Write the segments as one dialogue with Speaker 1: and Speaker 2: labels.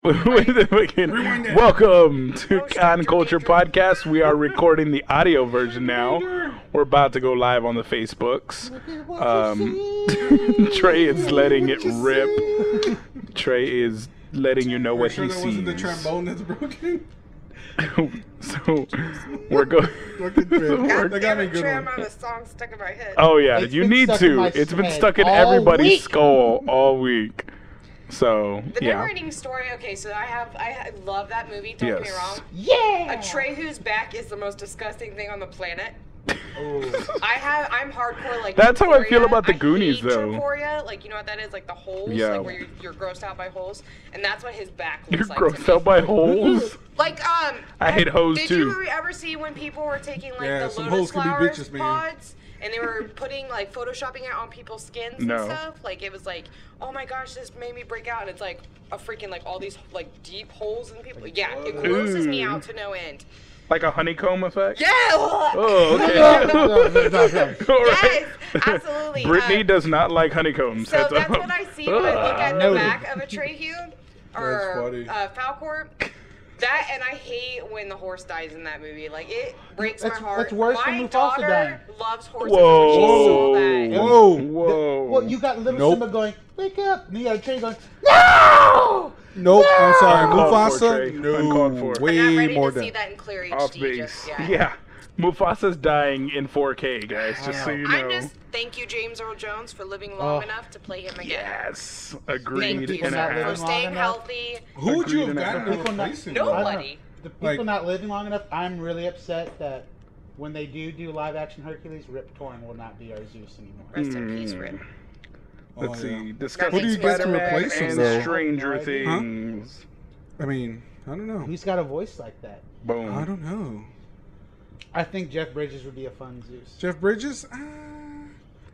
Speaker 1: With the fucking-
Speaker 2: Rewind that.
Speaker 1: Welcome to Con Culture Podcast. We are recording the audio version now. We're about to go live on the Facebooks. Um, Trey is letting it rip. Trey is letting you know what
Speaker 2: sure
Speaker 1: he
Speaker 2: that wasn't the
Speaker 1: sees.
Speaker 2: trombone that's broken?
Speaker 1: so we're going.
Speaker 2: Fucking trip. That
Speaker 3: God
Speaker 2: got
Speaker 3: damn
Speaker 2: me
Speaker 3: it,
Speaker 2: good
Speaker 3: Tram,
Speaker 2: one.
Speaker 3: I have a song stuck in my head.
Speaker 1: Oh yeah,
Speaker 4: It's
Speaker 1: you
Speaker 4: been
Speaker 1: need
Speaker 4: stuck in
Speaker 1: to.
Speaker 4: my
Speaker 1: It's been
Speaker 4: head
Speaker 1: stuck in
Speaker 4: all
Speaker 1: everybody's
Speaker 4: week.
Speaker 1: skull all week. So
Speaker 3: the
Speaker 1: yeah.
Speaker 3: Neverending Story. Okay, so I have I I love that movie. Don't get me
Speaker 1: Yes.
Speaker 3: wrong.
Speaker 4: Yeah.
Speaker 3: A Trehu's back is the most disgusting thing on the planet.
Speaker 2: Oh,
Speaker 3: I have I'm hardcore like.
Speaker 1: That's how I feel
Speaker 3: Euphoria.
Speaker 1: about the
Speaker 3: I
Speaker 1: Goonies,
Speaker 3: hate
Speaker 1: though.
Speaker 3: Euphoria, like you know what that is, like the holes,
Speaker 1: Yeah.
Speaker 3: like where you're, you're grossed out by holes, and that's what his back looks
Speaker 1: You're
Speaker 3: like. to
Speaker 1: grossed
Speaker 3: me.
Speaker 1: out by holes.
Speaker 3: Like um.
Speaker 1: I hate hoes
Speaker 3: Did
Speaker 1: too.
Speaker 3: you ever see when people were taking like
Speaker 2: Yeah,
Speaker 3: the
Speaker 2: some hoes
Speaker 3: lotus
Speaker 2: can be
Speaker 3: flowers
Speaker 2: bitches, man.
Speaker 3: pods and they were putting like photoshopping it on people's skins
Speaker 1: No.
Speaker 3: and stuff? Like it was like, oh my gosh, this made me break out, and it's like a freaking like all these like deep holes in people. Yeah, it grosses me
Speaker 1: Ooh.
Speaker 3: out to no end.
Speaker 1: Like a honeycomb effect?
Speaker 3: Yeah.
Speaker 1: Oh, okay. All right.
Speaker 3: Yes, absolutely.
Speaker 1: Brittany
Speaker 3: Uh,
Speaker 1: does not like honeycombs.
Speaker 3: So
Speaker 1: Heads
Speaker 3: that's
Speaker 1: up.
Speaker 3: what I see when I look at the
Speaker 4: Noted.
Speaker 3: back of a Trehune or
Speaker 2: That's funny.
Speaker 3: uh, Falcorp. That and I hate when the horse dies in that movie. Like it breaks
Speaker 4: That's-
Speaker 3: my heart.
Speaker 4: that's worse
Speaker 3: my
Speaker 4: than Mufasa
Speaker 3: daughter
Speaker 4: dying.
Speaker 3: loves horses.
Speaker 1: Whoa.
Speaker 3: And she saw that.
Speaker 2: Whoa.
Speaker 1: Whoa.
Speaker 4: Well, you got little
Speaker 2: Nope.
Speaker 4: Simba going, wake up. And you got a train going, no.
Speaker 2: nope, I'm sorry.
Speaker 1: Uncalled for, Trey.
Speaker 2: Mufasa?
Speaker 1: Uncalled for.
Speaker 2: No,
Speaker 1: I'm
Speaker 3: I'm not
Speaker 2: way
Speaker 3: ready
Speaker 2: more
Speaker 3: to see
Speaker 2: than.
Speaker 3: that in clear HD
Speaker 1: off
Speaker 3: just
Speaker 1: base.
Speaker 3: yet.
Speaker 1: Yeah. Mufasa's dying in 4K, guys, just so you know.
Speaker 3: I'm just thank you, James Earl Jones, for living long
Speaker 4: Oh.
Speaker 3: enough to play him again.
Speaker 1: Yes. Agreed
Speaker 3: Thank you
Speaker 1: and a
Speaker 4: Not
Speaker 1: half.
Speaker 2: Oh,
Speaker 3: for
Speaker 4: living long
Speaker 3: staying
Speaker 4: enough.
Speaker 3: healthy.
Speaker 2: Who would you have
Speaker 1: Agreed
Speaker 2: gotten
Speaker 1: and a
Speaker 2: to
Speaker 1: half.
Speaker 2: replace him?
Speaker 4: I
Speaker 3: No.
Speaker 4: don't know.
Speaker 3: Nobody.
Speaker 4: The people
Speaker 2: Like-
Speaker 4: not living long enough, I'm really upset that when they do do live action Hercules, Rip Torn will not be our Zeus anymore.
Speaker 3: Rest in
Speaker 1: Mm.
Speaker 3: peace, Rip.
Speaker 2: Oh,
Speaker 1: Let's
Speaker 2: yeah.
Speaker 1: see. Discuss
Speaker 3: Who do you get to
Speaker 1: Spider-Man
Speaker 2: replace him,
Speaker 1: and
Speaker 2: though?
Speaker 1: Stranger
Speaker 4: Huh?
Speaker 1: Things.
Speaker 2: I mean, I don't know.
Speaker 4: He's got a voice like that.
Speaker 1: Boom.
Speaker 2: I don't know.
Speaker 4: I think Jeff Bridges would be a fun Zeus.
Speaker 2: Jeff Bridges? Uh,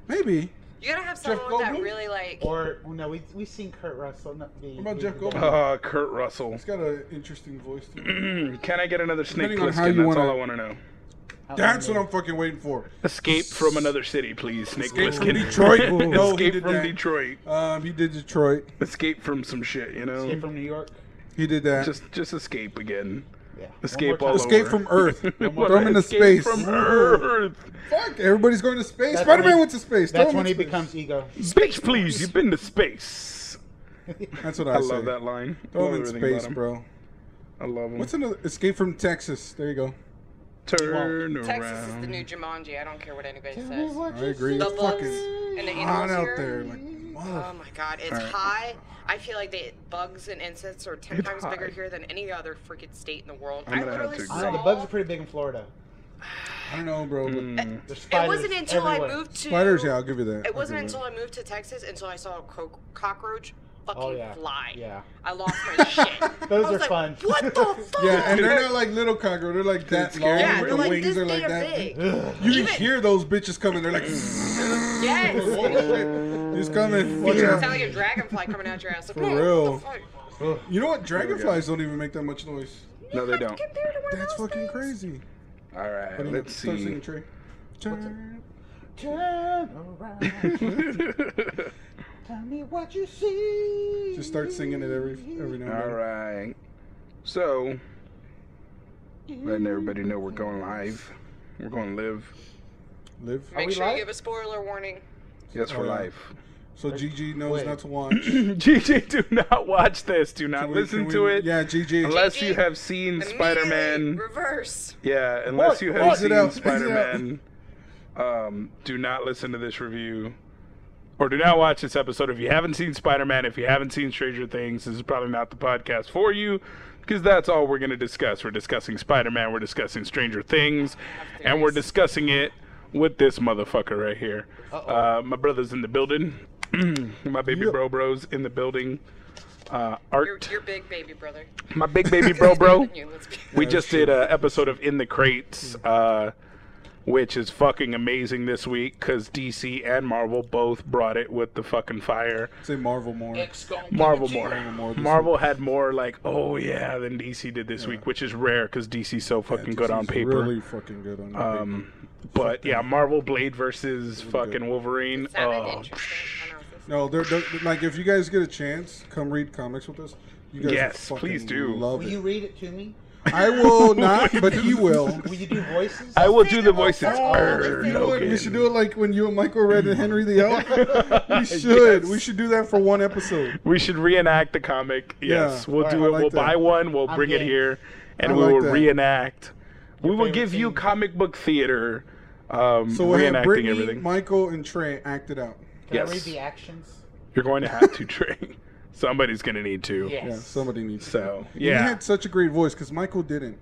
Speaker 2: maybe.
Speaker 3: You gotta have
Speaker 2: Jeff
Speaker 3: someone with that
Speaker 2: Goldblum?
Speaker 3: really like.
Speaker 4: Or well, no, we we've seen Kurt Russell. Not be,
Speaker 2: about
Speaker 4: be
Speaker 2: Jeff
Speaker 4: the
Speaker 2: Goldblum?
Speaker 4: guy.
Speaker 1: Uh, Kurt Russell.
Speaker 2: He's got an interesting voice to him.
Speaker 1: Can I get another snake
Speaker 2: Depending on how
Speaker 1: Plissken?
Speaker 2: you
Speaker 1: That's
Speaker 2: wanna-
Speaker 1: all I want to know.
Speaker 2: That's what I'm fucking waiting for.
Speaker 1: Escape from another city, please, Snake
Speaker 2: Escape from
Speaker 1: Plissken.
Speaker 2: Detroit. Ooh. No, he
Speaker 1: Escape
Speaker 2: did
Speaker 1: from
Speaker 2: that.
Speaker 1: Detroit.
Speaker 2: Um, he did Detroit.
Speaker 1: Escape from some shit, you know.
Speaker 4: Escape from New York.
Speaker 2: He did that.
Speaker 1: Just, just escape again.
Speaker 4: Yeah. One
Speaker 1: Escape
Speaker 4: more
Speaker 1: all
Speaker 4: time.
Speaker 1: over.
Speaker 2: Escape from Earth.
Speaker 1: What
Speaker 2: Throw him
Speaker 1: a
Speaker 2: into
Speaker 1: escape
Speaker 2: space.
Speaker 1: From
Speaker 2: Ooh.
Speaker 1: Earth.
Speaker 2: Fuck, everybody's going to space.
Speaker 4: That's
Speaker 2: Spider
Speaker 4: when
Speaker 2: Man
Speaker 4: he-
Speaker 2: went to space. Throw
Speaker 4: That's
Speaker 2: him
Speaker 4: when
Speaker 2: in
Speaker 4: he
Speaker 2: space.
Speaker 4: becomes ego.
Speaker 1: Bitch, please, you've been to space.
Speaker 2: That's what I,
Speaker 1: I
Speaker 2: say.
Speaker 1: love that line.
Speaker 2: Throw him
Speaker 1: Love
Speaker 2: in
Speaker 1: everything about
Speaker 2: space,
Speaker 1: him.
Speaker 2: bro.
Speaker 1: I love him.
Speaker 2: What's another Escape from Texas? There you go.
Speaker 1: Turn around.
Speaker 3: Texas is the new Jumanji. I don't care what anybody
Speaker 4: Tell me
Speaker 3: says.
Speaker 4: what
Speaker 2: I
Speaker 4: you
Speaker 2: agree.
Speaker 3: The
Speaker 4: see.
Speaker 2: It's
Speaker 3: bugs
Speaker 2: fucking
Speaker 3: and the
Speaker 2: Hot
Speaker 3: animals
Speaker 2: out
Speaker 3: here.
Speaker 2: there, like mother-
Speaker 3: Oh my god, it's
Speaker 1: Alright.
Speaker 3: high. I feel like the bugs and insects are ten
Speaker 1: It's
Speaker 3: times
Speaker 1: high.
Speaker 3: bigger here than any other freaking state in the world.
Speaker 1: I'm
Speaker 3: I
Speaker 1: gonna have
Speaker 3: literally
Speaker 1: to
Speaker 4: I
Speaker 3: saw.
Speaker 4: know the bugs are pretty big in Florida.
Speaker 2: I don't know, bro. But
Speaker 1: Hmm.
Speaker 4: There's
Speaker 3: it
Speaker 4: spiders
Speaker 3: wasn't until
Speaker 4: everywhere.
Speaker 3: I moved to
Speaker 2: Spiders, yeah, I'll give you that.
Speaker 3: It wasn't
Speaker 2: I'll give you
Speaker 3: until I moved to Texas until I saw a cro- cockroach fucking
Speaker 4: Oh yeah.
Speaker 3: fly.
Speaker 4: Yeah.
Speaker 3: I lost my shit.
Speaker 4: Those
Speaker 3: I was
Speaker 4: are
Speaker 3: like,
Speaker 4: fun.
Speaker 3: What the fuck?
Speaker 2: that. Yeah, and they're not like little cockroaches. They're like that long. where
Speaker 3: yeah, they're
Speaker 2: the
Speaker 3: like
Speaker 2: wings
Speaker 3: this
Speaker 2: are
Speaker 3: big
Speaker 2: like
Speaker 3: or
Speaker 2: that.
Speaker 3: big.
Speaker 2: You
Speaker 3: Even-
Speaker 2: can hear those bitches coming. They're like, "Whoa,
Speaker 3: Yes.
Speaker 2: shit. he's coming. Watch
Speaker 3: It
Speaker 2: out.
Speaker 3: sounded like a dragonfly coming out your ass. Like,
Speaker 2: For
Speaker 3: "Whoa, what
Speaker 2: real.
Speaker 3: the fuck?"
Speaker 2: You know what? Dragonflies don't even make that much noise.
Speaker 1: No, they don't.
Speaker 3: Compared to one of
Speaker 2: That's
Speaker 3: those
Speaker 2: fucking
Speaker 3: things.
Speaker 2: crazy.
Speaker 1: All right,
Speaker 2: Put in-
Speaker 1: let's
Speaker 2: start singing,
Speaker 1: see.
Speaker 2: Trey. Turn.
Speaker 4: Turn around. Tell me what you see.
Speaker 2: Just start singing it every every now and
Speaker 1: all
Speaker 2: then.
Speaker 1: right. So, letting everybody know we're going live. We're going to live.
Speaker 2: Live.
Speaker 3: Make
Speaker 4: we
Speaker 3: sure
Speaker 4: live?
Speaker 3: you give a spoiler warning.
Speaker 1: Yes, for
Speaker 2: Oh, yeah.
Speaker 1: life.
Speaker 2: So GG knows
Speaker 4: Wait.
Speaker 2: not to watch.
Speaker 1: GG, do not watch this. Do not
Speaker 2: Can we-
Speaker 1: listen
Speaker 2: can
Speaker 1: to
Speaker 2: we-
Speaker 1: it.
Speaker 2: Yeah, GG.
Speaker 1: Unless
Speaker 3: GG,
Speaker 1: you have seen Spider
Speaker 3: Immediately
Speaker 1: Man.
Speaker 3: Reverse.
Speaker 1: Yeah, unless
Speaker 4: What?
Speaker 1: you
Speaker 4: What?
Speaker 1: have
Speaker 2: Exit out,
Speaker 1: seen
Speaker 2: exit out.
Speaker 1: Spider Man. Um, do not listen to this review. Or do not watch this episode. If you haven't seen Spider Man, if you haven't seen Stranger Things, this is probably not the podcast for you. Because that's all we're going to discuss. We're discussing Spider Man, we're discussing Stranger Things, and we're discussing it with this motherfucker right here. Uh, my brother's in the building. my baby bro bro's in the building. Uh, Art,
Speaker 3: Your, your big baby brother.
Speaker 1: my big baby bro bro.
Speaker 3: You, let's be-
Speaker 1: We just did an episode of In the
Speaker 2: Hmm.
Speaker 1: Crates, uh, which is fucking amazing this week because DC and Marvel both brought it with the fucking fire.
Speaker 2: Say Marvel more.
Speaker 1: Marvel more.
Speaker 2: more this
Speaker 1: Marvel had more like, oh yeah, than DC did this week, which is rare because DC's so fucking good on
Speaker 2: He's
Speaker 1: paper.
Speaker 2: Really fucking good on
Speaker 1: Um, but yeah, Marvel Blade versus fucking Wolverine.
Speaker 3: Sounded
Speaker 1: Oh,
Speaker 3: interesting. I don't know if this-
Speaker 2: paper. No, they're, they're like if you guys get a chance, come read comics with us. You guys
Speaker 1: Yes,
Speaker 2: fucking
Speaker 1: please do.
Speaker 2: Love
Speaker 4: Will
Speaker 2: it.
Speaker 4: you read it to me?
Speaker 2: I will not, but he will.
Speaker 4: Will you do voices?
Speaker 1: I will do the voices.
Speaker 3: Oh,
Speaker 1: Err,
Speaker 2: You know what? We
Speaker 1: Logan.
Speaker 2: should do it like when you and Michael read Henry the Elf. We should.
Speaker 1: Yes.
Speaker 2: We should do that for one episode.
Speaker 1: We should reenact the comic.
Speaker 2: Yeah.
Speaker 1: Yes, we'll
Speaker 2: All
Speaker 1: do
Speaker 2: right, I
Speaker 1: it.
Speaker 2: like
Speaker 1: we'll
Speaker 2: that.
Speaker 1: buy one. We'll
Speaker 4: I'm
Speaker 1: bring it
Speaker 4: game.
Speaker 1: here, and
Speaker 2: I
Speaker 1: we
Speaker 2: like
Speaker 1: will
Speaker 2: that.
Speaker 1: reenact. we will
Speaker 4: favorite
Speaker 1: give you
Speaker 4: scene.
Speaker 1: comic book theater, um,
Speaker 2: So we'll have
Speaker 1: reenacting
Speaker 2: Brittany,
Speaker 1: everything.
Speaker 2: Michael, and Trey act it out.
Speaker 4: Can I read
Speaker 1: yes.
Speaker 4: the actions?
Speaker 1: You're going to have to train. Somebody's going to need to.
Speaker 4: Yes.
Speaker 2: Yeah, somebody needs. to.
Speaker 1: So
Speaker 2: You
Speaker 1: yeah,
Speaker 2: had such a great voice because Michael didn't.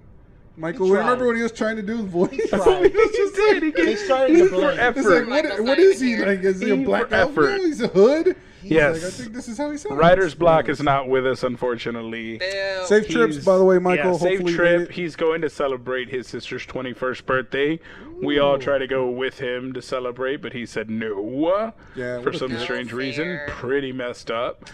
Speaker 2: Michael,
Speaker 4: tried.
Speaker 2: remember when he was trying to do his voice?
Speaker 4: That's what
Speaker 1: he
Speaker 4: we
Speaker 1: just did. He
Speaker 4: They
Speaker 1: gave
Speaker 4: started
Speaker 1: E
Speaker 4: to
Speaker 1: for
Speaker 4: blame.
Speaker 2: It's like
Speaker 1: effort.
Speaker 2: what,
Speaker 3: Michael's
Speaker 2: what
Speaker 3: not
Speaker 2: is
Speaker 3: even
Speaker 2: he
Speaker 3: here.
Speaker 2: like? Is he a
Speaker 1: E for
Speaker 2: black elf? No,
Speaker 1: effort.
Speaker 2: he's a hood. He's
Speaker 1: Yes.
Speaker 2: Like, I think this is how he sounds.
Speaker 1: Writer's block is not with us, unfortunately.
Speaker 3: Ew.
Speaker 2: Safe trips,
Speaker 1: He's-
Speaker 2: by the way, Michael.
Speaker 1: Yeah, safe
Speaker 2: hopefully
Speaker 1: trip. He's going to celebrate his sister's 21st birthday. We all try to go with him to celebrate, but he said no
Speaker 2: Yeah,
Speaker 1: for
Speaker 2: what a
Speaker 1: some
Speaker 2: dick.
Speaker 1: strange
Speaker 3: Not
Speaker 1: reason.
Speaker 3: fair.
Speaker 1: Pretty messed up.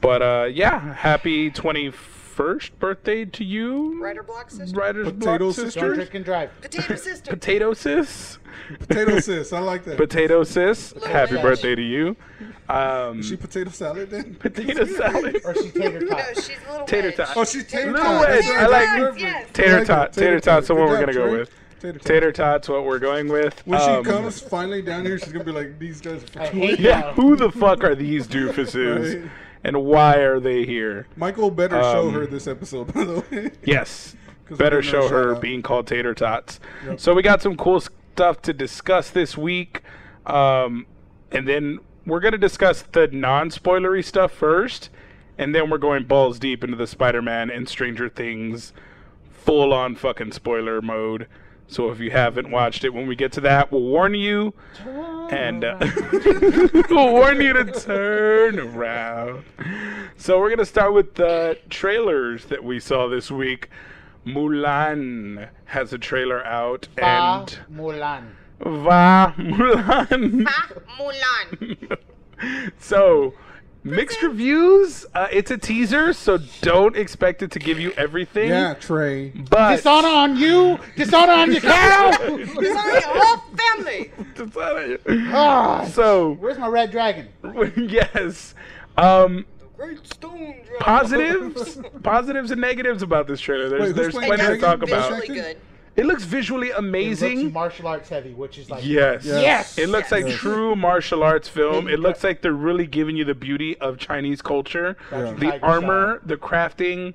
Speaker 1: But uh, yeah, happy 21st birthday to you,
Speaker 3: Writer block sister.
Speaker 1: Writer's
Speaker 2: Potato
Speaker 1: block
Speaker 2: sister?
Speaker 4: Don't
Speaker 1: sister.
Speaker 4: drink and drive.
Speaker 3: Potato sister.
Speaker 1: Potato sis.
Speaker 2: Potato sis. I like that.
Speaker 1: Potato sis. Happy
Speaker 3: Reg.
Speaker 1: birthday to you. Um,
Speaker 2: she potato salad then?
Speaker 1: potato salad.
Speaker 4: Or she tater
Speaker 3: no,
Speaker 4: tots.
Speaker 3: she's a little
Speaker 1: Tater
Speaker 3: wedge.
Speaker 1: tot.
Speaker 2: Oh, she's tater
Speaker 1: Little
Speaker 2: tot.
Speaker 1: wedge.
Speaker 2: That's
Speaker 1: I like-
Speaker 2: perfect.
Speaker 3: Yes.
Speaker 1: Tater
Speaker 2: I like
Speaker 1: tot,
Speaker 2: it.
Speaker 1: tater tot's the
Speaker 2: Good
Speaker 1: one we're
Speaker 2: job,
Speaker 1: gonna go
Speaker 2: Trey.
Speaker 1: with.
Speaker 2: Tater tot.
Speaker 1: Tater tots. What we're going with.
Speaker 2: When
Speaker 1: Um, Uh,
Speaker 2: she comes finally down here, she's gonna be like, "These guys."
Speaker 4: I
Speaker 2: Are
Speaker 4: hate
Speaker 1: Yeah,
Speaker 4: you.
Speaker 1: who the fuck are these doofuses,
Speaker 2: Right.
Speaker 1: and why are they here?
Speaker 2: Michael better show
Speaker 1: Um,
Speaker 2: her this episode, by the way.
Speaker 1: Yes,
Speaker 2: 'Cause
Speaker 1: better
Speaker 2: we're gonna
Speaker 1: show
Speaker 2: shout
Speaker 1: her
Speaker 2: out.
Speaker 1: being called tater tots. So we got some cool stuff to discuss this week, um, and then we're gonna discuss the non-spoilery stuff first, and then we're going balls deep into the Spider-Man and Stranger Things full on fucking spoiler mode. So if you haven't watched it, when we get to that, we'll warn you. And uh, we'll warn you to turn around. So we're going to start with the trailers that we saw this week. Mulan has a trailer out
Speaker 4: Ba
Speaker 1: and
Speaker 4: Mulan.
Speaker 1: Va Mulan.
Speaker 3: Ah, Mulan.
Speaker 1: so mixed reviews. Uh, it's a teaser, so don't expect it to give you everything.
Speaker 2: Yeah, Trey.
Speaker 1: But
Speaker 4: Dishonor on you! Dishonor on your cow!
Speaker 3: Sorry, whole family.
Speaker 4: Ah,
Speaker 1: so
Speaker 4: Where's my red dragon?
Speaker 1: yes. Um,
Speaker 3: Great stone dragon.
Speaker 1: positives, positives and negatives about this trailer. There's,
Speaker 2: Wait, who's
Speaker 1: there's
Speaker 2: playing
Speaker 1: plenty to
Speaker 2: Dragon?
Speaker 1: talk
Speaker 2: Visually
Speaker 1: about.
Speaker 3: Visually good.
Speaker 1: It looks visually
Speaker 4: It looks
Speaker 1: amazing.
Speaker 4: martial arts heavy, which is like
Speaker 1: Yes.
Speaker 2: Yes.
Speaker 1: It looks like
Speaker 2: Yes.
Speaker 1: true martial arts film.
Speaker 4: Maybe
Speaker 1: It looks
Speaker 4: that-
Speaker 1: like they're really giving you the beauty of Chinese culture.
Speaker 4: Yeah.
Speaker 1: The
Speaker 4: Tiger
Speaker 1: armor, the crafting,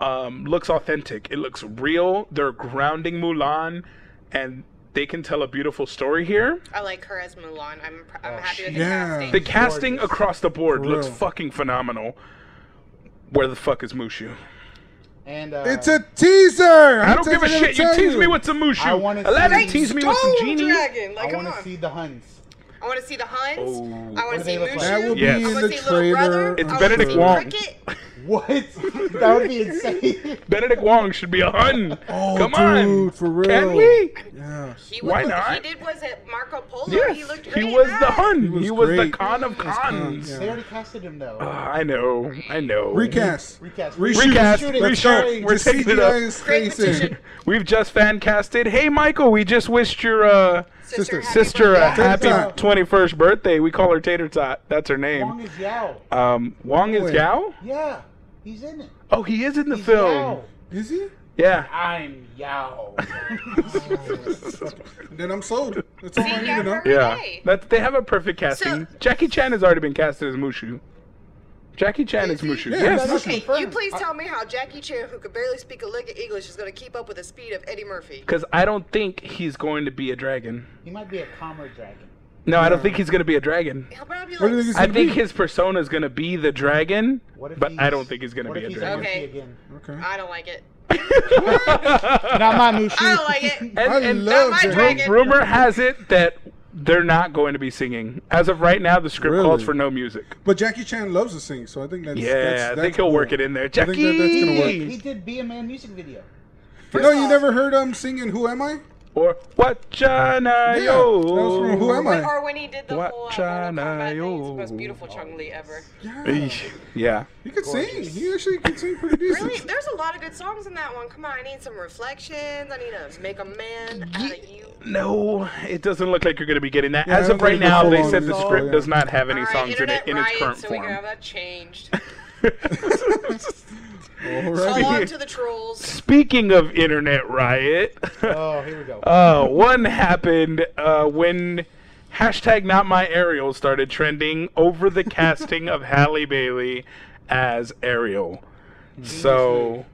Speaker 1: um, looks authentic. It looks real. They're grounding Mulan, and they can tell a beautiful story here.
Speaker 3: I like her as Mulan. I'm pr-
Speaker 1: Oh,
Speaker 3: I'm happy with the
Speaker 2: yeah.
Speaker 1: The
Speaker 3: casting.
Speaker 1: casting
Speaker 4: Gorgeous.
Speaker 1: across the board
Speaker 2: For
Speaker 1: looks
Speaker 2: real.
Speaker 1: fucking phenomenal. Where the fuck is Mushu?
Speaker 4: and uh,
Speaker 2: It's a teaser.
Speaker 1: I don't give a shit. You tease me with some
Speaker 4: I
Speaker 1: Mushu.
Speaker 4: wanna see-
Speaker 1: Aladdin
Speaker 4: Great
Speaker 1: tease me with some
Speaker 3: stone
Speaker 1: genie.
Speaker 3: Dragon. Like,
Speaker 4: I
Speaker 3: come
Speaker 4: want
Speaker 3: on.
Speaker 4: to see the Huns.
Speaker 3: I want to see the Huns.
Speaker 1: Oh.
Speaker 3: I
Speaker 4: What
Speaker 3: want to
Speaker 4: do
Speaker 3: see
Speaker 4: they look
Speaker 3: Mushu.
Speaker 4: like?
Speaker 2: That will
Speaker 1: Yes.
Speaker 2: be
Speaker 3: I
Speaker 2: in
Speaker 3: want
Speaker 2: the
Speaker 3: to see Little Brother.
Speaker 2: trailer.
Speaker 1: It's
Speaker 2: I'm
Speaker 3: I wanna
Speaker 1: Benedict
Speaker 3: see
Speaker 1: Wong.
Speaker 3: Cricket.
Speaker 4: What? that would be insane.
Speaker 1: Benedict Wong should be a hun.
Speaker 2: Oh,
Speaker 1: Come on.
Speaker 2: dude, for real.
Speaker 1: Can we?
Speaker 2: Yeah.
Speaker 3: He was,
Speaker 1: Why not?
Speaker 3: He did was at Marco Polo.
Speaker 1: Yes,
Speaker 3: He looked
Speaker 1: he
Speaker 3: great. in
Speaker 1: was the
Speaker 3: that.
Speaker 1: Hun. He
Speaker 2: was
Speaker 1: was, the
Speaker 2: great.
Speaker 1: Con of
Speaker 2: Khan,
Speaker 1: Cons.
Speaker 4: they already casted him though.
Speaker 2: Uh,
Speaker 1: Ah, I know, I know.
Speaker 2: Recast.
Speaker 4: Recast.
Speaker 2: Reshoot.
Speaker 1: Recast.
Speaker 2: Let's
Speaker 1: Reshoot.
Speaker 2: go.
Speaker 1: We're
Speaker 2: Just
Speaker 1: taking it
Speaker 2: CGI
Speaker 1: up.
Speaker 2: his
Speaker 3: Great
Speaker 2: face in.
Speaker 3: petition.
Speaker 1: We've just fan casted. Hey, Michael, we just wished your uh,
Speaker 2: Sister.
Speaker 3: Sister, happy
Speaker 1: sister a
Speaker 3: birthday.
Speaker 2: Tater
Speaker 1: happy
Speaker 2: Tot.
Speaker 1: 21st birthday. We call her Tater Tot. That's her
Speaker 4: Wong
Speaker 1: name.
Speaker 4: is Yao.
Speaker 1: Um, Wong is
Speaker 2: Wait.
Speaker 1: Yao.
Speaker 4: Yeah, he's in it.
Speaker 1: Oh, he is in the
Speaker 4: He's
Speaker 1: film.
Speaker 4: Yao.
Speaker 2: Is he?
Speaker 1: Yeah.
Speaker 4: I'm Yao.
Speaker 2: Then I'm sold. That's all I need to know.
Speaker 3: Yao.
Speaker 1: Yeah.
Speaker 3: Okay.
Speaker 1: That they have a perfect casting.
Speaker 3: So-
Speaker 1: Jackie Chan has already been casted as Mushu. Jackie Chan is
Speaker 3: Is he?
Speaker 1: Mushu.
Speaker 2: Yeah,
Speaker 1: Yes.
Speaker 2: that's-
Speaker 3: Okay, you
Speaker 4: Confirmed.
Speaker 3: please tell me how Jackie Chan, who could barely speak a lick of English, is going to keep up with the speed of Eddie Murphy.
Speaker 1: Because I don't think he's going to be a dragon.
Speaker 4: he might be a calmer dragon.
Speaker 1: No, I don't think he's going to be a dragon.
Speaker 3: He'll probably
Speaker 2: What do you
Speaker 3: like,
Speaker 2: think
Speaker 1: I
Speaker 2: gonna
Speaker 1: think
Speaker 2: be?
Speaker 1: his persona is gonna be the dragon,
Speaker 4: What if
Speaker 1: but
Speaker 4: he's,
Speaker 1: I don't think he's gonna
Speaker 4: what
Speaker 1: be
Speaker 4: if
Speaker 1: a
Speaker 4: he's
Speaker 1: dragon.
Speaker 4: Luffy
Speaker 3: Okay.
Speaker 4: Again?
Speaker 2: Okay.
Speaker 3: I don't like it.
Speaker 4: Not my Mushu.
Speaker 3: I don't like it.
Speaker 1: And,
Speaker 2: I
Speaker 1: and
Speaker 2: love
Speaker 3: my
Speaker 2: Jack.
Speaker 3: dragon.
Speaker 1: rumor has it that they're not going to be singing as of right now. The script calls
Speaker 2: Really?
Speaker 1: for no music.
Speaker 2: But Jackie Chan loves to sing, so I think that's
Speaker 1: Yeah,
Speaker 2: That's,
Speaker 1: I
Speaker 2: that's
Speaker 1: think he'll
Speaker 2: cool.
Speaker 1: work it in there.
Speaker 2: think that-
Speaker 1: Jackie,
Speaker 2: that's gonna work.
Speaker 4: He did "Be a Man" music video.
Speaker 2: No, you never heard him singing "Who Am I"?
Speaker 1: or what? Chana
Speaker 2: Yeah, that was from Who Am
Speaker 3: When,
Speaker 2: I?
Speaker 3: or when he did the
Speaker 1: What
Speaker 3: whole uh,
Speaker 1: China,
Speaker 3: Mortal Kombat thing, it's the
Speaker 1: yo.
Speaker 3: most beautiful Chung Li ever.
Speaker 2: Yeah,
Speaker 1: Yeah,
Speaker 2: he could sing. He actually could sing pretty decent.
Speaker 3: Really, there's a lot of good songs in that one. Come on, I need some reflections. I need to make a man out of you.
Speaker 1: no, it doesn't look like you're gonna be getting that
Speaker 2: Yeah,
Speaker 1: as
Speaker 2: I
Speaker 1: of
Speaker 2: don't
Speaker 1: right
Speaker 2: think it's
Speaker 1: now.
Speaker 2: full
Speaker 1: They
Speaker 2: on
Speaker 1: said the
Speaker 2: musical,
Speaker 1: script
Speaker 2: yeah.
Speaker 1: does not have any
Speaker 3: All right,
Speaker 1: songs in it
Speaker 3: internet
Speaker 1: in its
Speaker 3: riot,
Speaker 1: current
Speaker 3: so we can have
Speaker 1: form.
Speaker 3: that changed. Call
Speaker 2: Alrighty.
Speaker 3: out to the trolls.
Speaker 1: Speaking of internet riot,
Speaker 4: Oh, here we go.
Speaker 1: uh, one happened uh, when hashtag not my Ariel started trending over the casting of Halle Bailey as Ariel. So,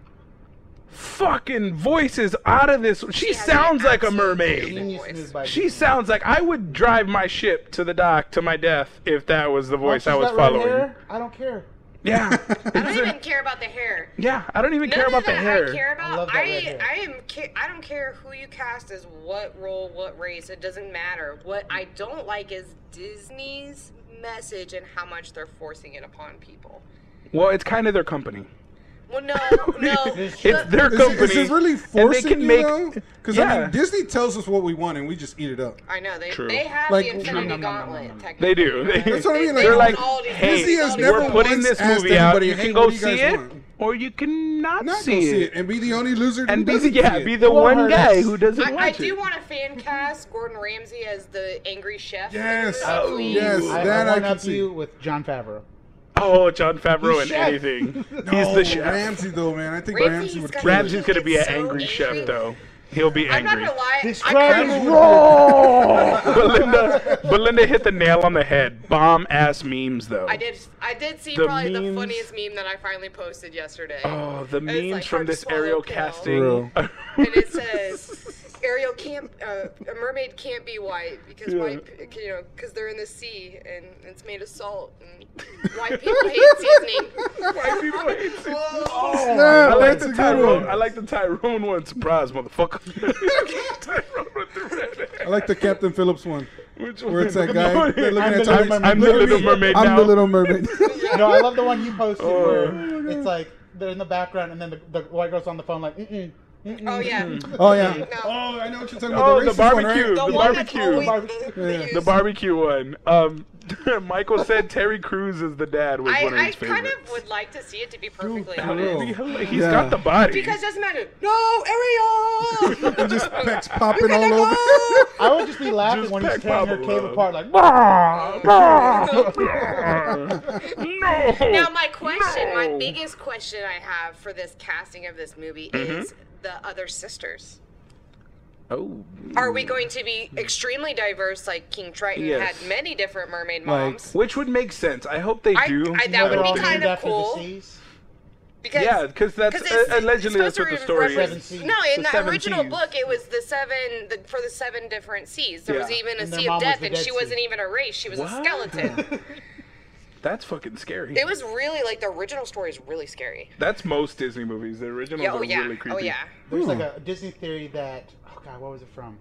Speaker 1: fucking voices out of this. She,
Speaker 3: has an
Speaker 1: sounds like a
Speaker 3: absolute
Speaker 1: mermaid.
Speaker 3: amazing
Speaker 4: Genius
Speaker 3: voice.
Speaker 4: move by
Speaker 1: She
Speaker 4: Disney.
Speaker 1: sounds like I would drive my ship to the dock to my death if that was the voice I
Speaker 4: She's
Speaker 1: was
Speaker 4: got red
Speaker 1: following.
Speaker 4: hair, I don't care.
Speaker 1: Yeah.
Speaker 3: I don't even care about the hair.
Speaker 1: yeah, I don't even
Speaker 3: None
Speaker 1: care
Speaker 3: of
Speaker 1: about the
Speaker 3: that
Speaker 1: hair.
Speaker 3: I care about. I
Speaker 4: love that
Speaker 3: I,
Speaker 4: red hair.
Speaker 3: am. Ca- I don't care who you cast as what role, what race. It doesn't matter. What I don't like is Disney's message and how much they're forcing it upon people.
Speaker 1: Well, it's kind of their company.
Speaker 3: Well, no, no.
Speaker 4: It's
Speaker 1: It's their
Speaker 2: Is it,
Speaker 1: company.
Speaker 2: is it really
Speaker 1: and
Speaker 2: forcing
Speaker 1: they can
Speaker 2: you
Speaker 1: make,
Speaker 2: Because I
Speaker 1: Yeah.
Speaker 2: mean, Disney tells us what we want and we just eat it up.
Speaker 3: I know they.
Speaker 1: True.
Speaker 3: They have
Speaker 2: Like-
Speaker 3: the Infinity
Speaker 4: True.
Speaker 3: Gauntlet.
Speaker 1: They
Speaker 3: Technically.
Speaker 1: do. They,
Speaker 2: That's what I mean, like-
Speaker 1: they're
Speaker 2: They
Speaker 1: like,
Speaker 3: own all these-
Speaker 1: hey,
Speaker 2: Disney has
Speaker 1: we're
Speaker 2: never
Speaker 1: putting
Speaker 2: once
Speaker 1: this
Speaker 2: asked
Speaker 1: movie out.
Speaker 2: anybody,
Speaker 1: You
Speaker 2: "Hey,
Speaker 1: can
Speaker 2: what
Speaker 1: go
Speaker 2: do you
Speaker 1: see
Speaker 2: guys
Speaker 1: it,
Speaker 2: want?"
Speaker 1: or you can not,
Speaker 2: Not
Speaker 1: see,
Speaker 2: gonna
Speaker 1: it.
Speaker 2: see it and be the only loser.
Speaker 1: And be
Speaker 2: who
Speaker 1: the,
Speaker 2: doesn't
Speaker 1: yeah,
Speaker 2: see
Speaker 1: be
Speaker 2: it.
Speaker 1: the
Speaker 4: Well,
Speaker 1: one
Speaker 4: her-
Speaker 1: guy who doesn't
Speaker 3: I, I
Speaker 1: watch
Speaker 3: do
Speaker 1: it.
Speaker 3: want to fan cast Gordon Ramsay as the angry chef.
Speaker 2: Yes.
Speaker 1: Oh,
Speaker 3: Please.
Speaker 2: yes.
Speaker 4: I,
Speaker 2: that I
Speaker 4: I one
Speaker 2: can
Speaker 4: up
Speaker 2: see.
Speaker 4: you with John Favreau.
Speaker 1: Oh, John Favreau and
Speaker 4: He's chef.
Speaker 1: anything. He's
Speaker 2: No,
Speaker 1: the chef.
Speaker 2: Ramsey though, man. I think
Speaker 3: Ramsey's
Speaker 2: Ramsey would
Speaker 3: got-
Speaker 2: kill
Speaker 1: Ramsey's
Speaker 2: it.
Speaker 1: gonna be an
Speaker 3: So
Speaker 1: angry
Speaker 3: angry.
Speaker 1: chef, though. He'll be
Speaker 3: I'm not
Speaker 1: angry.
Speaker 3: gonna lie.
Speaker 4: This
Speaker 3: I
Speaker 4: crowd
Speaker 3: kinda
Speaker 4: is
Speaker 3: wanna-
Speaker 1: Oh, Belinda, Belinda hit the nail on the head. Bomb ass memes, though.
Speaker 3: I did. I did see
Speaker 1: The
Speaker 3: probably the
Speaker 1: memes-
Speaker 3: funniest meme that I finally posted yesterday.
Speaker 1: Oh, the
Speaker 3: it's,
Speaker 1: memes
Speaker 3: like,
Speaker 1: from
Speaker 3: hard to
Speaker 1: this
Speaker 3: swallow
Speaker 1: aerial
Speaker 3: pill.
Speaker 1: casting.
Speaker 3: And it says, "Ariel can't. Uh, a mermaid can't be white because
Speaker 1: Yeah.
Speaker 3: white. p- You know, because they're in the sea and it's made of salt. And white people hate seasoning.
Speaker 1: White people hate seasoning.
Speaker 2: Snap,
Speaker 1: I like
Speaker 2: that's
Speaker 1: the
Speaker 2: a good
Speaker 1: Tyrone.
Speaker 2: one.
Speaker 1: I like the Tyrone one. Surprise, motherfucker. Tyrone with the red hair.
Speaker 2: I like the Captain Phillips one.
Speaker 1: Which
Speaker 2: Where it's that
Speaker 1: one?
Speaker 2: guy
Speaker 1: No,
Speaker 2: they're looking
Speaker 1: I'm the-
Speaker 2: at Tyrone.
Speaker 1: I'm, I'm the
Speaker 2: Look at
Speaker 1: Little
Speaker 2: me.
Speaker 1: Mermaid
Speaker 2: I'm
Speaker 1: now.
Speaker 2: the Little Mermaid.
Speaker 4: No, I love the one you posted
Speaker 1: Oh.
Speaker 4: where it's like they're in the background and then the, the white girl's on the phone like, mm-mm, mm-mm.
Speaker 3: Oh yeah.
Speaker 2: oh yeah.
Speaker 3: No.
Speaker 2: Oh, I know what you're talking
Speaker 1: Oh,
Speaker 2: about.
Speaker 1: the barbecue.
Speaker 2: racist one, right?
Speaker 3: The,
Speaker 1: The
Speaker 3: one
Speaker 1: barbecue.
Speaker 3: That's always,
Speaker 4: Barbecue.
Speaker 3: the, the,
Speaker 1: The barbecue one. Um, Michael said Terry Crews is the dad was
Speaker 3: I,
Speaker 1: one of
Speaker 3: I
Speaker 1: his
Speaker 3: kind
Speaker 1: favorites.
Speaker 3: of would like to see it to be perfectly
Speaker 2: for
Speaker 3: honest.
Speaker 2: real.
Speaker 1: He's
Speaker 2: Yeah.
Speaker 1: got the body.
Speaker 3: Because it doesn't matter. No, Ariel.
Speaker 2: And just pecs popping all
Speaker 3: Gotta
Speaker 2: over.
Speaker 3: go!
Speaker 4: I would just be laughing
Speaker 1: Just
Speaker 4: when he's
Speaker 1: pack
Speaker 4: tearing her
Speaker 1: Pablo
Speaker 4: cave
Speaker 1: up.
Speaker 4: apart like, "Bah, bah."
Speaker 1: no.
Speaker 3: Now, my question, my
Speaker 1: No.
Speaker 3: biggest question I have for this casting of this movie
Speaker 1: Mm-hmm.
Speaker 3: is the other sisters.
Speaker 1: Oh.
Speaker 3: Are we going to be extremely diverse, like King Triton
Speaker 1: Yes.
Speaker 3: had many different mermaid
Speaker 2: Like-
Speaker 3: moms?
Speaker 1: Which would make sense. I hope they
Speaker 3: I-
Speaker 1: do.
Speaker 3: I- that
Speaker 4: They're
Speaker 3: would be
Speaker 4: all
Speaker 3: kind
Speaker 4: named
Speaker 3: of
Speaker 4: after the
Speaker 3: cool.
Speaker 4: seas.
Speaker 3: Because
Speaker 1: yeah, because that's
Speaker 3: 'cause it's-
Speaker 1: uh, allegedly
Speaker 3: it's
Speaker 1: that's what the
Speaker 3: supposed to
Speaker 1: story
Speaker 4: reference-
Speaker 1: is.
Speaker 4: Seas.
Speaker 3: No, in
Speaker 1: The
Speaker 3: the,
Speaker 1: seven
Speaker 3: original
Speaker 1: seas.
Speaker 3: book, it was the seven the, for the seven different seas. There was
Speaker 1: Yeah.
Speaker 3: even a
Speaker 4: And their
Speaker 3: sea of
Speaker 4: mom was
Speaker 3: death,
Speaker 4: the
Speaker 3: and
Speaker 4: Dead
Speaker 3: she
Speaker 4: Sea.
Speaker 3: wasn't even a race; she was a
Speaker 1: What?
Speaker 3: skeleton.
Speaker 1: That's fucking scary.
Speaker 3: it was really like the original story is really scary.
Speaker 1: That's most Disney movies. The originals
Speaker 3: Yeah, oh
Speaker 1: are
Speaker 3: yeah,
Speaker 1: really creepy.
Speaker 3: oh yeah.
Speaker 4: There's like
Speaker 2: Ooh.
Speaker 1: Hmm.
Speaker 4: a Disney theory that oh god, what was it from?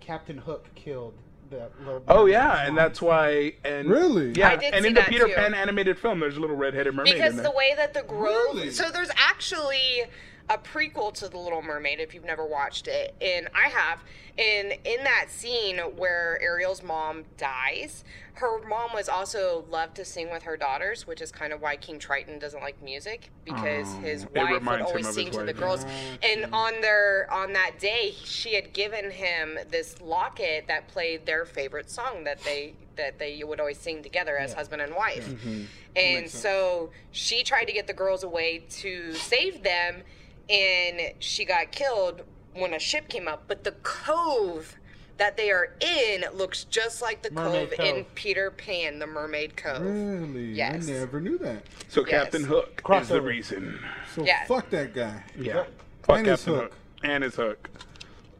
Speaker 4: Captain Hook killed the little.
Speaker 1: Oh yeah, and that's why. And
Speaker 2: Really?
Speaker 1: Yeah,
Speaker 3: I did
Speaker 1: and
Speaker 3: see
Speaker 1: in the
Speaker 3: that
Speaker 1: Peter
Speaker 3: too.
Speaker 1: Pan animated film, there's a little red-headed mermaid
Speaker 3: because
Speaker 1: in there.
Speaker 3: the way that the grove
Speaker 2: Really?
Speaker 3: so there's actually a prequel to the little mermaid if you've never watched it and i have and in that scene where ariel's mom dies her mom was also loved to sing with her daughters which is kind of why king triton doesn't like music because his wife would
Speaker 1: Oh. reminds him
Speaker 3: always
Speaker 1: of
Speaker 3: sing
Speaker 1: his
Speaker 3: to the
Speaker 1: wife.
Speaker 3: girls and on their on that day she had given him this locket that played their favorite song that they that they would always sing together as husband and wife
Speaker 4: Mm-hmm.
Speaker 3: and so she tried to get the girls away to save them, and she got killed when a ship came up. But the cove that they are in looks just like the
Speaker 4: Mermaid
Speaker 3: cove, in
Speaker 4: Cove. Mm.
Speaker 3: Peter Pan, the Mermaid Cove.
Speaker 2: Really?
Speaker 3: Yes.
Speaker 2: I never knew that.
Speaker 1: so
Speaker 3: Yes.
Speaker 1: Captain Hook is the
Speaker 4: Crossover.
Speaker 1: reason.
Speaker 2: So
Speaker 3: Yeah.
Speaker 2: fuck that guy.
Speaker 1: Yeah. Fuck
Speaker 2: And his
Speaker 1: Captain Hook.
Speaker 2: hook.
Speaker 1: And his hook.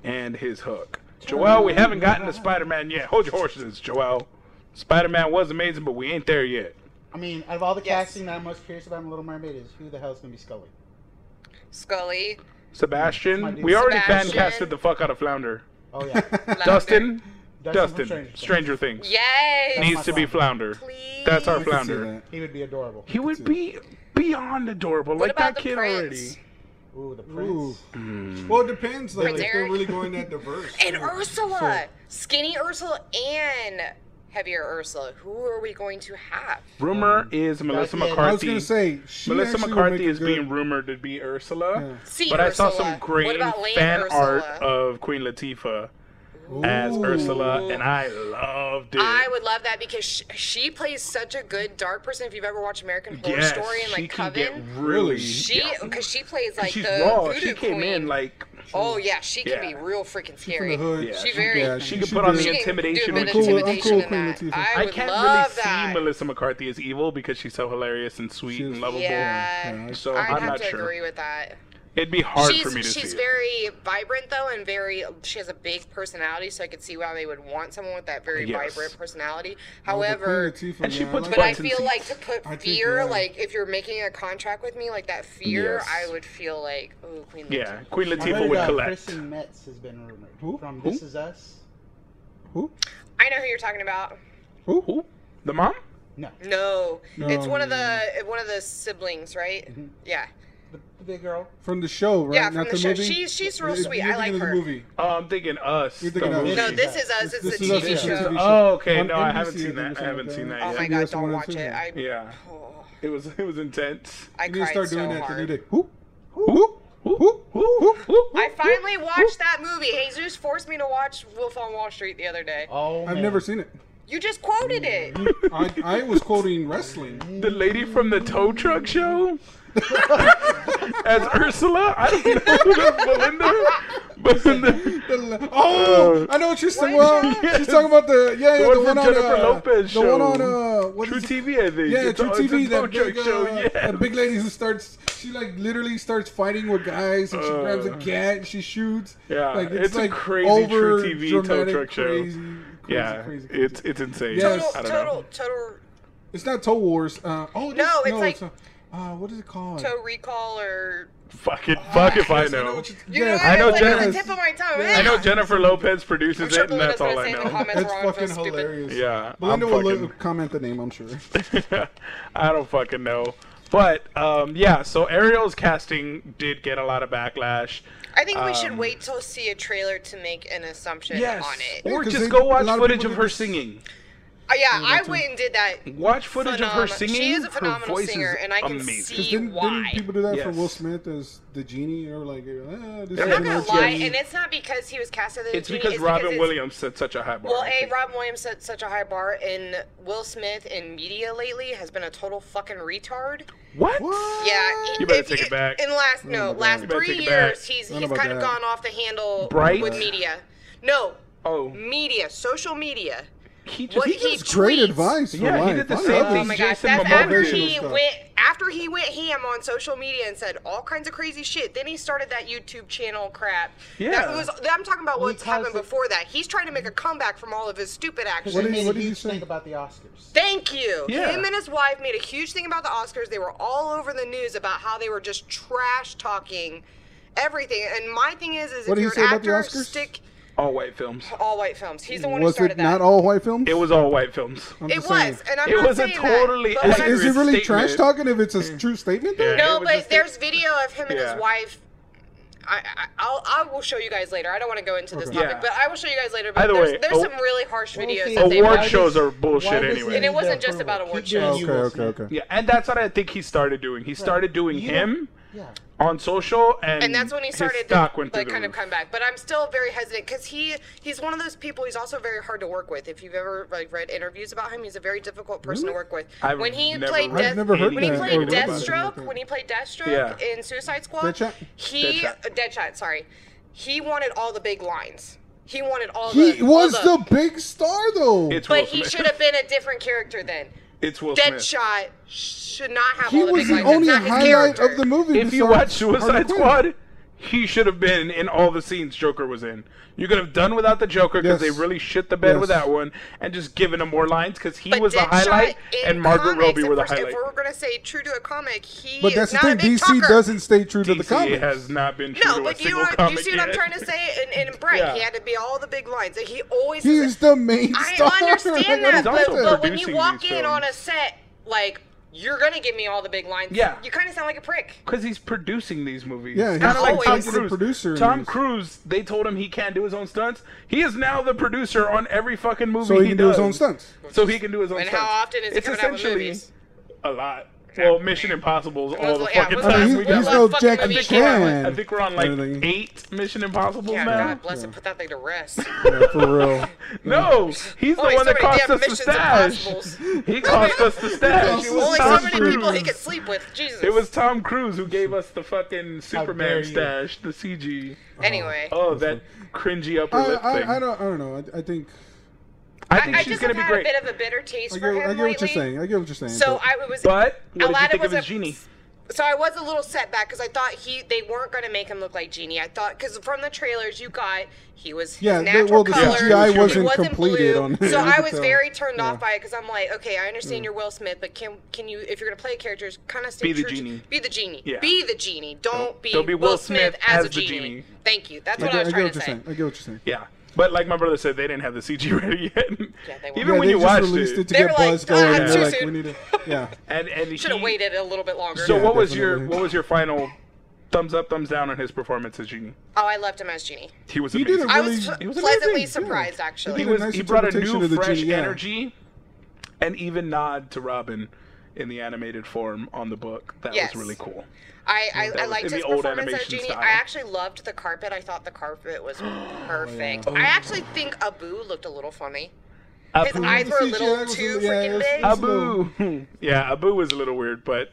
Speaker 1: And his hook. Joel, we haven't gotten to Spider-Man yet. Hold your horses, Joel. Spider-Man was amazing, but we ain't there yet.
Speaker 4: I mean, out of all the
Speaker 3: Yes.
Speaker 4: casting that I'm most curious about in Little Mermaid is who the hell's gonna be Scully?
Speaker 3: Scully,
Speaker 4: My
Speaker 1: Sebastian,
Speaker 4: dude.
Speaker 1: we already fan
Speaker 3: Sebastian.
Speaker 1: casted the fuck out of Flounder.
Speaker 4: Oh yeah,
Speaker 3: Lavender.
Speaker 1: Dustin,
Speaker 4: from
Speaker 1: Dustin,
Speaker 4: Stranger Things.
Speaker 1: Stranger Things
Speaker 3: Yes.
Speaker 1: needs to be
Speaker 4: Please.
Speaker 1: Flounder.
Speaker 3: Please.
Speaker 1: That's our
Speaker 2: I can see
Speaker 1: Flounder.
Speaker 2: that.
Speaker 4: He would be adorable.
Speaker 1: He would be beyond adorable,
Speaker 3: What
Speaker 1: like that
Speaker 3: about the
Speaker 1: kid
Speaker 3: prince?
Speaker 1: already.
Speaker 4: Ooh, the prince.
Speaker 2: Ooh. Well, it depends. Like,
Speaker 3: Prince
Speaker 2: if they're
Speaker 3: Eric.
Speaker 2: really going that diverse.
Speaker 3: And Ursula, skinny Ursula and heavier Ursula. Who are we going to have?
Speaker 1: Rumor is Melissa
Speaker 4: yeah, I was
Speaker 1: McCarthy.
Speaker 2: I was gonna say she
Speaker 1: Melissa
Speaker 2: actually would
Speaker 1: McCarthy
Speaker 2: make a
Speaker 1: is
Speaker 2: good-
Speaker 1: being rumored to be Ursula.
Speaker 2: Yeah.
Speaker 3: See
Speaker 1: But I saw
Speaker 3: Ursula.
Speaker 1: some
Speaker 3: What
Speaker 1: great
Speaker 3: about Land
Speaker 1: fan
Speaker 3: Ursula?
Speaker 1: art of Queen Latifah as Ursula, and I loved it.
Speaker 3: I would love that because she, she plays such a good dark person. If you've ever watched American Horror
Speaker 1: Yes,
Speaker 3: Story and
Speaker 1: she
Speaker 3: like
Speaker 1: can
Speaker 3: Coven,
Speaker 1: get really
Speaker 3: she
Speaker 1: yeah.
Speaker 3: because she plays like
Speaker 1: she's
Speaker 3: the
Speaker 1: raw.
Speaker 3: voodoo
Speaker 1: She came
Speaker 3: queen.
Speaker 1: in like
Speaker 3: oh yeah, she can
Speaker 1: Yeah.
Speaker 3: be real
Speaker 2: From
Speaker 3: freaking scary.
Speaker 2: the hood.
Speaker 1: Yeah,
Speaker 3: she very-
Speaker 1: she could put on
Speaker 2: did.
Speaker 1: the
Speaker 3: She can do
Speaker 1: intimidation,
Speaker 3: a bit
Speaker 1: which
Speaker 3: of
Speaker 1: is- I'm cool- I'm
Speaker 3: intimidation
Speaker 2: cool
Speaker 3: in
Speaker 2: with
Speaker 3: that.
Speaker 2: Queen Latifah.
Speaker 3: I,
Speaker 1: I
Speaker 3: would
Speaker 1: can't really
Speaker 3: love
Speaker 1: see
Speaker 3: that.
Speaker 1: Melissa McCarthy as evil because she's so hilarious and sweet and
Speaker 2: She's-
Speaker 1: lovable.
Speaker 3: yeah,
Speaker 1: So
Speaker 3: I'd
Speaker 1: I'm
Speaker 3: have
Speaker 1: not
Speaker 3: to
Speaker 1: sure.
Speaker 3: agree with that.
Speaker 1: It'd be hard
Speaker 3: she's
Speaker 1: for me to
Speaker 3: she's
Speaker 1: see. it.
Speaker 3: very vibrant though, and very she has a big personality, so I could see why they would want someone with that very
Speaker 1: Yes.
Speaker 3: vibrant
Speaker 2: Oh,
Speaker 3: personality.
Speaker 2: but Queen
Speaker 3: However,
Speaker 2: Latifah,
Speaker 1: And she
Speaker 2: man, I
Speaker 1: puts
Speaker 2: like
Speaker 3: But I
Speaker 1: butts and
Speaker 3: feel like
Speaker 1: seats.
Speaker 3: to put
Speaker 2: I think,
Speaker 3: fear,
Speaker 2: yeah.
Speaker 3: like if you're making a contract with me, like that fear,
Speaker 1: Yes.
Speaker 3: I would feel like, ooh, Queen.
Speaker 1: yeah,
Speaker 3: Latifah.
Speaker 1: Queen
Speaker 4: I
Speaker 1: Latifah
Speaker 4: heard
Speaker 1: would
Speaker 4: uh,
Speaker 1: collect.
Speaker 4: Kristen Metz has been rumored
Speaker 2: Who?
Speaker 4: from
Speaker 1: Who?
Speaker 4: This Is Us.
Speaker 2: Who?
Speaker 3: I know who you're talking about.
Speaker 2: Who?
Speaker 1: Who? The mom?
Speaker 4: No,
Speaker 3: No, it's
Speaker 2: No,
Speaker 3: one of
Speaker 2: no, Mm-hmm.
Speaker 3: the one of the siblings, right? Yeah,
Speaker 4: the, the big girl.
Speaker 2: From the show, right?
Speaker 3: Yeah, from
Speaker 2: Not
Speaker 3: the
Speaker 2: the,
Speaker 3: show.
Speaker 2: movie.
Speaker 3: She's- she's real
Speaker 2: You're
Speaker 3: sweet. I
Speaker 2: thinking
Speaker 3: like
Speaker 2: of the
Speaker 3: her.
Speaker 2: movie.
Speaker 1: Oh, I'm thinking us.
Speaker 2: You're thinking
Speaker 1: the
Speaker 2: of
Speaker 1: movie.
Speaker 3: no,
Speaker 4: Yeah.
Speaker 3: this is us. It's
Speaker 2: This
Speaker 3: the
Speaker 2: is
Speaker 3: TV
Speaker 2: Us, yeah.
Speaker 3: show.
Speaker 2: TV
Speaker 1: Oh, okay.
Speaker 2: On
Speaker 1: No, I haven't
Speaker 2: NBC
Speaker 1: seen
Speaker 2: or
Speaker 1: that. I
Speaker 2: something
Speaker 1: haven't
Speaker 2: like
Speaker 1: seen
Speaker 2: that.
Speaker 1: that
Speaker 3: Oh
Speaker 1: yet.
Speaker 3: my
Speaker 2: Yeah,
Speaker 3: god,
Speaker 2: that's the
Speaker 3: don't
Speaker 2: one I
Speaker 3: watch
Speaker 2: seen.
Speaker 3: it. I,
Speaker 1: Yeah,
Speaker 3: oh,
Speaker 1: it was it was intense.
Speaker 3: I
Speaker 2: You need to
Speaker 3: cried
Speaker 2: start doing
Speaker 3: so
Speaker 2: that the
Speaker 3: hard.
Speaker 2: new day. Who? Who? Who? Who? Who? Who?
Speaker 3: I finally watched that movie. Jesus forced me to watch Wolf on Wall Street the other day.
Speaker 4: Oh,
Speaker 2: I've
Speaker 4: man.
Speaker 2: never seen it.
Speaker 3: You just quoted it.
Speaker 1: Mm-hmm.
Speaker 2: I, I was quoting wrestling.
Speaker 1: The lady from the tow truck show as Ursula. I don't know who that's Belinda, but in the,
Speaker 2: The le- oh,
Speaker 1: Uh,
Speaker 2: I know what you're saying.
Speaker 3: What
Speaker 2: Well,
Speaker 3: is
Speaker 1: that?
Speaker 2: she's talking about the yeah, yeah,
Speaker 1: one
Speaker 2: the
Speaker 1: from
Speaker 2: one, on
Speaker 1: Jennifer
Speaker 2: uh,
Speaker 1: Lopez
Speaker 2: the one
Speaker 1: show.
Speaker 2: on uh, what
Speaker 1: True
Speaker 2: is it?
Speaker 1: TV, I think.
Speaker 2: Yeah,
Speaker 1: It's a-
Speaker 2: True
Speaker 1: it's a
Speaker 2: TV.
Speaker 1: tow
Speaker 2: That
Speaker 1: truck
Speaker 2: big, uh,
Speaker 1: show. Yeah,
Speaker 2: that big lady who starts. She like literally starts fighting with guys, and she grabs a
Speaker 1: Uh,
Speaker 2: gat and she shoots.
Speaker 1: yeah,
Speaker 2: like
Speaker 1: it's a crazy True
Speaker 2: over
Speaker 1: TV tow
Speaker 2: dramatic,
Speaker 1: truck show.
Speaker 2: Crazy, crazy,
Speaker 1: yeah.
Speaker 2: crazy, crazy.
Speaker 1: It's it's insane.
Speaker 2: Yes.
Speaker 3: Total,
Speaker 1: I don't
Speaker 3: total,
Speaker 1: know.
Speaker 3: total,
Speaker 2: It's not Toe Wars. Uh, oh it
Speaker 3: No,
Speaker 2: is-
Speaker 3: it's like-
Speaker 2: a- uh, what is it called?
Speaker 3: total recall or
Speaker 1: Fuck it. Fuck if I
Speaker 2: Yes,
Speaker 1: know.
Speaker 2: what you-
Speaker 3: You
Speaker 2: yes,
Speaker 1: I know
Speaker 3: know, what? It's like
Speaker 1: Jennifer-
Speaker 3: at the tip of my tongue.
Speaker 2: Yeah.
Speaker 1: I know Jennifer Lopez
Speaker 3: I'm
Speaker 1: produces
Speaker 3: sure
Speaker 1: it, and that's
Speaker 3: Belinda's
Speaker 1: all
Speaker 3: gonna
Speaker 1: I
Speaker 3: say in the
Speaker 1: know.
Speaker 3: comments
Speaker 2: It's
Speaker 3: where I'm
Speaker 2: fucking
Speaker 3: so stupid.
Speaker 2: hilarious.
Speaker 1: Yeah, I'm
Speaker 2: Belinda will
Speaker 1: fucking-
Speaker 2: look, comment the name. I'm sure.
Speaker 1: I don't fucking know. But um, yeah, so Ariel's casting did get a lot of backlash.
Speaker 3: I think we should
Speaker 1: Um,
Speaker 3: wait till see a trailer to make an assumption on it.
Speaker 1: or
Speaker 2: 'cause
Speaker 1: just
Speaker 2: they-
Speaker 1: go
Speaker 2: a
Speaker 1: watch
Speaker 2: lot of
Speaker 1: footage
Speaker 2: people
Speaker 1: of
Speaker 2: did
Speaker 1: her
Speaker 2: this-
Speaker 1: singing.
Speaker 3: Uh,
Speaker 1: Mm-hmm.
Speaker 3: yeah, I went and did that.
Speaker 1: Watch footage of her
Speaker 3: Phenom-
Speaker 1: singing.
Speaker 3: She is a
Speaker 1: Her
Speaker 3: phenomenal
Speaker 1: voice
Speaker 3: singer,
Speaker 1: is
Speaker 3: and I can
Speaker 1: amazing.
Speaker 3: see
Speaker 2: 'Cause didn't,
Speaker 3: why.
Speaker 2: didn't people do that for
Speaker 1: Yes.
Speaker 2: Will Smith as the genie or like? Uh, this
Speaker 1: I'm
Speaker 2: is an
Speaker 3: I'm not
Speaker 2: old
Speaker 3: gonna lie,
Speaker 2: genie.
Speaker 3: and it's not because he was cast as the
Speaker 1: It's
Speaker 3: genie,
Speaker 1: because
Speaker 3: it's
Speaker 1: Robin
Speaker 3: it's-
Speaker 1: Williams set such a high bar.
Speaker 3: Well,
Speaker 1: I
Speaker 3: a
Speaker 1: think.
Speaker 3: Robin Williams set such a high bar, and Will Smith in media lately has been a total fucking retard.
Speaker 1: what?
Speaker 2: What?
Speaker 3: Yeah,
Speaker 1: You better
Speaker 3: if-
Speaker 1: take it back. Mm-hmm.
Speaker 3: In last no,
Speaker 2: about
Speaker 3: last
Speaker 2: that.
Speaker 1: You better
Speaker 3: three
Speaker 1: take it back.
Speaker 3: years, he's
Speaker 2: Don't
Speaker 3: he's
Speaker 2: about
Speaker 3: kind of
Speaker 2: that.
Speaker 3: gone off the handle
Speaker 1: Bright?
Speaker 3: with media. No,
Speaker 1: Oh,
Speaker 3: media, social media.
Speaker 1: he just
Speaker 3: What
Speaker 1: he
Speaker 3: he
Speaker 1: just-
Speaker 2: It's great
Speaker 3: tweets.
Speaker 2: advice. For
Speaker 1: Yeah, he
Speaker 2: life.
Speaker 1: did the
Speaker 2: I
Speaker 1: same
Speaker 2: love
Speaker 3: Oh
Speaker 1: thing
Speaker 2: this.
Speaker 3: my
Speaker 1: Jason
Speaker 3: gosh, that's
Speaker 1: Momoa
Speaker 3: after
Speaker 1: did.
Speaker 3: he
Speaker 2: Stuff.
Speaker 3: went after he went ham on social media and said all kinds of crazy shit. Then he started that YouTube channel crap.
Speaker 1: Yeah.
Speaker 3: that was. I'm talking about what's
Speaker 4: caused
Speaker 3: happened
Speaker 4: it-
Speaker 3: before that. He's trying to make a comeback from all of his stupid actions.
Speaker 4: What
Speaker 2: did-
Speaker 4: made
Speaker 2: what
Speaker 4: a
Speaker 2: did you
Speaker 4: huge
Speaker 2: say?
Speaker 4: thing about the Oscars.
Speaker 3: Thank you.
Speaker 1: Yeah.
Speaker 3: Him and his wife made a huge thing about the Oscars. They were all over the news about how they were just trash talking everything. And my thing is, is
Speaker 2: What
Speaker 3: if
Speaker 2: did
Speaker 3: you're
Speaker 2: he
Speaker 3: an
Speaker 2: say about the
Speaker 3: actor,
Speaker 2: Oscars? Mm,
Speaker 3: stick
Speaker 1: all white films.
Speaker 3: all white films. He's the one who
Speaker 2: Was
Speaker 3: started
Speaker 2: it
Speaker 3: that.
Speaker 2: not all white films?
Speaker 1: It was all white films.
Speaker 2: I'm
Speaker 3: it
Speaker 2: just
Speaker 3: was,
Speaker 2: saying.
Speaker 3: and I'm
Speaker 1: It
Speaker 3: not
Speaker 1: was a
Speaker 3: saying
Speaker 1: totally
Speaker 3: that. but when I-
Speaker 1: accurate
Speaker 2: Is it really
Speaker 1: statement.
Speaker 2: trash talking if it's a s- true statement? though?
Speaker 1: Yeah.
Speaker 3: No,
Speaker 1: It was
Speaker 3: but
Speaker 1: just-
Speaker 3: there's video of him and
Speaker 1: Yeah.
Speaker 3: his wife. I, I I'll I will show you guys later. I don't want to go into this
Speaker 2: Okay.
Speaker 3: topic,
Speaker 1: Yeah.
Speaker 3: but I will show you guys later. But
Speaker 1: Either
Speaker 3: there's,
Speaker 1: way,
Speaker 3: there's
Speaker 1: oh-
Speaker 3: some really harsh videos.
Speaker 1: see.
Speaker 3: that they
Speaker 1: Award
Speaker 3: watch.
Speaker 1: shows are bullshit anyway.
Speaker 3: And it wasn't just about award shows.
Speaker 2: Okay, okay, okay.
Speaker 1: Yeah, and that's what I think he started doing. He started doing him
Speaker 4: Yeah.
Speaker 1: on social, and
Speaker 3: and that's when he
Speaker 1: his
Speaker 3: started
Speaker 1: stock
Speaker 3: the,
Speaker 1: went
Speaker 3: the
Speaker 1: through
Speaker 3: kind
Speaker 1: the
Speaker 3: of
Speaker 1: roof.
Speaker 3: comeback. But I'm still very hesitant because he he's one of those people. He's also very hard to work with. If you've ever like read interviews about him, he's a very difficult person to work with.
Speaker 1: I've
Speaker 3: when he
Speaker 1: never
Speaker 3: played
Speaker 1: read
Speaker 3: Death,
Speaker 2: I've never heard
Speaker 3: when he
Speaker 2: that or
Speaker 3: played
Speaker 2: read about it.
Speaker 3: Deathstroke, when he played Deathstroke
Speaker 1: Yeah.
Speaker 3: in Suicide Squad,
Speaker 2: Deadshot?
Speaker 3: he
Speaker 1: Deadshot.
Speaker 3: Deadshot. sorry, he wanted all the big lines. He wanted all
Speaker 2: He
Speaker 3: the
Speaker 2: was
Speaker 3: all
Speaker 2: the big star though.
Speaker 1: It's Will
Speaker 3: but he
Speaker 1: Smith.
Speaker 3: should have been a different character then.
Speaker 1: It's Will Smith.
Speaker 3: Deadshot should not have
Speaker 2: He
Speaker 3: all the
Speaker 2: was
Speaker 3: big
Speaker 2: the
Speaker 3: lines. It's
Speaker 2: only
Speaker 3: not his
Speaker 2: highlight
Speaker 3: character.
Speaker 2: of the movie.
Speaker 1: if you
Speaker 2: besides
Speaker 1: watch Suicide
Speaker 2: Harley Quinn.
Speaker 1: Squad, he should have been in all the scenes Joker was in. You could have done without the Joker because
Speaker 2: Yes.
Speaker 1: they really shit the bed
Speaker 2: Yes.
Speaker 1: with that one, and just given him more lines because he
Speaker 3: But
Speaker 1: was the
Speaker 3: Deadshot
Speaker 1: highlight
Speaker 3: in
Speaker 1: and Margaret
Speaker 3: comics,
Speaker 1: Robbie
Speaker 3: if
Speaker 1: were the
Speaker 3: we're-
Speaker 1: highlight.
Speaker 3: If we're gonna say true to a comic, he
Speaker 2: But that's
Speaker 3: is
Speaker 2: the
Speaker 3: not
Speaker 2: thing.
Speaker 3: a big
Speaker 2: DC
Speaker 3: talker.
Speaker 2: doesn't stay true to the
Speaker 1: DC
Speaker 2: comics.
Speaker 1: has not been true
Speaker 3: No,
Speaker 1: to a
Speaker 3: but you
Speaker 1: single
Speaker 3: are,
Speaker 1: comic
Speaker 3: you see what I'm
Speaker 1: yet.
Speaker 3: trying to say? In, in Bright,
Speaker 1: Yeah.
Speaker 3: he had to be all the big lines. He always is-
Speaker 2: He's the main star.
Speaker 3: I understand
Speaker 2: Like,
Speaker 3: that,
Speaker 1: He's
Speaker 3: but,
Speaker 1: also
Speaker 3: but when you
Speaker 1: producing
Speaker 3: walk
Speaker 1: these
Speaker 3: in
Speaker 1: films.
Speaker 3: on a set, like you're gonna give me all the big lines.
Speaker 1: Yeah.
Speaker 3: you kind of sound like a prick.
Speaker 1: Because he's producing these movies.
Speaker 2: Yeah,
Speaker 1: It's
Speaker 2: he's
Speaker 1: kinda like Tom
Speaker 3: always
Speaker 1: Cruise.
Speaker 3: the
Speaker 2: producer in
Speaker 1: Tom
Speaker 2: these.
Speaker 1: Cruise, they told him he can't do his own stunts. He is now the producer on every fucking movie.
Speaker 2: so he can do his
Speaker 1: does.
Speaker 2: own stunts.
Speaker 1: So he can do his own
Speaker 3: And how
Speaker 1: stunts.
Speaker 3: often is he
Speaker 1: it's
Speaker 3: coming out with
Speaker 1: essentially
Speaker 3: movies?
Speaker 1: a lot. Well, Mission Impossible is all the
Speaker 3: Those- yeah,
Speaker 1: fucking
Speaker 3: those-
Speaker 2: I
Speaker 1: time
Speaker 2: mean,
Speaker 1: we
Speaker 2: he's,
Speaker 1: got.
Speaker 2: he's
Speaker 3: Well,
Speaker 2: no
Speaker 3: fuck, I
Speaker 2: Jackie
Speaker 3: think we're on,
Speaker 2: Chan.
Speaker 1: I think we're on like
Speaker 2: Everything.
Speaker 1: eight Mission Impossibles
Speaker 3: Yeah,
Speaker 1: now.
Speaker 3: God bless him. Put that thing to rest.
Speaker 2: Yeah, for real.
Speaker 1: No, he's the
Speaker 3: Only
Speaker 1: one
Speaker 3: so
Speaker 1: that
Speaker 3: many
Speaker 1: cost
Speaker 3: damn
Speaker 1: us the
Speaker 3: missions and
Speaker 1: stash.
Speaker 3: possibles.
Speaker 1: He cost us the stash.
Speaker 2: cost
Speaker 1: It
Speaker 2: us
Speaker 1: was
Speaker 3: Only
Speaker 2: Tom
Speaker 3: so
Speaker 1: Tom
Speaker 3: many
Speaker 1: Cruise.
Speaker 3: people he could sleep with. Jesus.
Speaker 1: It was Tom Cruise who gave us the fucking
Speaker 4: dare
Speaker 1: Superman
Speaker 4: you.
Speaker 1: stash, the CG.
Speaker 3: Anyway,
Speaker 1: Oh, that cringy upper
Speaker 2: I,
Speaker 1: lip thing.
Speaker 2: I, I don't I don't know. I, I think
Speaker 1: I
Speaker 3: I,
Speaker 1: think
Speaker 3: I
Speaker 1: she's
Speaker 3: just
Speaker 1: gonna
Speaker 3: have
Speaker 1: be
Speaker 3: had
Speaker 1: great.
Speaker 3: a bit of a bitter taste
Speaker 2: I
Speaker 3: for
Speaker 2: get,
Speaker 3: him
Speaker 2: I get
Speaker 3: lately.
Speaker 2: what you're saying. I get what you're saying.
Speaker 3: So
Speaker 2: but-
Speaker 3: I was.
Speaker 1: But what did you
Speaker 3: Aladdin
Speaker 1: think of
Speaker 3: was
Speaker 1: his
Speaker 3: a-
Speaker 1: genie?
Speaker 3: So I was a little setback because I thought he they weren't going to make him look like Genie. I thought because from the trailers you got he was
Speaker 2: Yeah,
Speaker 3: his
Speaker 2: they-
Speaker 3: natural
Speaker 2: well, the
Speaker 3: colors.
Speaker 2: CGI
Speaker 3: he
Speaker 2: wasn't completed
Speaker 3: blue.
Speaker 2: on-
Speaker 3: so
Speaker 2: you
Speaker 3: I
Speaker 2: could
Speaker 3: was
Speaker 2: tell.
Speaker 3: very turned
Speaker 2: Yeah. Mm.
Speaker 3: off by it because I'm like, okay, I understand you're Will Smith, but can can you if you're going to play characters, kind of stay
Speaker 1: Be the
Speaker 3: true to-
Speaker 1: Genie.
Speaker 3: be the Genie.
Speaker 1: Yeah.
Speaker 3: Be the Genie. Don't, be
Speaker 1: don't be
Speaker 3: Will,
Speaker 1: Will
Speaker 3: Smith, as, a genie.
Speaker 1: Genie.
Speaker 3: Thank you. That's
Speaker 2: I
Speaker 3: what
Speaker 2: get,
Speaker 3: I,
Speaker 2: I get
Speaker 3: was trying
Speaker 2: what
Speaker 3: to
Speaker 2: you're
Speaker 3: say.
Speaker 2: saying. I get what you're saying.
Speaker 1: Yeah. But like my brother said, they didn't have the CG ready yet.
Speaker 3: they weren't.
Speaker 1: Even
Speaker 2: Yeah,
Speaker 1: when you
Speaker 2: they just
Speaker 1: watched
Speaker 2: released
Speaker 1: it,
Speaker 2: it, to
Speaker 3: They were
Speaker 2: get
Speaker 3: like,
Speaker 2: buzz going,
Speaker 3: "Ah,
Speaker 2: and
Speaker 1: too
Speaker 2: they're like,
Speaker 3: soon."
Speaker 2: we need to, yeah.
Speaker 1: and and
Speaker 3: Should have
Speaker 1: he-
Speaker 3: waited a little bit longer.
Speaker 1: So
Speaker 2: Yeah,
Speaker 1: what was your
Speaker 2: definitely.
Speaker 1: what was your final thumbs up, thumbs down on his performance as genie?
Speaker 3: oh, I loved him as Genie.
Speaker 1: He was
Speaker 2: He did
Speaker 1: amazing.
Speaker 2: a
Speaker 3: I
Speaker 2: really,
Speaker 3: was,
Speaker 1: he was amazing,
Speaker 3: pleasantly
Speaker 1: yeah.
Speaker 3: surprised, actually.
Speaker 1: he
Speaker 2: did a
Speaker 1: was
Speaker 2: nice
Speaker 1: he brought a
Speaker 2: interpretation
Speaker 1: new
Speaker 2: of the
Speaker 1: fresh
Speaker 2: genie, yeah.
Speaker 1: energy and even nod to Robin in the animated form on the book. That
Speaker 3: Yes.
Speaker 1: was really cool.
Speaker 3: I, I,
Speaker 1: that
Speaker 3: I
Speaker 1: was in
Speaker 3: liked
Speaker 1: the
Speaker 3: his
Speaker 1: old
Speaker 3: performance as
Speaker 1: animation
Speaker 3: Genie.
Speaker 1: style.
Speaker 3: I actually loved the carpet. I thought the carpet was
Speaker 1: Oh.
Speaker 3: perfect. I actually think Abu looked a little funny. His
Speaker 1: Abu.
Speaker 3: eyes were a
Speaker 2: The CGI
Speaker 3: little
Speaker 2: was a
Speaker 3: too
Speaker 2: little- yeah, it
Speaker 3: freaking
Speaker 2: was-
Speaker 3: big.
Speaker 2: it was-
Speaker 1: Abu. yeah, Abu was a little weird, but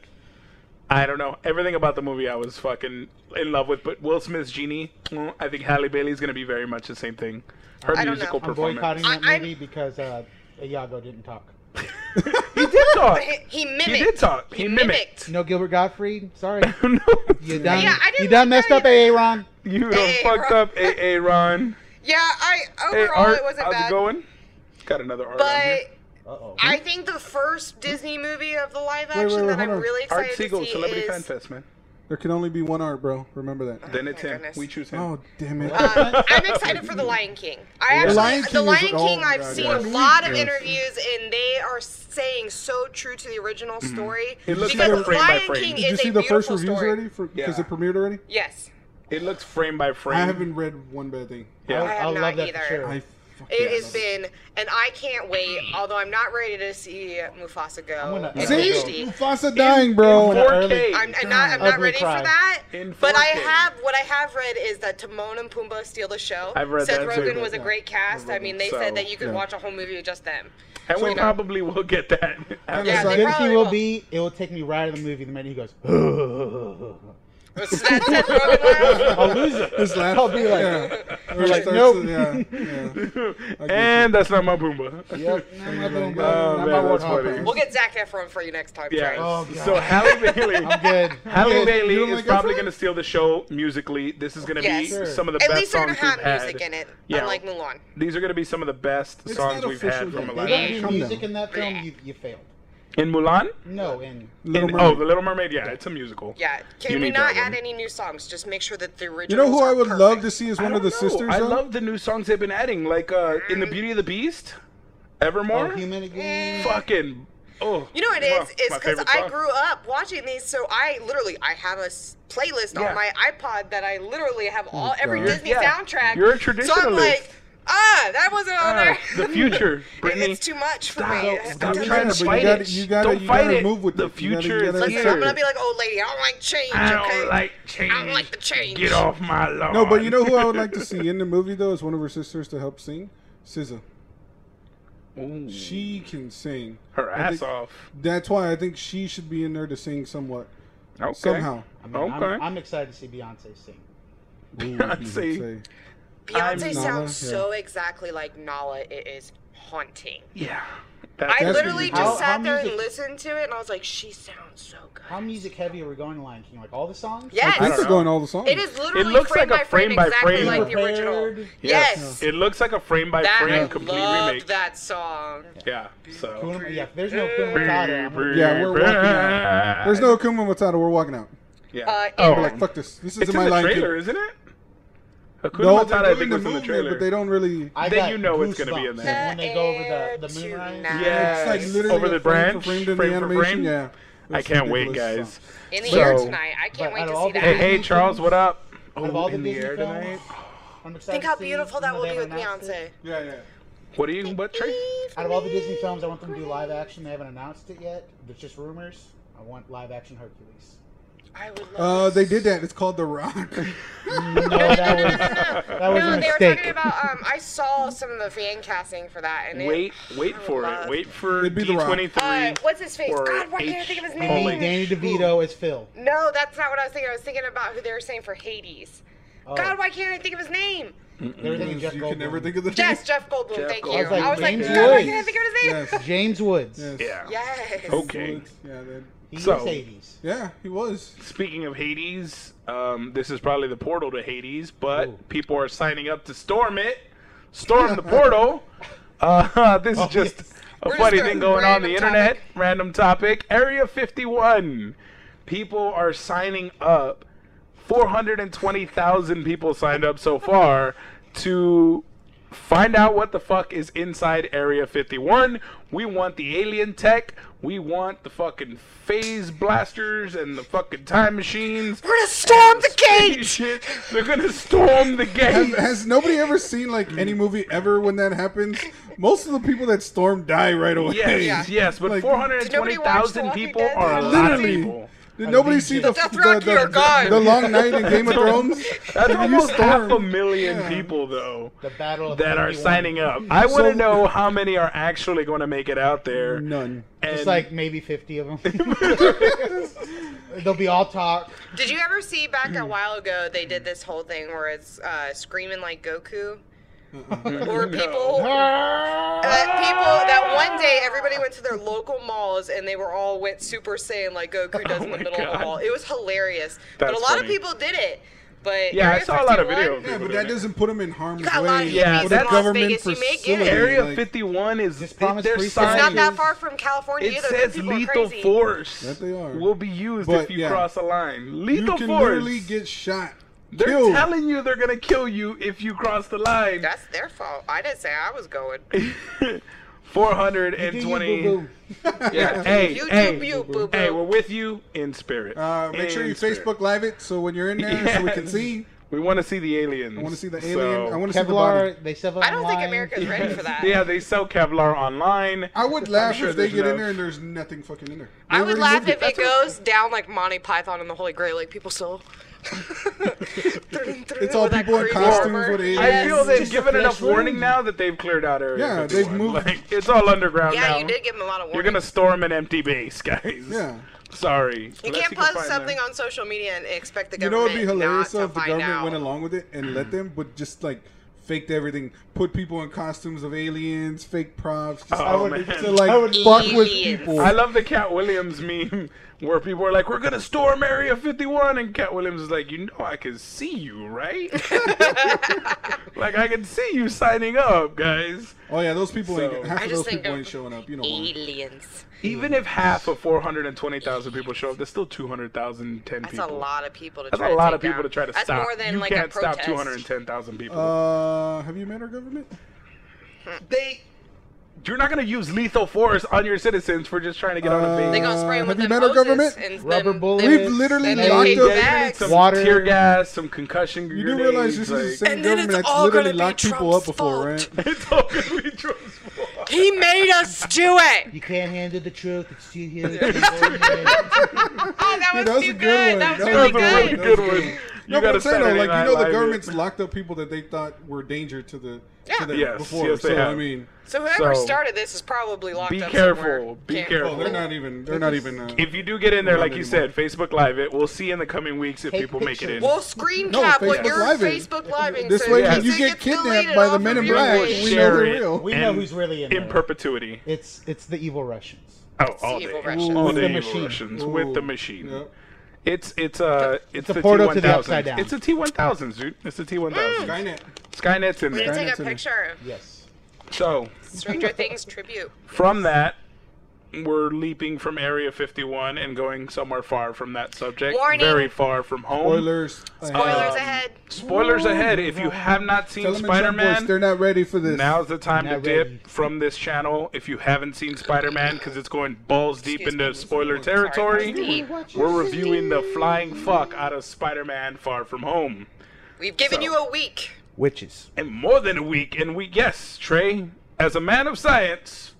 Speaker 1: I don't know. Everything about the movie I was fucking in love with. But Will Smith's Genie, mm, I think Halle Bailey's going to be very much the same thing. Her
Speaker 3: I don't
Speaker 1: musical
Speaker 3: know.
Speaker 4: I'm boycotting
Speaker 1: performance.
Speaker 4: that
Speaker 3: I- I'm-
Speaker 4: movie because uh, Iago didn't talk.
Speaker 1: he did talk.
Speaker 3: He, he mimicked.
Speaker 1: He did talk. He mimicked.
Speaker 4: No Gilbert Gottfried. Sorry,
Speaker 1: no,
Speaker 4: you done.
Speaker 3: Yeah, I didn't
Speaker 4: you
Speaker 3: like
Speaker 4: done messed
Speaker 3: that
Speaker 4: up,
Speaker 3: either.
Speaker 4: Aaron.
Speaker 1: you done
Speaker 3: Hey,
Speaker 1: fucked
Speaker 3: Ron.
Speaker 1: up, AA Ron.
Speaker 3: Yeah, I
Speaker 1: Hey,
Speaker 3: overall
Speaker 1: Art,
Speaker 3: it wasn't
Speaker 1: how's
Speaker 3: bad.
Speaker 1: it going? Got another Art on here.
Speaker 3: But
Speaker 4: Uh-oh.
Speaker 3: I think the first Disney movie of the live
Speaker 2: wait,
Speaker 3: action
Speaker 2: wait,
Speaker 3: that I'm
Speaker 2: hold on.
Speaker 3: really
Speaker 1: Art
Speaker 3: excited
Speaker 1: Siegel,
Speaker 3: to see
Speaker 1: Celebrity
Speaker 3: is Oh
Speaker 1: Fan Fest, man.
Speaker 2: There can only be one art, bro. Remember that.
Speaker 1: Then it's
Speaker 3: my
Speaker 1: him.
Speaker 3: goodness.
Speaker 1: We choose him.
Speaker 2: Oh damn it!
Speaker 3: Um, I'm excited for The Lion King. I actually,
Speaker 2: Lion
Speaker 3: The
Speaker 2: King was-
Speaker 3: Lion
Speaker 2: oh
Speaker 3: King,
Speaker 2: my
Speaker 3: I've
Speaker 2: God,
Speaker 3: seen
Speaker 2: yeah.
Speaker 3: a lot of
Speaker 2: Yeah.
Speaker 3: interviews, and they are saying so true to the original story.
Speaker 1: Mm-hmm. It looks
Speaker 3: because
Speaker 1: like a frame by
Speaker 3: Lion
Speaker 1: frame.
Speaker 3: King
Speaker 2: Did you
Speaker 3: is
Speaker 2: see
Speaker 3: a
Speaker 2: the first
Speaker 3: beautiful
Speaker 2: reviews
Speaker 3: story.
Speaker 2: already? Because
Speaker 1: Yeah.
Speaker 2: it premiered already.
Speaker 3: Yes,
Speaker 1: It looks frame by frame.
Speaker 2: I haven't read one bad thing.
Speaker 3: I
Speaker 1: Yeah.
Speaker 3: have
Speaker 4: I'll
Speaker 3: not
Speaker 4: love that for
Speaker 3: either.
Speaker 4: sure.
Speaker 2: I.
Speaker 3: It has been, and I can't wait. Although I'm not ready to see Mufasa go
Speaker 4: gonna-
Speaker 3: in
Speaker 2: See,
Speaker 3: HD.
Speaker 2: Mufasa dying,
Speaker 1: In
Speaker 2: bro.
Speaker 1: 4K.
Speaker 3: I'm, I'm not. I'm not
Speaker 4: Ugly
Speaker 3: ready
Speaker 4: cry.
Speaker 3: for that.
Speaker 1: In
Speaker 3: But I
Speaker 1: 4K.
Speaker 3: have what I have read is that Timon and Pumbaa steal the show.
Speaker 1: I've read
Speaker 3: Seth
Speaker 1: that too,
Speaker 3: Rogen
Speaker 1: but
Speaker 3: was a
Speaker 1: yeah.
Speaker 3: great cast. I mean, they
Speaker 1: So,
Speaker 3: said that you could
Speaker 2: yeah.
Speaker 3: watch a whole movie with just them.
Speaker 1: and we
Speaker 2: So-
Speaker 1: probably will get that. after
Speaker 2: It's
Speaker 3: Yeah,
Speaker 2: like-
Speaker 3: they
Speaker 4: good as he
Speaker 3: probably
Speaker 4: will
Speaker 3: will.
Speaker 4: be, it will take me right out of the movie the minute he goes. I'll
Speaker 3: Was that Seth Rogen laugh?
Speaker 4: lose it.
Speaker 2: His laugh.
Speaker 4: I'll be like-
Speaker 2: yeah. Or
Speaker 4: like,
Speaker 2: starts to-
Speaker 4: nope.
Speaker 2: yeah, yeah.
Speaker 1: and that's not my Pumbaa.
Speaker 4: Yep.
Speaker 2: Oh,
Speaker 1: Oh,
Speaker 2: man,
Speaker 1: man, that's
Speaker 2: Warthog.
Speaker 1: funny.
Speaker 3: We'll get Zach Efron for you next time,
Speaker 1: Yeah.
Speaker 3: Trey.
Speaker 4: Oh, God.
Speaker 1: so Halle Bailey.
Speaker 4: I'm good.
Speaker 1: Halle
Speaker 2: You
Speaker 1: Bailey
Speaker 2: don't
Speaker 1: is
Speaker 2: like
Speaker 1: probably
Speaker 2: Efron?
Speaker 1: going to steal the show musically. This is going to be
Speaker 3: Yes. Sure.
Speaker 1: some of the
Speaker 3: At
Speaker 1: best
Speaker 3: least they're
Speaker 1: songs
Speaker 3: gonna
Speaker 1: we've
Speaker 3: have
Speaker 1: had.
Speaker 3: music in it,
Speaker 1: Yeah.
Speaker 3: unlike Mulan.
Speaker 1: These are going to be some of the best
Speaker 2: It's
Speaker 1: songs
Speaker 2: not
Speaker 1: we've had
Speaker 2: official
Speaker 1: from a
Speaker 2: yet.
Speaker 1: live
Speaker 4: There's
Speaker 2: Yeah.
Speaker 1: action.
Speaker 4: gonna be
Speaker 2: Come
Speaker 4: music
Speaker 2: down.
Speaker 4: in that film. You, you failed.
Speaker 1: In Mulan?
Speaker 4: No, in
Speaker 2: Little
Speaker 1: In-
Speaker 2: Mermaid.
Speaker 1: oh, The Little Mermaid. Yeah, it's a musical.
Speaker 3: Yeah. Can
Speaker 1: You
Speaker 3: we
Speaker 1: need
Speaker 3: not
Speaker 1: that
Speaker 3: add
Speaker 1: one.
Speaker 3: any new songs? Just make sure that the
Speaker 2: You
Speaker 3: original.
Speaker 2: know who I would
Speaker 3: perfect.
Speaker 2: love to see is
Speaker 1: I
Speaker 2: one of the
Speaker 1: don't know.
Speaker 2: sisters.
Speaker 1: I
Speaker 2: though?
Speaker 1: love the new songs they've been adding, like uh, in the Beauty of the Beast, Evermore.
Speaker 4: Oh, Human Again.
Speaker 1: Fucking. Oh.
Speaker 3: You know what it
Speaker 1: wow,
Speaker 3: is? It's
Speaker 1: my
Speaker 3: because
Speaker 1: favorite
Speaker 3: I
Speaker 1: song.
Speaker 3: grew up watching these, so I literally I have a s- playlist
Speaker 1: Yeah.
Speaker 3: on my iPod that I literally have all every
Speaker 2: God.
Speaker 3: Disney
Speaker 1: Yeah.
Speaker 3: soundtrack.
Speaker 1: You're a
Speaker 3: So I'm
Speaker 1: traditionalist.
Speaker 3: like, ah, that wasn't on
Speaker 1: Ah,
Speaker 3: there.
Speaker 1: the future, Brittany.
Speaker 3: it's too much for
Speaker 1: Stop,
Speaker 3: me.
Speaker 1: stop
Speaker 2: Yeah,
Speaker 3: I'm,
Speaker 1: trying
Speaker 2: but
Speaker 1: to
Speaker 2: you
Speaker 1: fight
Speaker 2: gotta-
Speaker 1: it.
Speaker 2: you gotta-
Speaker 1: don't
Speaker 2: you
Speaker 1: fight
Speaker 2: gotta
Speaker 1: it.
Speaker 2: move with
Speaker 1: the
Speaker 2: it. You gotta-
Speaker 1: future
Speaker 2: you gotta
Speaker 1: is
Speaker 3: listen,
Speaker 1: here.
Speaker 3: I'm gonna be like old lady. I don't like change.
Speaker 1: I don't
Speaker 3: okay.
Speaker 1: like change.
Speaker 3: I don't like the change.
Speaker 1: Get off my lawn.
Speaker 2: No, but you know who I would like to see in the movie though is one of her sisters to help sing,
Speaker 1: Hmm.
Speaker 2: SZA.
Speaker 1: Ooh,
Speaker 2: She can sing.
Speaker 1: her
Speaker 2: I
Speaker 1: ass
Speaker 2: think-
Speaker 1: off.
Speaker 2: That's why I think she should be in there to sing somewhat.
Speaker 1: Okay.
Speaker 2: Somehow.
Speaker 4: I mean, I'm,
Speaker 1: Okay.
Speaker 4: I'm excited to see Beyonce sing.
Speaker 1: Beyonce.
Speaker 2: Say,
Speaker 1: I'm
Speaker 3: Beyonce
Speaker 1: Nala,
Speaker 3: sounds
Speaker 2: yeah.
Speaker 3: so exactly like Nala. It is haunting.
Speaker 1: Yeah.
Speaker 3: I
Speaker 2: That's
Speaker 3: literally
Speaker 2: what you
Speaker 3: just
Speaker 4: do.
Speaker 3: sat
Speaker 4: How- how
Speaker 3: there and
Speaker 4: music-
Speaker 3: listened to it, and I was like, she sounds so good.
Speaker 4: How music heavy are we going, Lion King? Like all the songs?
Speaker 3: yes,
Speaker 2: I think
Speaker 1: don't
Speaker 2: we're
Speaker 1: know.
Speaker 2: going all the songs.
Speaker 3: it is literally
Speaker 1: looks
Speaker 3: frame
Speaker 1: like a
Speaker 3: by frame,
Speaker 1: frame by
Speaker 3: exactly
Speaker 1: frame.
Speaker 3: like the
Speaker 4: Prepared.
Speaker 3: original.
Speaker 1: Yes.
Speaker 3: Yes,
Speaker 1: It looks like a frame by
Speaker 3: that
Speaker 1: frame
Speaker 3: I
Speaker 1: complete
Speaker 3: loved
Speaker 1: remake.
Speaker 3: that song.
Speaker 1: Yeah. So.
Speaker 4: Kuna- Yeah, if there's no film without it. I'm gonna-
Speaker 2: Yeah, we're walking out. There's no Akuma Matata. We're walking out.
Speaker 1: Yeah.
Speaker 3: Uh,
Speaker 1: oh,
Speaker 2: We're like, fuck this. This
Speaker 1: it's
Speaker 2: isn't
Speaker 1: in
Speaker 2: my
Speaker 1: the
Speaker 2: line.
Speaker 1: trailer, isn't it? Hakuna
Speaker 2: No,
Speaker 1: Matata,
Speaker 2: they're
Speaker 1: I
Speaker 2: doing
Speaker 1: think,
Speaker 2: the
Speaker 1: was in the
Speaker 2: movie,
Speaker 1: trailer.
Speaker 2: but they don't really.
Speaker 4: I
Speaker 1: Then
Speaker 4: got
Speaker 1: you know it's gonna be
Speaker 4: goosebumps
Speaker 1: in there.
Speaker 4: when they go over the, the
Speaker 3: Air
Speaker 4: moonrise.
Speaker 3: tonight.
Speaker 1: Yes.
Speaker 2: It's like literally
Speaker 1: Over the
Speaker 2: a frame for
Speaker 1: branch,
Speaker 2: frame to the
Speaker 1: frame for
Speaker 2: animation.
Speaker 1: frame.
Speaker 2: Yeah.
Speaker 1: I
Speaker 2: It's
Speaker 1: can't wait,
Speaker 2: ridiculous
Speaker 1: guys.
Speaker 2: song.
Speaker 3: in the
Speaker 1: So-
Speaker 3: air tonight. I
Speaker 4: But
Speaker 3: can't
Speaker 4: out
Speaker 3: wait
Speaker 4: of
Speaker 3: to
Speaker 4: all
Speaker 3: see
Speaker 4: the-
Speaker 1: Hey,
Speaker 3: that.
Speaker 1: hey, Charles, what up? Oh,
Speaker 4: Of all the
Speaker 1: in the
Speaker 4: Disney
Speaker 1: air
Speaker 4: films,
Speaker 1: tonight.
Speaker 4: I'm excited
Speaker 3: Think
Speaker 4: to
Speaker 3: how
Speaker 4: see
Speaker 3: beautiful that
Speaker 4: when
Speaker 3: will
Speaker 4: they
Speaker 3: be with
Speaker 4: announce it.
Speaker 3: Beyonce.
Speaker 2: Yeah, yeah.
Speaker 1: What do you? What Trey?
Speaker 4: Out of all the Disney films, I want them to do live action. They haven't announced it yet. There's just rumors. I want live action Hercules.
Speaker 3: I would love
Speaker 2: Uh,
Speaker 3: to
Speaker 2: they did that. It's called The Rock.
Speaker 4: No, that was that was
Speaker 3: no,
Speaker 4: a
Speaker 3: they were talking
Speaker 4: mistake.
Speaker 3: about. Um, I saw some of the fan casting for that, and
Speaker 1: Wait,
Speaker 3: It,
Speaker 1: wait
Speaker 3: I would
Speaker 1: for it.
Speaker 3: love-
Speaker 1: Wait for
Speaker 2: It'd be The Rock.
Speaker 1: D23.
Speaker 3: Uh, what's his face?
Speaker 1: or
Speaker 3: God, why can't I
Speaker 1: H-
Speaker 3: think of his
Speaker 1: Holy
Speaker 4: It'd be
Speaker 3: name?
Speaker 4: Danny DeVito as Phil.
Speaker 3: No, that's not what I was thinking. I was thinking about who they were saying for Hades.
Speaker 4: Oh,
Speaker 3: God, why can't I think of his name?
Speaker 4: they were
Speaker 2: you
Speaker 4: thinking Jeff
Speaker 2: can never
Speaker 4: Goldblum.
Speaker 2: think of the
Speaker 3: Yes, Jeff Goldblum.
Speaker 1: Jeff
Speaker 3: thank
Speaker 1: Goldblum.
Speaker 3: you.
Speaker 4: I was like,
Speaker 3: I was like,
Speaker 4: James
Speaker 3: God, why
Speaker 4: Woods.
Speaker 3: can't I think of his name?
Speaker 2: Yes.
Speaker 4: James Woods.
Speaker 2: Yes.
Speaker 1: yeah.
Speaker 3: Yes.
Speaker 1: Okay.
Speaker 2: Yeah, that-
Speaker 4: He
Speaker 1: So-
Speaker 4: is Hades.
Speaker 2: yeah, he was.
Speaker 1: Speaking of Hades, um, this is probably the portal to Hades, but
Speaker 4: Ooh.
Speaker 1: people are signing up to storm it, storm the portal. Uh, this is just
Speaker 4: Oh, yes.
Speaker 1: a
Speaker 3: We're
Speaker 1: funny
Speaker 3: just
Speaker 1: thing
Speaker 3: doing
Speaker 1: going on
Speaker 3: random
Speaker 1: the internet.
Speaker 3: topic.
Speaker 1: Random topic. Area 51. People are signing up. 420,000 people signed up so far to find out what the fuck is inside Area 51. We want the alien tech. We want the fucking phase blasters and the fucking time machines.
Speaker 3: We're gonna storm the gate.
Speaker 1: Shit, they're gonna storm the
Speaker 2: Has,
Speaker 1: gate.
Speaker 2: has nobody ever seen like any
Speaker 1: Mm.
Speaker 2: movie ever when that happens? Most of the people that storm die right away.
Speaker 1: Yes,
Speaker 3: Yeah.
Speaker 1: yes, but
Speaker 2: Like-
Speaker 1: four hundred and twenty thousand
Speaker 3: Did nobody watch The Walking
Speaker 1: people
Speaker 3: Dead?
Speaker 1: are a lot of
Speaker 2: Literally.
Speaker 1: people.
Speaker 2: Did nobody
Speaker 4: mean,
Speaker 2: see the,
Speaker 3: Death
Speaker 2: the,
Speaker 3: Rock,
Speaker 2: the-
Speaker 3: you're gone.
Speaker 2: the long night in Game of Thrones?
Speaker 1: That's
Speaker 2: You
Speaker 1: almost half a
Speaker 2: storm.
Speaker 1: million
Speaker 2: Yeah.
Speaker 1: people though
Speaker 4: The Battle of
Speaker 1: that are
Speaker 4: 51.
Speaker 1: signing up. I want to
Speaker 2: So-
Speaker 1: know how many are actually going to make it out there.
Speaker 2: None.
Speaker 1: And
Speaker 4: It's like maybe 50 of them. They'll be all talk.
Speaker 3: Did you ever see back
Speaker 1: Mm.
Speaker 3: a while ago? They did this whole thing where it's uh, screaming like Goku, or people. That people that one day everybody went to their local malls and they were all went super saiyan like Goku does in
Speaker 1: Oh my
Speaker 3: the middle of
Speaker 1: God.
Speaker 3: the mall. It was hilarious, but
Speaker 1: That's
Speaker 3: a lot
Speaker 1: funny.
Speaker 3: of people did it. But
Speaker 1: Yeah, I
Speaker 3: Area
Speaker 1: saw a lot of
Speaker 3: 51?
Speaker 1: videos.
Speaker 2: Yeah, but that doesn't put them in harm's
Speaker 3: You got a lot
Speaker 2: way.
Speaker 3: of
Speaker 1: Yeah,
Speaker 2: With
Speaker 1: that's-
Speaker 2: a
Speaker 1: Las
Speaker 2: government
Speaker 3: Vegas, you may get
Speaker 2: facility,
Speaker 3: it.
Speaker 1: Area
Speaker 2: like,
Speaker 1: 51 is
Speaker 4: Just
Speaker 1: they-
Speaker 4: promise
Speaker 1: they're
Speaker 4: free
Speaker 3: It's not
Speaker 1: signing.
Speaker 3: that far from California
Speaker 1: It
Speaker 3: either. Those
Speaker 1: says
Speaker 3: people are
Speaker 1: lethal
Speaker 3: crazy.
Speaker 1: force
Speaker 2: That they are.
Speaker 1: will be used
Speaker 2: But,
Speaker 1: if you
Speaker 2: yeah.
Speaker 1: cross a line.
Speaker 2: You
Speaker 1: Lethal
Speaker 2: can literally
Speaker 1: force.
Speaker 2: get shot.
Speaker 1: They're
Speaker 2: killed.
Speaker 1: telling you they're gonna kill you if you cross the line.
Speaker 3: That's their fault. I didn't say I was going.
Speaker 1: Four hundred and
Speaker 4: Do you,
Speaker 1: twenty.
Speaker 4: boo-boo?
Speaker 1: Yeah. Hey,
Speaker 3: You
Speaker 1: hey,
Speaker 3: do you, boo
Speaker 1: hey, we're
Speaker 3: boo.
Speaker 1: with you in spirit.
Speaker 2: Uh, make sure
Speaker 1: In
Speaker 2: you
Speaker 1: spirit.
Speaker 2: Facebook Live it so when you're in there, so we can
Speaker 1: Yes.
Speaker 2: see.
Speaker 1: We want to see the aliens.
Speaker 2: I want to see the alien. I want to see the body.
Speaker 4: Kevlar, they sell
Speaker 3: I don't think
Speaker 4: online.
Speaker 3: America's ready for that.
Speaker 1: Yeah, they sell Kevlar online.
Speaker 2: I would laugh
Speaker 1: sure
Speaker 2: if they
Speaker 1: there's
Speaker 2: get
Speaker 1: enough.
Speaker 2: in there and there's nothing fucking in there.
Speaker 3: I
Speaker 2: They
Speaker 3: would
Speaker 2: already
Speaker 3: laugh
Speaker 2: moved
Speaker 3: if it goes down like Monty Python and the Holy Grail, like people still. it's
Speaker 2: all people in costumes with aliens.
Speaker 1: I feel they've
Speaker 4: Just a
Speaker 1: given
Speaker 4: flash
Speaker 1: enough warning
Speaker 4: room.
Speaker 1: now that they've cleared out area.
Speaker 2: Yeah,
Speaker 1: 51.
Speaker 2: they've moved-
Speaker 1: Like, it's all underground
Speaker 3: Yeah,
Speaker 1: now.
Speaker 3: you did give him a lot of
Speaker 1: You're
Speaker 3: warning.
Speaker 1: gonna storm an empty base, guys.
Speaker 2: Yeah.
Speaker 1: Sorry.
Speaker 3: You
Speaker 1: Unless
Speaker 3: can't
Speaker 1: can
Speaker 3: post
Speaker 1: find
Speaker 3: something
Speaker 1: that.
Speaker 3: on social media and expect the
Speaker 2: You know,
Speaker 3: government
Speaker 2: it'd be hilarious
Speaker 3: not
Speaker 2: though
Speaker 3: to
Speaker 2: if the
Speaker 3: find
Speaker 2: government
Speaker 3: out.
Speaker 2: went along with it and
Speaker 1: Mm.
Speaker 2: let them, but just like faked everything, put people in costumes of aliens, fake props, just
Speaker 1: Oh,
Speaker 2: I would-
Speaker 1: man.
Speaker 2: to like
Speaker 4: I would
Speaker 2: fuck with
Speaker 3: Aliens.
Speaker 2: people.
Speaker 1: I love the Cat Williams meme where people are like, "We're gonna storm Area 51," and Cat Williams is like, "You know, I can see you, right? like, I can see you signing up, guys.
Speaker 2: oh yeah, those people ain't
Speaker 1: So-
Speaker 2: ain't half
Speaker 3: I
Speaker 2: of
Speaker 3: just
Speaker 2: those
Speaker 3: think
Speaker 2: people
Speaker 3: of
Speaker 2: ain't showing up. You know why?
Speaker 3: Aliens.
Speaker 1: Even if half of 420,000 people show up, there's still 200,000 10
Speaker 3: That's
Speaker 1: people.
Speaker 3: a lot of people to
Speaker 1: That's
Speaker 3: try
Speaker 1: a
Speaker 3: to
Speaker 1: lot
Speaker 3: take
Speaker 1: of people
Speaker 3: down.
Speaker 1: to try to
Speaker 3: That's
Speaker 1: stop.
Speaker 3: more than
Speaker 1: you
Speaker 3: like
Speaker 1: can't
Speaker 3: a
Speaker 1: stop
Speaker 3: protest.
Speaker 1: 210,000 people.
Speaker 2: Uh, have you met our government?
Speaker 1: they, you're not gonna use lethal force on your citizens for just trying to get on a
Speaker 2: Uh,
Speaker 1: base.
Speaker 3: They gonna spray
Speaker 2: Uh, have
Speaker 3: them with
Speaker 2: you
Speaker 3: them
Speaker 2: met our
Speaker 3: hoses
Speaker 2: government?
Speaker 3: and
Speaker 4: Rubber
Speaker 3: them-
Speaker 4: bullets.
Speaker 2: We've literally
Speaker 3: and
Speaker 2: locked
Speaker 3: then
Speaker 2: up.
Speaker 3: they
Speaker 1: They've
Speaker 3: take
Speaker 1: given
Speaker 3: bags.
Speaker 1: some
Speaker 4: Water.
Speaker 1: tear gas, some concussion
Speaker 2: You do
Speaker 1: grenades.
Speaker 2: realize this is the
Speaker 1: like,
Speaker 2: same
Speaker 3: And then it's
Speaker 2: government that's
Speaker 3: all
Speaker 2: literally
Speaker 3: gonna be
Speaker 2: locked people
Speaker 3: Trump's
Speaker 2: up before, right?
Speaker 3: fault.
Speaker 1: it's all gonna be Trump's fault.
Speaker 3: He made us do it.
Speaker 4: You can't handle the truth. It's too huge. It's
Speaker 3: Oh, that was
Speaker 2: that was
Speaker 3: too
Speaker 2: a good
Speaker 3: good.
Speaker 2: one.
Speaker 3: That was
Speaker 2: That
Speaker 3: really
Speaker 1: That's a really
Speaker 3: good.
Speaker 1: good
Speaker 2: That was
Speaker 1: one.
Speaker 2: good.
Speaker 1: You got
Speaker 2: but
Speaker 1: to
Speaker 2: I'm saying,
Speaker 1: Saturday
Speaker 2: like
Speaker 1: Night
Speaker 2: you know, the
Speaker 1: Live
Speaker 2: government's
Speaker 1: it.
Speaker 2: locked up people that they thought were danger to the
Speaker 3: Yeah.
Speaker 2: to them
Speaker 1: Yes,
Speaker 2: before.
Speaker 1: yes, they
Speaker 2: so I
Speaker 1: have.
Speaker 2: mean,
Speaker 3: So whoever
Speaker 1: So,
Speaker 3: started this is probably locked
Speaker 1: be
Speaker 3: up
Speaker 1: careful,
Speaker 3: somewhere.
Speaker 1: be
Speaker 3: Can't-
Speaker 1: careful.
Speaker 2: oh, they're not even. They're not even. Uh,
Speaker 1: If you do get in there,
Speaker 2: Not
Speaker 1: like you
Speaker 2: anymore.
Speaker 1: said, Facebook Live it. We'll see in the coming weeks if
Speaker 4: Take
Speaker 1: people make it in.
Speaker 4: pictures.
Speaker 3: We'll screen
Speaker 2: No,
Speaker 3: cap what
Speaker 2: Facebook
Speaker 3: you're
Speaker 2: Live it.
Speaker 3: Facebook living.
Speaker 2: this
Speaker 3: so
Speaker 2: way,
Speaker 3: in
Speaker 1: Yeah.
Speaker 2: when
Speaker 3: case
Speaker 2: you
Speaker 3: it
Speaker 2: get
Speaker 3: gets deleted
Speaker 2: kidnapped by
Speaker 3: off
Speaker 2: the Men
Speaker 3: of
Speaker 2: in
Speaker 3: your
Speaker 2: Black,
Speaker 3: page.
Speaker 2: we know
Speaker 1: Share
Speaker 2: they're
Speaker 1: it.
Speaker 2: real.
Speaker 4: we know
Speaker 1: And
Speaker 4: who's really in
Speaker 1: In
Speaker 4: there.
Speaker 1: perpetuity.
Speaker 4: It's it's the evil Russians.
Speaker 1: Oh, all
Speaker 3: evil
Speaker 1: day,
Speaker 3: Russians.
Speaker 1: all
Speaker 4: With the
Speaker 1: day, evil
Speaker 4: machine.
Speaker 1: Russians with the machine.
Speaker 2: Yep.
Speaker 1: It's it's uh it's,
Speaker 4: a
Speaker 1: the
Speaker 4: portal to the
Speaker 1: T1000s.
Speaker 4: upside down.
Speaker 1: It's a T1000s, dude. It's a T1000.
Speaker 2: Skynet.
Speaker 1: Skynet's in
Speaker 3: We're
Speaker 1: there.
Speaker 3: gonna take
Speaker 2: Internet's
Speaker 3: a
Speaker 2: Mm. in it.
Speaker 3: picture.
Speaker 4: Yes.
Speaker 1: So
Speaker 3: Stranger Things tribute.
Speaker 1: from that, we're leaping from Area 51 and going somewhere far from that subject.
Speaker 3: Warning.
Speaker 1: Very far from home.
Speaker 2: Spoilers. Uh,
Speaker 3: Spoilers
Speaker 1: Um,
Speaker 3: ahead.
Speaker 1: Spoilers ahead. If you have not
Speaker 2: Tell
Speaker 1: seen
Speaker 2: them in Trump voice,
Speaker 1: Spider-Man,
Speaker 2: they're not ready for this.
Speaker 1: now's the time to
Speaker 4: Not ready.
Speaker 1: dip from this channel. If you haven't seen Spider-Man, because it's going balls deep
Speaker 3: Excuse
Speaker 1: into
Speaker 3: me.
Speaker 1: spoiler
Speaker 3: Sorry,
Speaker 1: territory,
Speaker 3: that was deep.
Speaker 1: we're reviewing the flying fuck out of Spider-Man: Far From Home.
Speaker 3: We've given you a week.
Speaker 4: Witches.
Speaker 1: And more than a week, and we yes, Trey, as a man of science,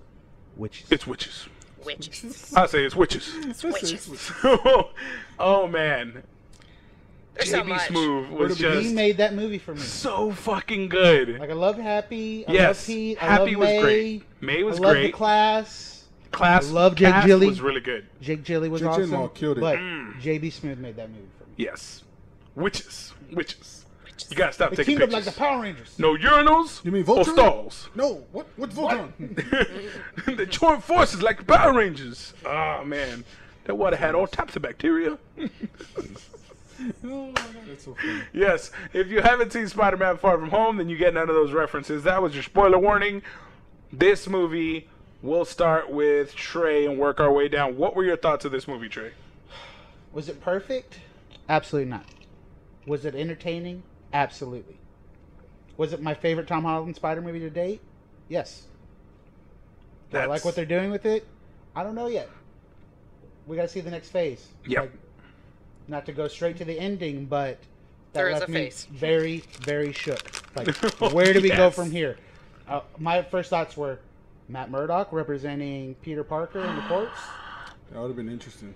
Speaker 4: Witches.
Speaker 1: it's witches.
Speaker 3: witches.
Speaker 1: I say it's witches.
Speaker 2: That's it.
Speaker 3: witches.
Speaker 1: oh man,
Speaker 3: There's so
Speaker 1: JB
Speaker 3: much.
Speaker 1: Smoove was
Speaker 2: Would've been-
Speaker 4: He
Speaker 1: just
Speaker 4: made that movie for me.
Speaker 1: so fucking good.
Speaker 4: Like I love Happy. I
Speaker 1: Yes,
Speaker 4: love Pete. I
Speaker 1: Happy
Speaker 4: love
Speaker 1: was
Speaker 4: May.
Speaker 1: great. May was
Speaker 4: I love
Speaker 1: great.
Speaker 4: The class.
Speaker 1: Class,
Speaker 4: I love Jake
Speaker 1: cast
Speaker 4: Gyllenhaal.
Speaker 1: was really good.
Speaker 4: Jake Gyllenhaal was
Speaker 2: Jake
Speaker 4: awesome.
Speaker 2: Gyllenhaal killed it.
Speaker 4: But
Speaker 1: Mm.
Speaker 4: JB Smith made that movie for me.
Speaker 1: Yes, witches, witches. You gotta stop
Speaker 4: The
Speaker 1: taking
Speaker 4: kingdom
Speaker 1: pictures.
Speaker 4: like the Power Rangers.
Speaker 1: no urinals.
Speaker 2: You mean
Speaker 1: or
Speaker 2: Voltron?
Speaker 1: stalls?
Speaker 2: No, what? What Voltron?
Speaker 1: they join forces like the Power Rangers. Oh man, that water had all types of bacteria.
Speaker 2: oh my god, that's so funny.
Speaker 1: Yes, if you haven't seen Spider Man Far From Home, then you get none of those references. That was your spoiler warning. This movie, we'll start with Trey and work our way down. What were your thoughts of this movie, Trey?
Speaker 4: Was it perfect? Absolutely not. Was it entertaining? Absolutely. Was it my favorite Tom Holland Spider movie to date? Yes. Do I like what they're doing with it? I don't know yet. We gotta see the next phase.
Speaker 1: Yep.
Speaker 4: Like, not to go straight to the ending, but that
Speaker 3: There is
Speaker 4: left
Speaker 3: a
Speaker 4: me
Speaker 3: phase.
Speaker 4: very, very shook. Like, where do we go
Speaker 1: Yes.
Speaker 4: from here? Uh, my first thoughts were Matt Murdock representing Peter Parker in the courts,
Speaker 2: That would have been interesting.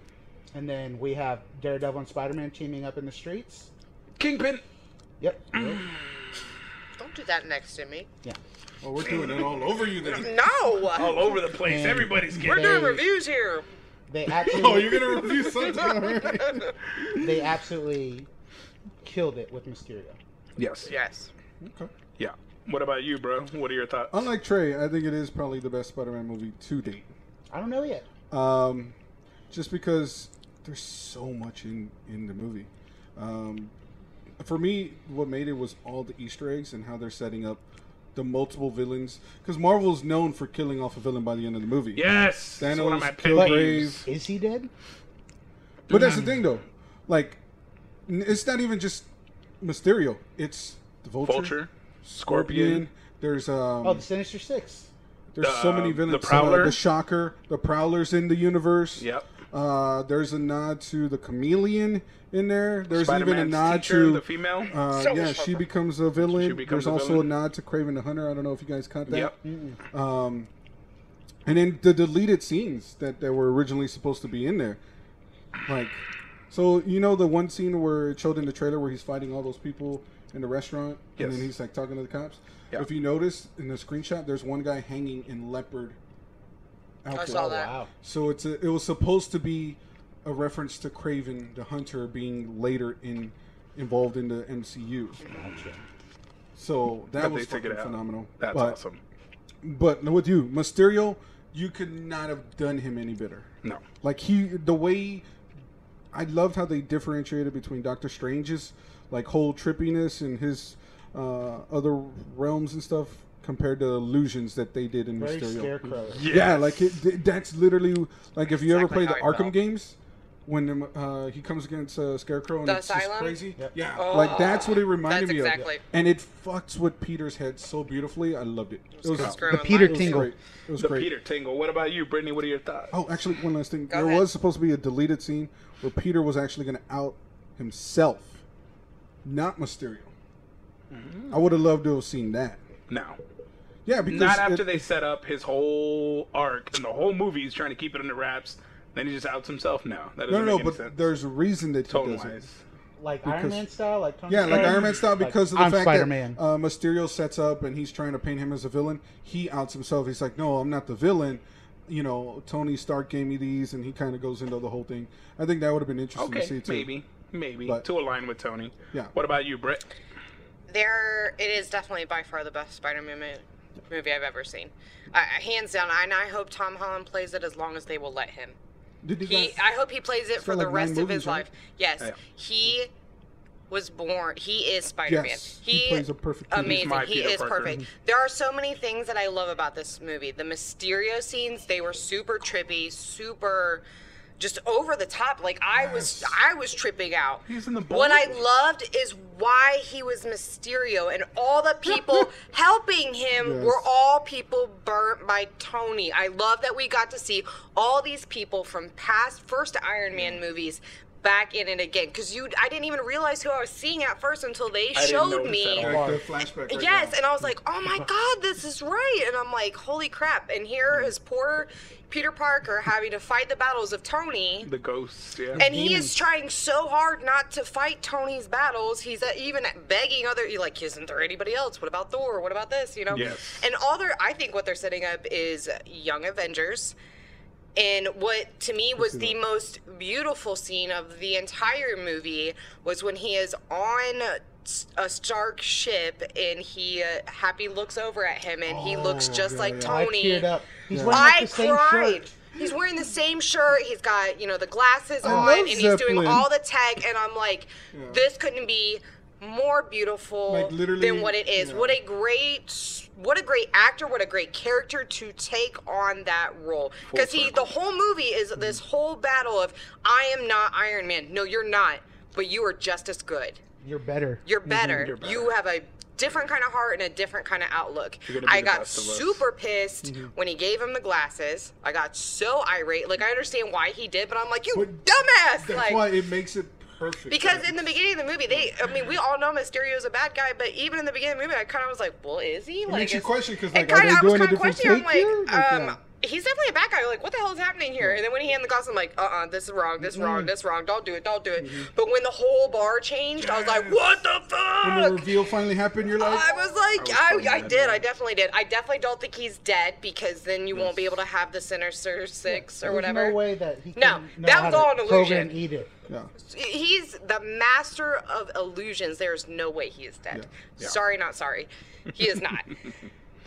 Speaker 4: and then we have Daredevil and Spider Man teaming up in the streets.
Speaker 1: Kingpin.
Speaker 4: Yep.
Speaker 3: Don't do that next to me.
Speaker 4: Yeah.
Speaker 2: Oh, we're doing it all over you then.
Speaker 3: No.
Speaker 1: All over the place.
Speaker 4: Man.
Speaker 1: Everybody's
Speaker 3: We're
Speaker 1: getting.
Speaker 3: doing reviews here.
Speaker 4: They actually.
Speaker 2: Oh, you're gonna review something. already.
Speaker 4: they absolutely killed it with Mysterio.
Speaker 1: Yes.
Speaker 3: Yes.
Speaker 2: okay.
Speaker 1: Yeah. What about you, bro? What are your thoughts?
Speaker 2: Unlike Trey, I think it is probably the best Spider-Man movie to date.
Speaker 4: I don't know yet.
Speaker 2: Um, just because there's so much in in the movie. Um, for me, what made it was all the Easter eggs and how they're setting up the multiple villains. Because Marvel's known for killing off a villain by the end of the movie.
Speaker 1: yes. it's one of
Speaker 2: Thanos,
Speaker 1: my pet
Speaker 2: Kilgrave.
Speaker 1: peeves.
Speaker 4: Is he dead?
Speaker 2: But that's the thing, though. Like, n- it's not even just Mysterio. It's the Vulture,
Speaker 1: Vulture,
Speaker 2: Scorpion.
Speaker 1: Scorpion.
Speaker 2: There's um,
Speaker 4: Oh, the Sinister Six.
Speaker 2: there's so many
Speaker 1: the
Speaker 2: villains. Uh,
Speaker 1: Prowler.
Speaker 2: the Shocker, the Prowler's in the universe.
Speaker 1: Yep.
Speaker 2: Uh, there's a nod to the Chameleon in there. There's even a
Speaker 1: Spider-Man's
Speaker 2: nod
Speaker 1: teacher,
Speaker 2: to
Speaker 1: the female.
Speaker 2: Uh,
Speaker 3: So
Speaker 2: yeah,
Speaker 3: much
Speaker 2: she
Speaker 3: fun.
Speaker 2: becomes a villain.
Speaker 1: She becomes
Speaker 2: There's
Speaker 1: a
Speaker 2: also
Speaker 1: villain.
Speaker 2: a nod to Craven the Hunter. I don't know if you guys caught that.
Speaker 1: yep.
Speaker 2: Um, and then the deleted scenes that, that were originally supposed to be in there. Like, so you know the one scene where it showed in the trailer where he's fighting all those people in the restaurant, and then
Speaker 1: Yes.
Speaker 2: he's like talking to the cops.
Speaker 1: Yeah.
Speaker 2: If you notice in the screenshot, there's one guy hanging in leopard.
Speaker 3: I
Speaker 2: outfit.
Speaker 3: saw that.
Speaker 4: Wow.
Speaker 2: So it's a, it was supposed to be a reference to Craven the Hunter being later in involved in the MCU.
Speaker 4: Gotcha.
Speaker 2: So that
Speaker 1: But they
Speaker 2: was
Speaker 1: took it
Speaker 2: fucking
Speaker 1: out.
Speaker 2: phenomenal.
Speaker 1: That's
Speaker 2: but,
Speaker 1: awesome.
Speaker 2: But with you, Mysterio, you could not have done him any better.
Speaker 1: No.
Speaker 2: Like he, the way I loved how they differentiated between Doctor Strange's like whole trippiness and his uh, other realms and stuff compared to illusions that they did in
Speaker 4: Very
Speaker 2: Mysterio.
Speaker 4: scarecrow.
Speaker 2: Yeah, like it, th- that's literally like if you ever
Speaker 3: Exactly
Speaker 2: play the
Speaker 3: how I
Speaker 2: Arkham
Speaker 3: felt.
Speaker 2: games, when um, uh, he comes against uh, Scarecrow and
Speaker 3: The
Speaker 2: it's just
Speaker 3: Asylum?
Speaker 2: crazy.
Speaker 4: Yep.
Speaker 2: Yeah,
Speaker 3: Oh,
Speaker 2: like that's what it reminded
Speaker 3: that's
Speaker 2: me
Speaker 3: exactly.
Speaker 2: of, and it fucks with Peter's head so beautifully. I loved it. It was,
Speaker 3: Just
Speaker 2: it
Speaker 3: screw
Speaker 4: The
Speaker 3: in
Speaker 4: Peter
Speaker 3: line.
Speaker 2: was
Speaker 4: Tingle.
Speaker 2: great. It was
Speaker 1: The
Speaker 2: great.
Speaker 1: Peter Tingle. What about you, Brittany? What are your thoughts?
Speaker 2: Oh, actually, one last thing.
Speaker 3: Go
Speaker 2: there
Speaker 3: ahead.
Speaker 2: was supposed to be a deleted scene where Peter was actually going to out himself, not Mysterio. I would have loved to have seen that.
Speaker 1: No.
Speaker 2: Yeah, because
Speaker 1: Not after
Speaker 2: it-
Speaker 1: they set up his whole arc and the whole movie he's trying to keep it under wraps. Then he just outs himself. No, that doesn't
Speaker 2: No, no, no,
Speaker 1: make any
Speaker 2: but
Speaker 1: sense.
Speaker 2: there's a reason that he
Speaker 1: tone
Speaker 2: does it.
Speaker 1: wise.
Speaker 4: Like Iron
Speaker 2: Because-
Speaker 4: Man style, like Tony
Speaker 2: Yeah, like
Speaker 4: Stark?
Speaker 2: Iron Man style
Speaker 4: Like,
Speaker 2: because of the
Speaker 4: I'm
Speaker 2: fact
Speaker 4: Spider-Man.
Speaker 2: that uh, Mysterio sets up and he's trying to paint him as a villain. He outs himself. He's like, "No, I'm not the villain." You know, Tony Stark gave me these, and he kind of goes into the whole thing. I think that would have been interesting to see
Speaker 1: Okay,
Speaker 2: too.
Speaker 1: maybe, maybe
Speaker 2: But-
Speaker 1: to align with Tony.
Speaker 2: Yeah.
Speaker 1: What about you, Britt?
Speaker 3: There, it is definitely by far the best Spider-Man mo- movie I've ever seen, uh, hands down. And I hope Tom Holland plays it as long as they will let him.
Speaker 2: Did you
Speaker 3: He,
Speaker 2: guys-
Speaker 3: I hope he plays it for
Speaker 2: got
Speaker 3: the
Speaker 2: like nine
Speaker 3: rest of
Speaker 2: movies,
Speaker 3: his
Speaker 2: right?
Speaker 3: life. Yes,
Speaker 1: Yeah.
Speaker 3: he was born. He is Spider-Man.
Speaker 2: Yes, he plays a perfect Peter. He's
Speaker 3: amazing.
Speaker 1: my
Speaker 3: He
Speaker 1: Peter
Speaker 3: is
Speaker 1: Parker.
Speaker 3: perfect. There are so many things that I love about this movie. The Mysterio scenes, they were super trippy, super just over the top. Like I was I was tripping out.
Speaker 1: He's in the
Speaker 3: What I
Speaker 1: bowl.
Speaker 3: loved is why he was Mysterio and all the people helping him
Speaker 2: Yes.
Speaker 3: were all people burnt by Tony. I love that we got to see all these people from past first Iron Man movies back in it again because you I didn't even realize who I was seeing at first until they
Speaker 1: didn't
Speaker 3: showed
Speaker 1: notice at
Speaker 3: me.
Speaker 1: all.
Speaker 2: Like the flashback. right
Speaker 3: Yes,
Speaker 2: now.
Speaker 3: and I was like, "Oh my God, this is right!" And I'm like, "Holy crap!" And here is poor Peter Parker having to fight the battles of Tony,
Speaker 1: The ghosts, yeah.
Speaker 3: and he is trying so hard not to fight Tony's battles. He's uh, even begging other, you're like, isn't there anybody else? What about Thor? What about this? You know?
Speaker 1: Yes.
Speaker 3: And all they're, I think what they're setting up is Young Avengers. And what to me was the most beautiful scene of the entire movie was when he is on s- a Stark ship and he, uh, Happy looks over at him and he looks
Speaker 2: Oh,
Speaker 3: just
Speaker 2: yeah,
Speaker 3: like
Speaker 2: yeah.
Speaker 4: I
Speaker 3: Tony.
Speaker 4: teared up. He's wearing like
Speaker 3: I
Speaker 4: the same
Speaker 3: cried.
Speaker 4: shirt.
Speaker 3: He's wearing the same shirt. He's got you know the glasses
Speaker 2: I
Speaker 3: on,
Speaker 2: love
Speaker 3: and he's doing
Speaker 2: Zeppelin.
Speaker 3: all the tech. And I'm like,
Speaker 2: Yeah.
Speaker 3: this couldn't be more beautiful
Speaker 2: Like, literally,
Speaker 3: than what it is.
Speaker 2: yeah.
Speaker 3: What a great, what a great actor. What a great character to take on that role. Because he, the whole movie is
Speaker 2: Hmm.
Speaker 3: this whole battle of I am not Iron Man. No, you're not, but you are just as good.
Speaker 4: You're better.
Speaker 3: You're
Speaker 2: Mm-hmm,
Speaker 3: better.
Speaker 1: You're better.
Speaker 3: You have a different kind of heart and a different kind of outlook.
Speaker 1: You're gonna be
Speaker 3: I
Speaker 1: the
Speaker 3: got
Speaker 1: best of us.
Speaker 3: super pissed
Speaker 2: Mm-hmm.
Speaker 3: when he gave him the glasses. I got so irate. Like I understand why he did, but I'm like, you
Speaker 2: But
Speaker 3: dumbass!
Speaker 2: That's
Speaker 3: Like
Speaker 2: why it makes it perfect.
Speaker 3: because
Speaker 2: right?
Speaker 3: in the beginning of the movie, they I mean, we all know Mysterio's a bad guy, but even in the beginning of the movie, I kind of was like, well, is he?
Speaker 2: it
Speaker 3: like,
Speaker 2: makes you
Speaker 3: is-
Speaker 2: question because
Speaker 3: and
Speaker 2: like, are
Speaker 3: kind
Speaker 2: they
Speaker 3: of, I was
Speaker 2: doing a
Speaker 3: kind of
Speaker 2: different
Speaker 3: questioning. I'm
Speaker 2: take
Speaker 3: like,
Speaker 2: here? uh,
Speaker 3: um, he's definitely a bad guy. Like, what the hell is happening here? And then when he handed the glass, I'm like, uh, uh this is wrong, this is
Speaker 2: Mm-hmm.
Speaker 3: wrong, this is wrong. Don't do it, don't do it. But when the whole bar changed, I was like,
Speaker 2: Yes.
Speaker 3: what the fuck?
Speaker 2: yeah. when the reveal finally happened, you're like,
Speaker 3: oh, I was like,
Speaker 1: I was so
Speaker 3: I, I,
Speaker 1: mad.
Speaker 3: did. I definitely did. I definitely don't think he's dead because then you won't be able to have the Sinister Six or
Speaker 4: There's
Speaker 3: whatever.
Speaker 4: no way that he.
Speaker 3: No,
Speaker 4: can know
Speaker 3: that
Speaker 4: how
Speaker 3: was
Speaker 4: to
Speaker 3: all an illusion.
Speaker 4: Program eat it.
Speaker 2: yeah.
Speaker 3: He's the master of illusions. There's no way he is dead.
Speaker 1: Yeah. Yeah.
Speaker 3: Sorry, not sorry. He is not.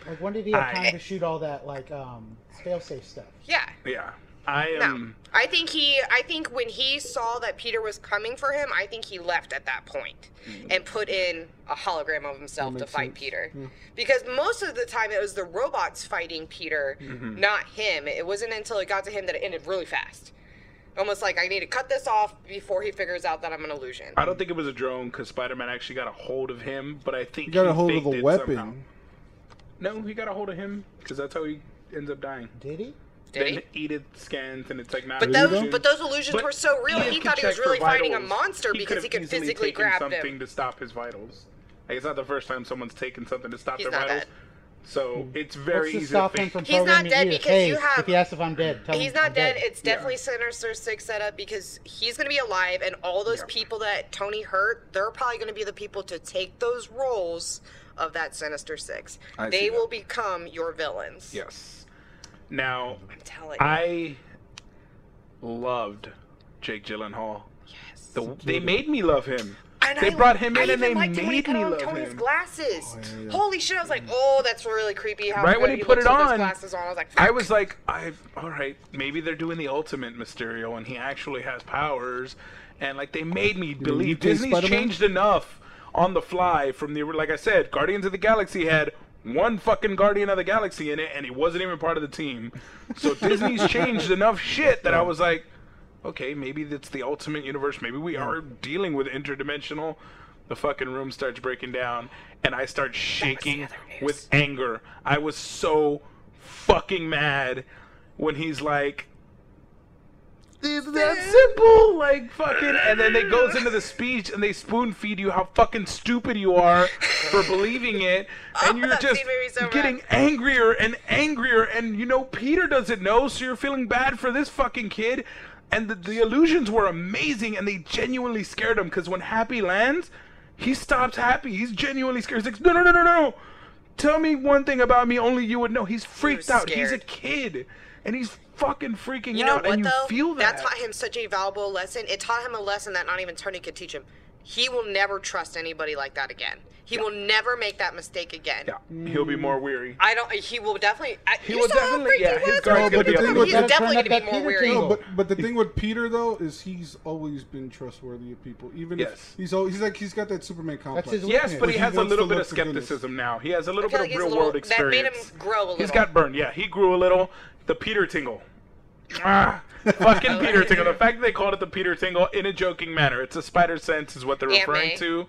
Speaker 4: Like when did he have
Speaker 1: I-
Speaker 4: time to shoot all that like um failsafe stuff?
Speaker 3: yeah.
Speaker 1: yeah. I
Speaker 3: No.
Speaker 1: am.
Speaker 3: I think he I think when he saw that Peter was coming for him, I think he left at that point
Speaker 1: Hmm.
Speaker 3: and put in a hologram of himself to
Speaker 2: makes
Speaker 3: fight
Speaker 2: sense.
Speaker 3: Peter. Because most of the time it was the robots fighting Peter,
Speaker 1: Mm-hmm.
Speaker 3: not him. It wasn't until it got to him that it ended really fast. Almost like I need to cut this off before he figures out that I'm an illusion.
Speaker 1: I don't think it was a drone because Spider Man actually got a hold of him, but I think
Speaker 2: You got
Speaker 1: he
Speaker 2: a hold of
Speaker 1: faked
Speaker 2: the
Speaker 1: it
Speaker 2: weapon.
Speaker 1: somehow. No, he got a hold of him because that's how he ends up dying.
Speaker 4: Did he?
Speaker 3: Did he?
Speaker 1: then Edith scans and it's like not.
Speaker 3: But
Speaker 1: an
Speaker 3: those,
Speaker 1: illusion.
Speaker 3: but those illusions
Speaker 1: But
Speaker 3: were so real.
Speaker 1: Edith
Speaker 3: He
Speaker 1: could
Speaker 3: thought he was
Speaker 1: check for
Speaker 3: really fighting a
Speaker 1: vitals.
Speaker 3: monster because he
Speaker 1: could've
Speaker 3: could
Speaker 1: easily
Speaker 3: physically
Speaker 1: taken
Speaker 3: grab
Speaker 1: something
Speaker 3: him.
Speaker 1: to stop his vitals. Like it's not the first time someone's taken something to stop
Speaker 3: He's
Speaker 1: their
Speaker 3: not
Speaker 1: vitals.
Speaker 3: dead.
Speaker 1: So it's
Speaker 4: What's
Speaker 1: very
Speaker 4: to
Speaker 1: easy
Speaker 4: stop
Speaker 1: to
Speaker 4: him
Speaker 1: fake.
Speaker 4: from
Speaker 3: He's not
Speaker 4: programming
Speaker 3: dead
Speaker 4: Edith?
Speaker 3: because
Speaker 4: hey,
Speaker 3: you have-
Speaker 4: If he asks if I'm dead, tell him
Speaker 3: He's not
Speaker 4: I'm
Speaker 3: dead.
Speaker 4: dead.
Speaker 3: It's definitely Sinister Six setup because he's going to be alive, and all those
Speaker 1: Yeah.
Speaker 3: people that Tony hurt, they're probably going to be the people to take those roles of that Sinister Six.
Speaker 1: I see
Speaker 3: they
Speaker 1: that.
Speaker 3: will become your villains.
Speaker 1: Yes. Now,
Speaker 3: I'm telling you.
Speaker 1: I loved Jake Gyllenhaal.
Speaker 3: Yes.
Speaker 1: The, they made me love him.
Speaker 3: And
Speaker 1: they
Speaker 3: I-
Speaker 1: brought him
Speaker 3: I
Speaker 1: in and
Speaker 3: even
Speaker 1: they
Speaker 3: liked it when he
Speaker 1: made
Speaker 3: put
Speaker 1: me
Speaker 3: on
Speaker 1: love
Speaker 3: Tony's
Speaker 1: him. Mm.
Speaker 3: glasses.
Speaker 2: Oh, yeah, yeah.
Speaker 3: Holy shit! I was like, oh, that's really creepy. How
Speaker 1: Right
Speaker 3: good
Speaker 1: when he put
Speaker 3: looks
Speaker 1: it
Speaker 3: with those
Speaker 1: on,
Speaker 3: glasses on, I was like,
Speaker 1: I
Speaker 3: fuck.
Speaker 1: was like, I all right, maybe they're doing the ultimate Mysterio and he actually has powers, and like they made me believe
Speaker 2: play
Speaker 1: Disney's
Speaker 2: Spider-Man?
Speaker 1: changed enough on the fly from the like I said, Guardians of the Galaxy had one fucking Guardian of the Galaxy in it, and he wasn't even part of the team. So Disney's changed enough shit that I was like, okay, maybe that's the ultimate universe. Maybe we are dealing with interdimensional. The fucking room starts breaking down, and I start shaking
Speaker 3: other news.
Speaker 1: with anger. I was so fucking mad when he's like, "It's that simple," like fucking, and then they goes into the speech and they spoon feed you how fucking stupid you are for believing it, and you're
Speaker 3: that
Speaker 1: just
Speaker 3: scene made me so mad.
Speaker 1: getting angrier and angrier, and you know Peter doesn't know, so you're feeling bad for this fucking kid. And the, the illusions were amazing, and they genuinely scared him. Because when Happy lands, he stops Happy. He's genuinely scared. He's like, no, no, no, no, no. Tell me one thing about me only you would know. He's freaked out. He's a
Speaker 3: scared.
Speaker 1: kid, and he's fucking freaking
Speaker 3: You know
Speaker 1: out,
Speaker 3: what
Speaker 1: and you
Speaker 3: though?
Speaker 1: feel that.
Speaker 3: taught him such a valuable lesson. It taught him a lesson that not even Tony could teach him. He will never trust anybody like that again. He will never make that mistake again.
Speaker 1: Yeah, Mm. he'll be more weary.
Speaker 3: I don't. He will definitely. I,
Speaker 1: He
Speaker 3: you
Speaker 1: will
Speaker 3: saw how
Speaker 1: definitely-
Speaker 3: freaky
Speaker 1: yeah,
Speaker 3: he
Speaker 1: his
Speaker 3: was
Speaker 1: guard
Speaker 3: when he
Speaker 1: could
Speaker 3: was
Speaker 1: be
Speaker 3: with
Speaker 1: up.
Speaker 3: him.
Speaker 1: But
Speaker 3: He's
Speaker 4: gotta turn
Speaker 3: definitely
Speaker 4: up
Speaker 3: gonna
Speaker 4: that
Speaker 3: be more
Speaker 4: Peter
Speaker 3: weary.
Speaker 4: tingle.
Speaker 2: No, but but the thing with Peter though is he's always been trustworthy of people. Even
Speaker 1: Yes.
Speaker 2: if he's always, he's like he's got that Superman complex.
Speaker 4: his weakness.
Speaker 1: Yes, but he
Speaker 2: He
Speaker 1: has a
Speaker 2: wants
Speaker 1: little
Speaker 2: to
Speaker 1: bit of
Speaker 2: look the goodness.
Speaker 1: skepticism now. He has a little
Speaker 3: I feel
Speaker 1: bit
Speaker 3: like
Speaker 1: of
Speaker 3: he's a
Speaker 1: real
Speaker 3: little-
Speaker 1: world
Speaker 3: that made him
Speaker 1: experience.
Speaker 3: grow a little.
Speaker 1: He's got burned. Yeah, he grew a little. The Peter tingle. Ah, fucking Peter tingle. The fact that they called it the Peter tingle in a joking manner. It's a spider sense is what they're
Speaker 3: Aunt
Speaker 1: referring
Speaker 3: May.
Speaker 1: to,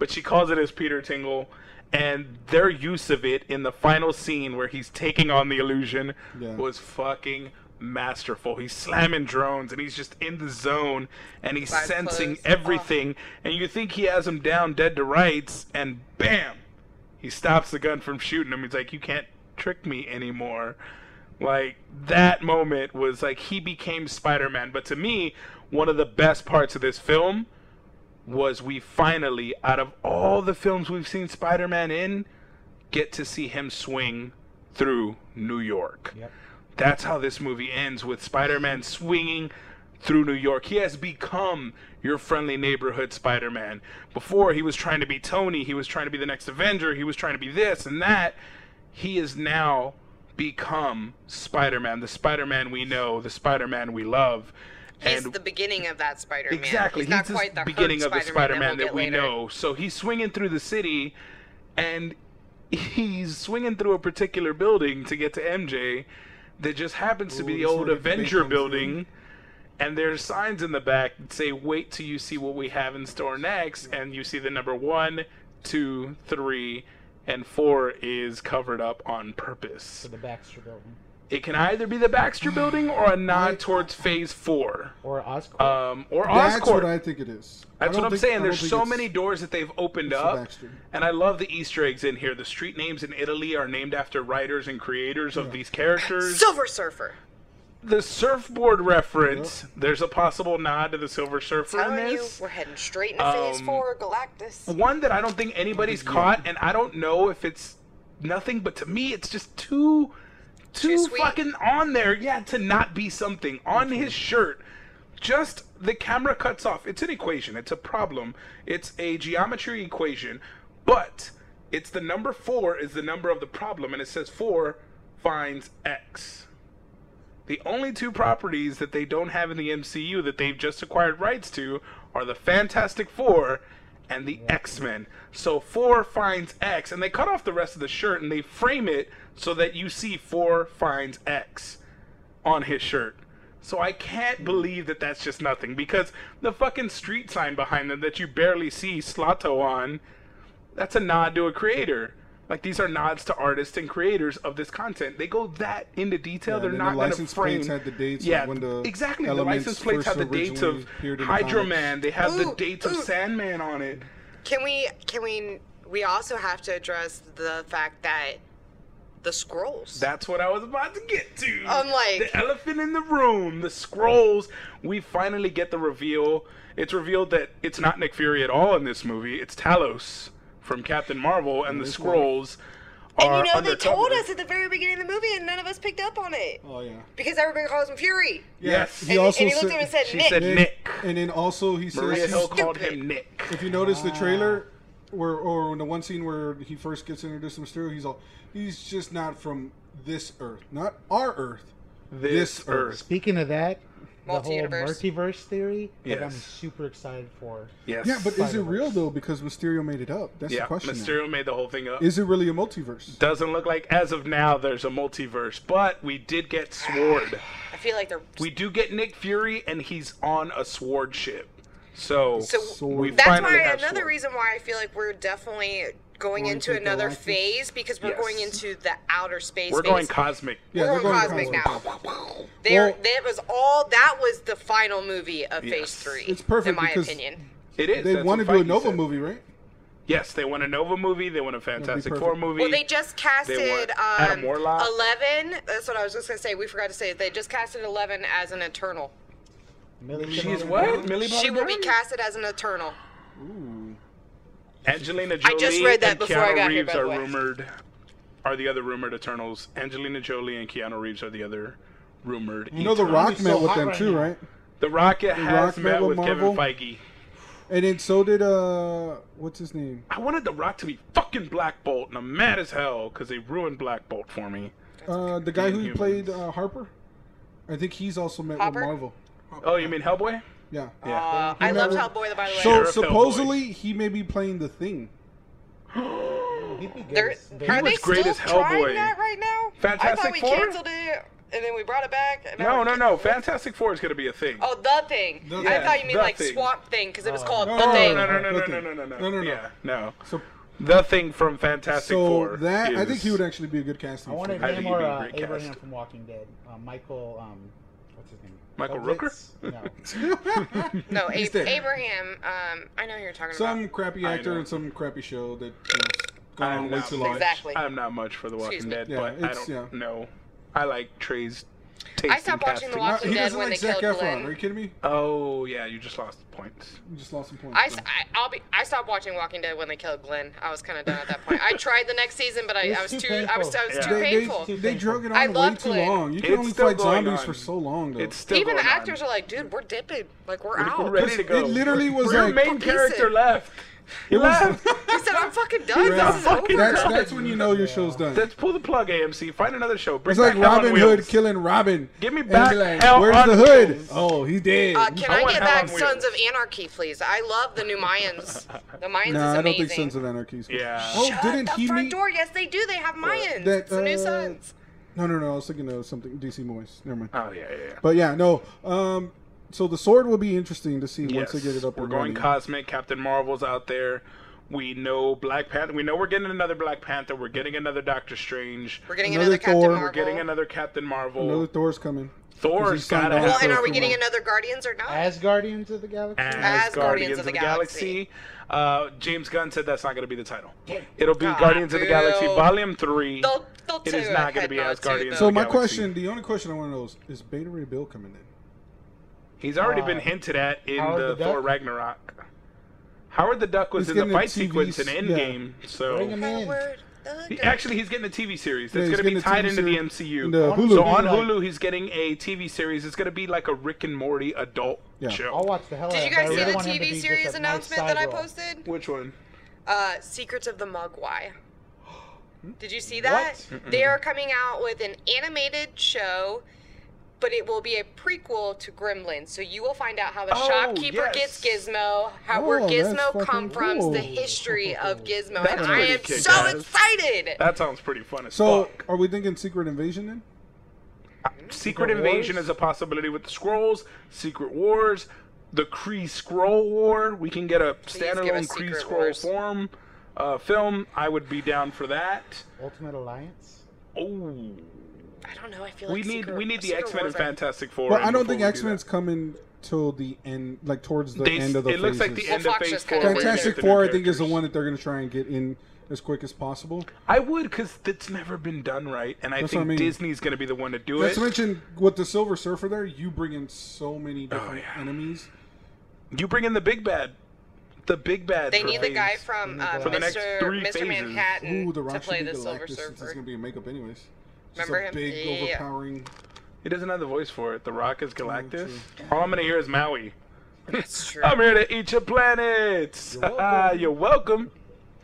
Speaker 1: but she calls it as Peter tingle. And their use of it in the final scene where he's taking on the illusion
Speaker 2: Yeah.
Speaker 1: was fucking masterful. He's slamming drones and he's just in the zone and he's
Speaker 3: Eyes
Speaker 1: sensing
Speaker 3: closed.
Speaker 1: everything. And you think he has him down dead to rights, and bam, he stops the gun from shooting him. He's like, "You can't trick me anymore." Like that moment was like he became Spider-Man. But to me, one of the best parts of this film was we finally, out of all the films we've seen Spider-Man in, get to see him swing through New York.
Speaker 4: Yep.
Speaker 1: That's how this movie ends with Spider-Man swinging through New York. He has become your friendly neighborhood Spider-Man. Before he was trying to be Tony, he was trying to be the next Avenger, he was trying to be this and that. He is now become Spider-Man, the Spider-Man we know, the Spider-Man we love.
Speaker 3: He's
Speaker 1: and
Speaker 3: the beginning of that Spider-Man.
Speaker 1: Exactly.
Speaker 3: He's not
Speaker 1: this
Speaker 3: quite the
Speaker 1: beginning
Speaker 3: hurt
Speaker 1: of the Spider-Man that we
Speaker 3: we'll get later.
Speaker 1: know. So he's swinging through the city, and he's swinging through a particular building to get to MJ. That just happens to be
Speaker 2: Ooh,
Speaker 1: the
Speaker 2: this
Speaker 1: old
Speaker 2: where the debate
Speaker 1: Avenger
Speaker 2: comes in.
Speaker 1: building. And there's signs in the back that say, "Wait till you see what we have in store next." And you see the number one, two, three, and four is covered up on purpose.
Speaker 4: for the Baxter building
Speaker 1: It can either be the Baxter Building or a nod
Speaker 2: Like-
Speaker 1: towards Phase Four,
Speaker 4: or Oscorp.
Speaker 1: um, or
Speaker 2: That's
Speaker 1: Oscorp.
Speaker 2: what I think it is. I
Speaker 1: That's
Speaker 2: don't
Speaker 1: what I'm
Speaker 2: think- I
Speaker 1: saying.
Speaker 2: don't
Speaker 1: There's
Speaker 2: think
Speaker 1: so
Speaker 2: it's-
Speaker 1: many doors that they've opened
Speaker 2: the
Speaker 1: up.
Speaker 2: Baxter.
Speaker 1: And I love the Easter eggs in here. The street names in Italy are named after writers and creators of these characters.
Speaker 3: Silver Surfer.
Speaker 1: the surfboard reference, there's a possible nod to the Silver Surfer in
Speaker 3: Telling you,
Speaker 1: this.
Speaker 3: we're heading straight into Phase
Speaker 1: Um,
Speaker 3: Four, Galactus.
Speaker 1: One that I don't think anybody's caught, and I don't know if it's nothing, but to me, it's just too,
Speaker 3: Too
Speaker 1: too,
Speaker 3: sweet.
Speaker 1: fucking on there. Yeah, to not be something on his shirt. Just the camera cuts off. It's an equation. It's a problem. It's a geometry equation, but it's the number four is the number of the problem, and it says four finds x. The only two properties that they don't have in the MCU that they've just acquired rights to are the Fantastic Four and the X Men. So four finds X, and they cut off the rest of the shirt and they frame it so that you see four finds X on his shirt. So I can't believe that that's just nothing because the fucking street sign behind them that you barely see Slato on, that's a nod to a creator. Like these are nods to artists and creators of this content. They go that into detail.
Speaker 2: Yeah,
Speaker 1: They're
Speaker 2: and then
Speaker 1: not
Speaker 2: the
Speaker 1: going to
Speaker 2: license
Speaker 1: frame.
Speaker 2: plates had the dates of
Speaker 1: yeah,
Speaker 2: when the
Speaker 1: exactly. The
Speaker 2: elements
Speaker 1: license plates have the
Speaker 2: first
Speaker 1: dates of
Speaker 2: originally appeared in the
Speaker 1: Hydro
Speaker 2: comics.
Speaker 1: Man. They have the
Speaker 3: Ooh,
Speaker 1: dates of
Speaker 3: ooh.
Speaker 1: Sandman on it.
Speaker 3: Can we? Can we? We also have to address the fact that the scrolls.
Speaker 1: That's what I was about to get to.
Speaker 3: I'm like-
Speaker 1: the elephant in the room, the scrolls. We finally get the reveal. It's revealed that it's not Nick Fury at all in this movie. It's Talos from Captain Marvel, and the scrolls
Speaker 3: and
Speaker 1: are
Speaker 3: you know they
Speaker 1: undercover.
Speaker 3: told us at the very beginning of the movie, and none of us picked up on it
Speaker 2: Oh yeah.
Speaker 3: because everybody calls him Fury.
Speaker 1: Yes.
Speaker 2: He
Speaker 3: and,
Speaker 2: also
Speaker 3: and he looked at him and said,
Speaker 1: She
Speaker 3: "Nick."
Speaker 1: said
Speaker 2: And-
Speaker 1: Nick.
Speaker 2: And then also he says
Speaker 1: Maria
Speaker 2: he's-
Speaker 1: Hill called
Speaker 3: stupid.
Speaker 1: him Nick.
Speaker 2: If you notice the trailer, where or in the one scene where he first gets introduced to Mysterio, he's all, he's just not from this Earth, not our Earth.
Speaker 1: This,
Speaker 2: This
Speaker 1: Earth.
Speaker 4: Speaking of that, the whole
Speaker 3: Multi-universe.
Speaker 4: multiverse theory that I'm
Speaker 1: Yes.
Speaker 4: super excited for.
Speaker 1: Yes.
Speaker 2: Yeah, but is it
Speaker 4: Spider-Verse.
Speaker 2: real though? Because Mysterio made it up. That's
Speaker 1: yeah,
Speaker 2: the question. now.
Speaker 1: Mysterio made the whole thing up.
Speaker 2: Is it really a multiverse?
Speaker 1: Doesn't look like as of now there's a multiverse, but we did get Sword.
Speaker 3: I feel like they're.
Speaker 1: We do get Nick Fury, and he's on a Sword ship. So,
Speaker 3: So
Speaker 1: we
Speaker 2: Sword.
Speaker 3: That's
Speaker 1: finally
Speaker 3: why
Speaker 1: have
Speaker 3: another
Speaker 1: Sword.
Speaker 3: reason why I feel like we're definitely going
Speaker 2: Going
Speaker 3: into
Speaker 2: to
Speaker 3: another
Speaker 2: Galactus?
Speaker 3: phase because we're
Speaker 1: Yes.
Speaker 3: going into the outer space.
Speaker 1: We're
Speaker 3: phase.
Speaker 1: going cosmic.
Speaker 2: Yeah,
Speaker 3: we're
Speaker 2: they're
Speaker 3: going
Speaker 2: going
Speaker 3: cosmic
Speaker 2: cosmic.
Speaker 3: now. There,
Speaker 2: Well-
Speaker 3: that was all. That was the final movie of Phase
Speaker 1: Yes.
Speaker 3: Three.
Speaker 2: It's perfect
Speaker 3: in my
Speaker 2: because-
Speaker 3: opinion.
Speaker 1: It is.
Speaker 2: They
Speaker 1: that's
Speaker 2: want to
Speaker 1: what
Speaker 2: do a
Speaker 1: Feige
Speaker 2: Nova
Speaker 1: said.
Speaker 2: movie, right?
Speaker 1: Yes, they want a Nova movie. They want a Fantastic Four
Speaker 2: perfect.
Speaker 1: movie.
Speaker 3: Well, they just casted
Speaker 1: want
Speaker 3: um,
Speaker 1: Adam Warlock.
Speaker 3: Eleven. That's what I was just gonna say. We forgot to say it. they just casted Eleven as an Eternal.
Speaker 4: Millie
Speaker 1: She's
Speaker 4: Bobby
Speaker 1: what?
Speaker 4: Brown?
Speaker 1: Millie Bobby
Speaker 3: She will be
Speaker 1: Brown?
Speaker 3: casted as an Eternal.
Speaker 1: Angelina Jolie
Speaker 3: I just read that
Speaker 1: and
Speaker 3: before
Speaker 1: Keanu
Speaker 3: I got here,
Speaker 1: Reeves
Speaker 3: by the
Speaker 1: are
Speaker 3: way.
Speaker 1: rumored are the other rumored Eternals. Angelina Jolie and Keanu Reeves are the other rumored.
Speaker 2: You know the Rock
Speaker 4: so
Speaker 2: met with
Speaker 4: hot
Speaker 2: them
Speaker 4: right
Speaker 2: too,
Speaker 4: now.
Speaker 2: right?
Speaker 1: The Rocket has
Speaker 2: Rock met
Speaker 1: met
Speaker 2: with
Speaker 1: with Kevin
Speaker 2: Marvel?
Speaker 1: Feige.
Speaker 2: And then so did uh, what's his name?
Speaker 1: I wanted The Rock to be fucking Black Bolt, and I'm mad as hell because they ruined Black Bolt for me.
Speaker 2: Uh, the guy who
Speaker 1: Inhumans.
Speaker 2: played uh, Harper. I think he's also met
Speaker 3: Hopper?
Speaker 2: with Marvel.
Speaker 1: Oh, you mean Hellboy?
Speaker 2: Yeah.
Speaker 1: Yeah.
Speaker 3: Uh, I
Speaker 2: Who
Speaker 3: loved
Speaker 2: knows?
Speaker 3: Hellboy. By the way,
Speaker 2: So
Speaker 1: Sheriff
Speaker 2: supposedly he may be playing the Thing.
Speaker 4: He'd be good
Speaker 3: They're,
Speaker 4: as-
Speaker 3: are
Speaker 1: was
Speaker 3: they
Speaker 1: great
Speaker 3: still
Speaker 1: as Hellboy.
Speaker 3: trying that right now? I
Speaker 1: Fantastic
Speaker 3: thought we
Speaker 1: Four?
Speaker 3: canceled it and then we brought it back. and now
Speaker 1: No,
Speaker 3: we're
Speaker 1: no,
Speaker 3: can-
Speaker 1: no. Fantastic Four is going to be a thing.
Speaker 3: Oh, the thing.
Speaker 2: The
Speaker 3: I
Speaker 2: Thing.
Speaker 3: thought you mean
Speaker 1: The
Speaker 3: like
Speaker 1: Thing.
Speaker 3: Swamp Thing because it was
Speaker 4: Oh.
Speaker 3: called
Speaker 2: No,
Speaker 3: the
Speaker 2: no,
Speaker 3: thing.
Speaker 1: no, no, no, no,
Speaker 2: Nothing.
Speaker 1: no, no, no, no,
Speaker 2: No, no, no.
Speaker 1: Yeah, no.
Speaker 2: So
Speaker 1: the thing from Fantastic
Speaker 2: so
Speaker 1: Four.
Speaker 2: that I think
Speaker 1: is-
Speaker 2: he would actually be a good casting.
Speaker 4: I
Speaker 2: for
Speaker 4: wanted
Speaker 2: that.
Speaker 1: I think
Speaker 4: him
Speaker 1: he'd
Speaker 4: or
Speaker 1: be
Speaker 4: uh,
Speaker 1: recast.
Speaker 4: Abraham from Walking Dead. Uh, Michael, um, what's his name?
Speaker 1: Michael
Speaker 4: Kovits? No.
Speaker 3: No,
Speaker 2: He's
Speaker 3: Ab-
Speaker 2: dead.
Speaker 3: Abraham. Um, I know who you're talking
Speaker 2: some
Speaker 3: about.
Speaker 2: crappy
Speaker 1: I
Speaker 2: actor
Speaker 1: know.
Speaker 2: and some crappy show that you know, gone
Speaker 1: I'm
Speaker 2: on way
Speaker 1: not-
Speaker 2: too long.
Speaker 3: Exactly.
Speaker 1: I'm not much for The
Speaker 3: Excuse
Speaker 1: Walking
Speaker 3: me.
Speaker 1: Dead,
Speaker 2: Yeah,
Speaker 1: but I
Speaker 2: it's-
Speaker 1: don't
Speaker 2: yeah.
Speaker 1: know. I like Trey's taste.
Speaker 3: I stopped
Speaker 1: in
Speaker 3: watching
Speaker 1: casting.
Speaker 3: The
Speaker 2: No,
Speaker 3: Walking
Speaker 2: Uh, he
Speaker 3: Dead
Speaker 2: doesn't
Speaker 3: when
Speaker 2: like
Speaker 3: they
Speaker 2: Zac
Speaker 3: killed
Speaker 2: Efron.
Speaker 3: Glenn.
Speaker 2: Are you kidding me?
Speaker 1: Oh yeah, you just lost points.
Speaker 2: You just lost some points.
Speaker 3: I, s-
Speaker 2: bro.
Speaker 3: I- I'll be. I stopped watching Walking Dead when they killed Glenn. I was kind of done at that point. I tried the next season, but I,
Speaker 4: It's
Speaker 3: I was
Speaker 4: too
Speaker 3: too. I was. I
Speaker 1: painful.
Speaker 3: was too
Speaker 2: they,
Speaker 3: painful.
Speaker 2: They,
Speaker 4: Too
Speaker 2: they
Speaker 4: painful.
Speaker 2: drug it on
Speaker 3: I
Speaker 2: way
Speaker 3: love
Speaker 2: too
Speaker 3: Glenn.
Speaker 2: long. You can
Speaker 1: It's
Speaker 2: only
Speaker 1: still
Speaker 2: fight
Speaker 1: going
Speaker 2: zombies
Speaker 1: on.
Speaker 2: for so long, though.
Speaker 1: It's still
Speaker 3: Even
Speaker 1: going
Speaker 3: the
Speaker 1: on.
Speaker 3: actors are like, dude, we're dipping. Like we're
Speaker 1: We're
Speaker 3: out.
Speaker 1: ready to go.
Speaker 2: It literally was
Speaker 1: your
Speaker 2: like-
Speaker 1: main character
Speaker 3: Listen.
Speaker 1: left. He left.
Speaker 3: He said, I'm fucking done.
Speaker 2: Yeah.
Speaker 3: This is over.
Speaker 2: that's that's when you know your show's done.
Speaker 1: Let's pull the plug, AMC. Find another show. Bring
Speaker 2: It's like
Speaker 1: back Hell on
Speaker 2: Robin
Speaker 1: Wheels.
Speaker 2: Hood killing Robin.
Speaker 1: Give me
Speaker 2: And
Speaker 1: back
Speaker 2: be like,
Speaker 1: Hell
Speaker 2: Where's
Speaker 1: on
Speaker 2: the hood?
Speaker 1: Wheels."
Speaker 2: Oh, he's dead.
Speaker 3: Uh, can I,
Speaker 1: want
Speaker 3: get
Speaker 1: Hell
Speaker 3: back
Speaker 1: on
Speaker 3: Sons of
Speaker 1: Wheels.
Speaker 3: Anarchy, please? I love the new Mayans. The Mayans
Speaker 2: nah,
Speaker 3: is amazing.
Speaker 2: I don't think Sons of Anarchy is good.
Speaker 1: Yeah.
Speaker 2: Oh,
Speaker 3: Shut
Speaker 2: didn't
Speaker 3: the
Speaker 2: he
Speaker 3: front
Speaker 2: meet?
Speaker 3: door. Yes, they do. They have Mayans.
Speaker 2: That,
Speaker 3: it's the new
Speaker 2: uh,
Speaker 3: Sons.
Speaker 2: No, no, no. I was thinking of something. DC Moyes. Never mind.
Speaker 1: Oh yeah, yeah. yeah.
Speaker 2: But yeah, no. Um, so the sword will be interesting to see once
Speaker 1: Yes.
Speaker 2: they get it up.
Speaker 1: We're
Speaker 2: and
Speaker 1: going
Speaker 2: running.
Speaker 1: cosmic. Captain Marvel's out there. We know Black Panther. We know we're getting another Black Panther. We're getting another Doctor Strange.
Speaker 3: We're getting
Speaker 2: another
Speaker 3: another, Captain
Speaker 2: Thor. We're
Speaker 3: Marvel.
Speaker 1: We're getting another Captain Marvel.
Speaker 2: Another Thor's coming.
Speaker 1: Thor's
Speaker 2: 'Cause he signed
Speaker 1: gotta
Speaker 2: on
Speaker 1: have
Speaker 3: well,
Speaker 2: for
Speaker 3: and
Speaker 2: a
Speaker 3: are we
Speaker 2: few
Speaker 3: getting
Speaker 2: more.
Speaker 3: another Guardians or not?
Speaker 4: As Guardians of the Galaxy.
Speaker 1: as Guardians of the Galaxy. Uh, James Gunn said that's not going to be the title. It'll be
Speaker 3: Ah,
Speaker 1: Guardians of the Galaxy
Speaker 3: boo.
Speaker 1: Volume 3.
Speaker 3: They'll- they'll
Speaker 1: it is
Speaker 3: do
Speaker 1: not
Speaker 3: it,
Speaker 1: going to be
Speaker 3: head
Speaker 1: as
Speaker 3: nod to
Speaker 1: Guardians
Speaker 3: the-
Speaker 2: So
Speaker 1: of the
Speaker 2: my
Speaker 1: Galaxy.
Speaker 2: question, the only question I want to know is, is Beta Ray Bill coming in?
Speaker 1: He's already
Speaker 4: Uh,
Speaker 1: been hinted at in
Speaker 4: Howard
Speaker 1: the,
Speaker 4: the
Speaker 1: Thor
Speaker 4: Duck?
Speaker 1: Ragnarok. Howard the Duck was
Speaker 2: He's
Speaker 1: in
Speaker 2: getting
Speaker 1: the
Speaker 2: a
Speaker 1: fight
Speaker 2: TV
Speaker 1: sequence in
Speaker 2: yeah.
Speaker 1: Endgame,
Speaker 4: Bring him
Speaker 1: so.
Speaker 4: in.
Speaker 3: Howard the
Speaker 1: He-
Speaker 3: Duck.
Speaker 1: Actually, he's getting a TV series that's
Speaker 2: Yeah, he's
Speaker 1: going to be
Speaker 2: getting a
Speaker 1: tied
Speaker 2: TV
Speaker 1: into
Speaker 2: series.
Speaker 1: the MCU.
Speaker 2: And, uh,
Speaker 4: Hulu.
Speaker 1: So on
Speaker 4: Like-
Speaker 1: Hulu, he's getting a TV series. It's going to be like a Rick and Morty adult
Speaker 2: Yeah.
Speaker 1: show.
Speaker 4: I'll watch the hell
Speaker 3: Did
Speaker 4: out
Speaker 3: you
Speaker 4: of it. I
Speaker 3: guys see
Speaker 4: really
Speaker 3: the
Speaker 4: want him to be
Speaker 3: TV
Speaker 4: just a
Speaker 3: series
Speaker 4: nice
Speaker 3: announcement
Speaker 4: side
Speaker 3: that I
Speaker 4: role.
Speaker 3: posted?
Speaker 1: Which one?
Speaker 3: Uh, Secrets of the Mugwai. Did you see that? They are coming out with an animated show, but it will be a prequel to Gremlins. So you will find out how the
Speaker 1: Oh,
Speaker 3: shopkeeper
Speaker 1: yes.
Speaker 3: gets Gizmo, how
Speaker 2: Oh,
Speaker 3: where
Speaker 2: that's
Speaker 3: Gizmo
Speaker 2: fucking
Speaker 3: come from,
Speaker 2: cool.
Speaker 3: the history of Gizmo,
Speaker 1: That's
Speaker 3: and I
Speaker 1: pretty
Speaker 3: am
Speaker 1: kick-ass.
Speaker 3: so excited.
Speaker 1: That sounds pretty fun as
Speaker 2: So
Speaker 1: fuck.
Speaker 2: are we thinking Secret Invasion then?
Speaker 1: Secret
Speaker 4: Secret
Speaker 1: Invasion
Speaker 4: Wars?
Speaker 1: is a possibility with the Scrolls, Secret Wars, the Kree Scroll War. We can get a
Speaker 3: give
Speaker 1: standalone
Speaker 3: us
Speaker 1: Kree
Speaker 3: Secret
Speaker 1: Scroll
Speaker 3: Wars.
Speaker 1: form uh, film. I would be down for that.
Speaker 4: Ultimate Alliance.
Speaker 1: Oh,
Speaker 3: I don't know. I feel like
Speaker 1: we need
Speaker 3: Secret-
Speaker 1: we need the
Speaker 3: Secret
Speaker 1: X Men and
Speaker 3: Wars, I-
Speaker 1: Fantastic Four.
Speaker 2: Well,
Speaker 1: in
Speaker 2: I don't
Speaker 1: before
Speaker 2: think
Speaker 1: we do
Speaker 2: X Men's
Speaker 1: that.
Speaker 2: coming till the end, like towards the
Speaker 1: They-
Speaker 2: end of the.
Speaker 1: it looks like the
Speaker 2: phases.
Speaker 1: end
Speaker 3: Well,
Speaker 1: of
Speaker 3: Fox
Speaker 1: Phase
Speaker 3: just
Speaker 1: Four.
Speaker 3: kinda
Speaker 1: we're gonna
Speaker 2: Fantastic
Speaker 1: get the new
Speaker 2: Four, I think, is the
Speaker 1: characters.
Speaker 2: one that they're going to try and get in as quick as possible.
Speaker 1: I would, because that's never been done right, and I
Speaker 2: That's
Speaker 1: think
Speaker 2: what I mean.
Speaker 1: Disney's going to be the one to do
Speaker 2: Not to
Speaker 1: it.
Speaker 2: mention with the Silver Surfer there, you bring in so many different
Speaker 1: Oh, yeah.
Speaker 2: enemies.
Speaker 1: You bring in the big bad, the big bad.
Speaker 3: They
Speaker 1: for
Speaker 3: need the
Speaker 1: Phase-
Speaker 3: guy from uh,
Speaker 1: For the next
Speaker 3: Mr.
Speaker 1: three
Speaker 3: Mr.
Speaker 1: phases.
Speaker 3: Manhattan
Speaker 2: Ooh, the
Speaker 3: to
Speaker 2: Rock
Speaker 3: play
Speaker 2: should
Speaker 3: the
Speaker 2: be
Speaker 3: Silver
Speaker 2: Galactus. It's
Speaker 3: Surfer.
Speaker 2: going to be a makeup anyways. Just
Speaker 3: Remember
Speaker 2: a
Speaker 3: him?
Speaker 2: Big,
Speaker 3: Yeah, yeah, yeah.
Speaker 2: overpowering.
Speaker 1: He doesn't have the voice for it. The Rock is Galactus. All I'm going to hear is Maui.
Speaker 3: That's true.
Speaker 1: I'm here to eat your planets. You're welcome.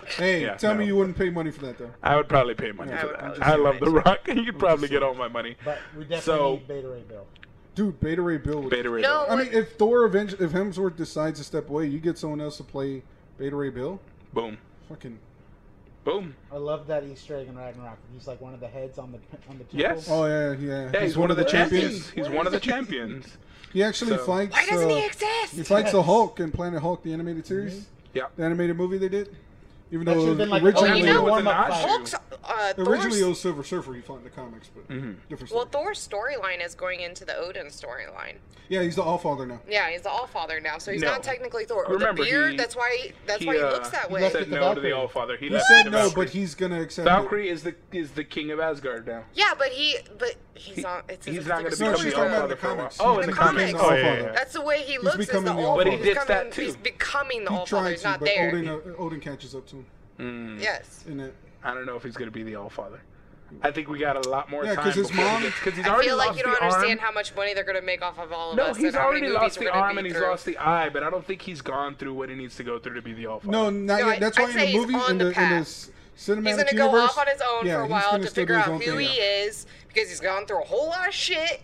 Speaker 2: Hey,
Speaker 1: Yeah,
Speaker 2: tell
Speaker 1: no.
Speaker 2: me you wouldn't pay money for that though.
Speaker 1: I would probably pay money
Speaker 2: Yeah,
Speaker 1: for
Speaker 3: I would- I'm
Speaker 1: that.
Speaker 3: just
Speaker 1: I love
Speaker 3: saying.
Speaker 1: The Rock. You'd probably get all my money.
Speaker 4: But we definitely
Speaker 1: So-
Speaker 4: need Beta Ray Bill.
Speaker 2: Dude, Beta Ray Bill. would-
Speaker 1: Beta Ray
Speaker 3: No,
Speaker 1: Bill.
Speaker 2: I mean, if Thor Avenge, if Hemsworth decides to step away, you get someone else to play Beta Ray Bill.
Speaker 1: Boom.
Speaker 2: Fucking
Speaker 1: Boom.
Speaker 4: I love that Easter egg in Ragnarok. He's like one of the heads on the on the temple.
Speaker 1: Yes.
Speaker 2: oh yeah, yeah.
Speaker 1: Yeah, he's, one, of the champions. He's
Speaker 4: Where
Speaker 1: one
Speaker 4: is
Speaker 1: of the
Speaker 4: he?
Speaker 1: champions.
Speaker 2: He actually
Speaker 1: So-
Speaker 2: fights.
Speaker 3: Why doesn't
Speaker 2: uh,
Speaker 3: he exist?
Speaker 2: He fights the Hulk in Planet Hulk, the animated series,
Speaker 1: Yeah.
Speaker 2: the animated movie they did. Even
Speaker 4: That
Speaker 2: though
Speaker 4: should have been like
Speaker 2: originally,
Speaker 3: Oh, you
Speaker 4: a
Speaker 3: know-
Speaker 4: warm up
Speaker 1: It's an
Speaker 4: fight.
Speaker 1: offshoot.
Speaker 3: Hulk's, uh,
Speaker 2: originally it
Speaker 3: Thor's,
Speaker 2: was Silver Surfer. He fought in the comics, but different. story.
Speaker 3: well, Thor's storyline is going into the Odin storyline.
Speaker 2: yeah, he's the All Father now.
Speaker 3: Yeah, he's the All Father now, so he's
Speaker 1: No.
Speaker 3: not technically Thor. Or
Speaker 1: Remember,
Speaker 3: the beard.
Speaker 1: he-
Speaker 3: that's why. He, that's
Speaker 1: He,
Speaker 3: why he
Speaker 1: uh,
Speaker 3: looks that
Speaker 1: he
Speaker 3: way.
Speaker 4: left it
Speaker 1: said
Speaker 4: to
Speaker 1: no to the
Speaker 4: Valkyrie.
Speaker 1: Allfather. He,
Speaker 2: He
Speaker 1: left it
Speaker 2: said
Speaker 1: to
Speaker 2: no,
Speaker 1: Valkyrie.
Speaker 2: but he's gonna accept it.
Speaker 1: Valkyrie is the is the king of Asgard now.
Speaker 3: Yeah, but he. But he's not. It's his
Speaker 1: He's not going to
Speaker 3: it's
Speaker 2: No,
Speaker 1: become
Speaker 3: his-
Speaker 2: she's
Speaker 1: the
Speaker 2: talking about in
Speaker 1: Allfather
Speaker 2: the
Speaker 1: for a while.
Speaker 2: comics.
Speaker 1: Oh, in
Speaker 2: In
Speaker 3: the
Speaker 1: the comics.
Speaker 3: comics.
Speaker 1: Oh, yeah, yeah, yeah.
Speaker 3: That's the way he looks. Is the
Speaker 2: becoming the
Speaker 3: All
Speaker 2: But he
Speaker 3: Father.
Speaker 1: did
Speaker 3: He's
Speaker 1: that
Speaker 3: becoming-
Speaker 1: too.
Speaker 3: He's becoming the
Speaker 2: He
Speaker 3: All Father.
Speaker 2: tried
Speaker 3: He's
Speaker 2: to,
Speaker 3: not
Speaker 2: but
Speaker 3: there.
Speaker 2: Odin, uh, Odin catches up to him
Speaker 1: Mm-hmm.
Speaker 3: Yes.
Speaker 2: in it.
Speaker 1: I don't know if he's going to be the Allfather. I think we got a lot more
Speaker 2: Yeah,
Speaker 1: time.
Speaker 2: 'cause his
Speaker 1: before he
Speaker 2: mom-
Speaker 1: gets- 'cause he's
Speaker 3: I
Speaker 1: already
Speaker 3: feel like
Speaker 1: lost
Speaker 3: you don't
Speaker 1: the arm.
Speaker 3: understand how much money they're going to make off of all of
Speaker 1: No,
Speaker 3: us.
Speaker 1: he's
Speaker 3: and how many
Speaker 1: already
Speaker 3: movies
Speaker 1: lost
Speaker 3: we're
Speaker 1: the
Speaker 3: gonna
Speaker 1: arm
Speaker 3: be
Speaker 1: and he's
Speaker 3: through.
Speaker 1: lost the eye, but I don't think he's gone through what he needs to go through to be the All Father.
Speaker 2: No, not
Speaker 3: No,
Speaker 2: yet.
Speaker 3: I-
Speaker 2: That's
Speaker 3: I'd
Speaker 2: why in
Speaker 3: say
Speaker 2: the
Speaker 3: he's
Speaker 2: movie,
Speaker 3: on
Speaker 2: in
Speaker 3: the
Speaker 2: the, in
Speaker 3: path.
Speaker 2: this cinematic
Speaker 3: He's gonna
Speaker 2: universe,
Speaker 3: go off on his own
Speaker 2: yeah,
Speaker 3: for a
Speaker 2: he's
Speaker 3: while
Speaker 2: gonna
Speaker 3: to
Speaker 2: still do
Speaker 3: figure
Speaker 2: his
Speaker 3: out
Speaker 2: own
Speaker 3: who
Speaker 2: thing,
Speaker 3: he
Speaker 2: yeah.
Speaker 3: is because he's gone through a whole lot of shit,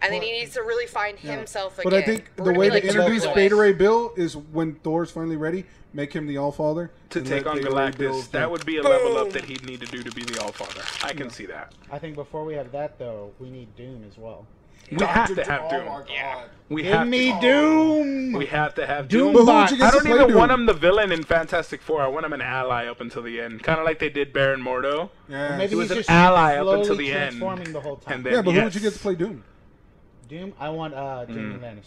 Speaker 3: and then he needs to really find himself again.
Speaker 2: But I think
Speaker 3: We're
Speaker 2: the
Speaker 3: gonna
Speaker 2: way
Speaker 3: be like
Speaker 2: they introduce
Speaker 3: Joel.
Speaker 2: Beta Ray Bill is when Thor's finally ready, make him the All Father
Speaker 1: to take on Galactus, that would be a level up that he'd need to do to be the All Father. I can see that.
Speaker 4: I think before we have that though, we need Doom as well.
Speaker 1: We have to have
Speaker 2: Oh my
Speaker 1: Doom.
Speaker 2: god.
Speaker 3: Yeah.
Speaker 1: We
Speaker 4: Give
Speaker 1: have
Speaker 4: me
Speaker 1: to.
Speaker 4: Doom.
Speaker 1: We have to have
Speaker 4: Doom
Speaker 1: Doom.
Speaker 2: But who
Speaker 4: Bot.
Speaker 2: would you
Speaker 1: I
Speaker 2: guys
Speaker 1: don't
Speaker 2: play
Speaker 1: even
Speaker 2: Doom?
Speaker 1: want him the villain in Fantastic Four. I want him an ally up until the end, kind of like they did Baron Mordo.
Speaker 2: Yeah.
Speaker 4: Maybe
Speaker 1: He was
Speaker 4: he's
Speaker 1: an
Speaker 4: just
Speaker 1: ally up
Speaker 4: slowly
Speaker 1: until the end.
Speaker 4: transforming the whole time.
Speaker 1: And then,
Speaker 2: yeah, but who
Speaker 1: yes.
Speaker 2: would you get to play Doom?
Speaker 4: Doom. I want uh,
Speaker 1: Mm.
Speaker 4: Jamie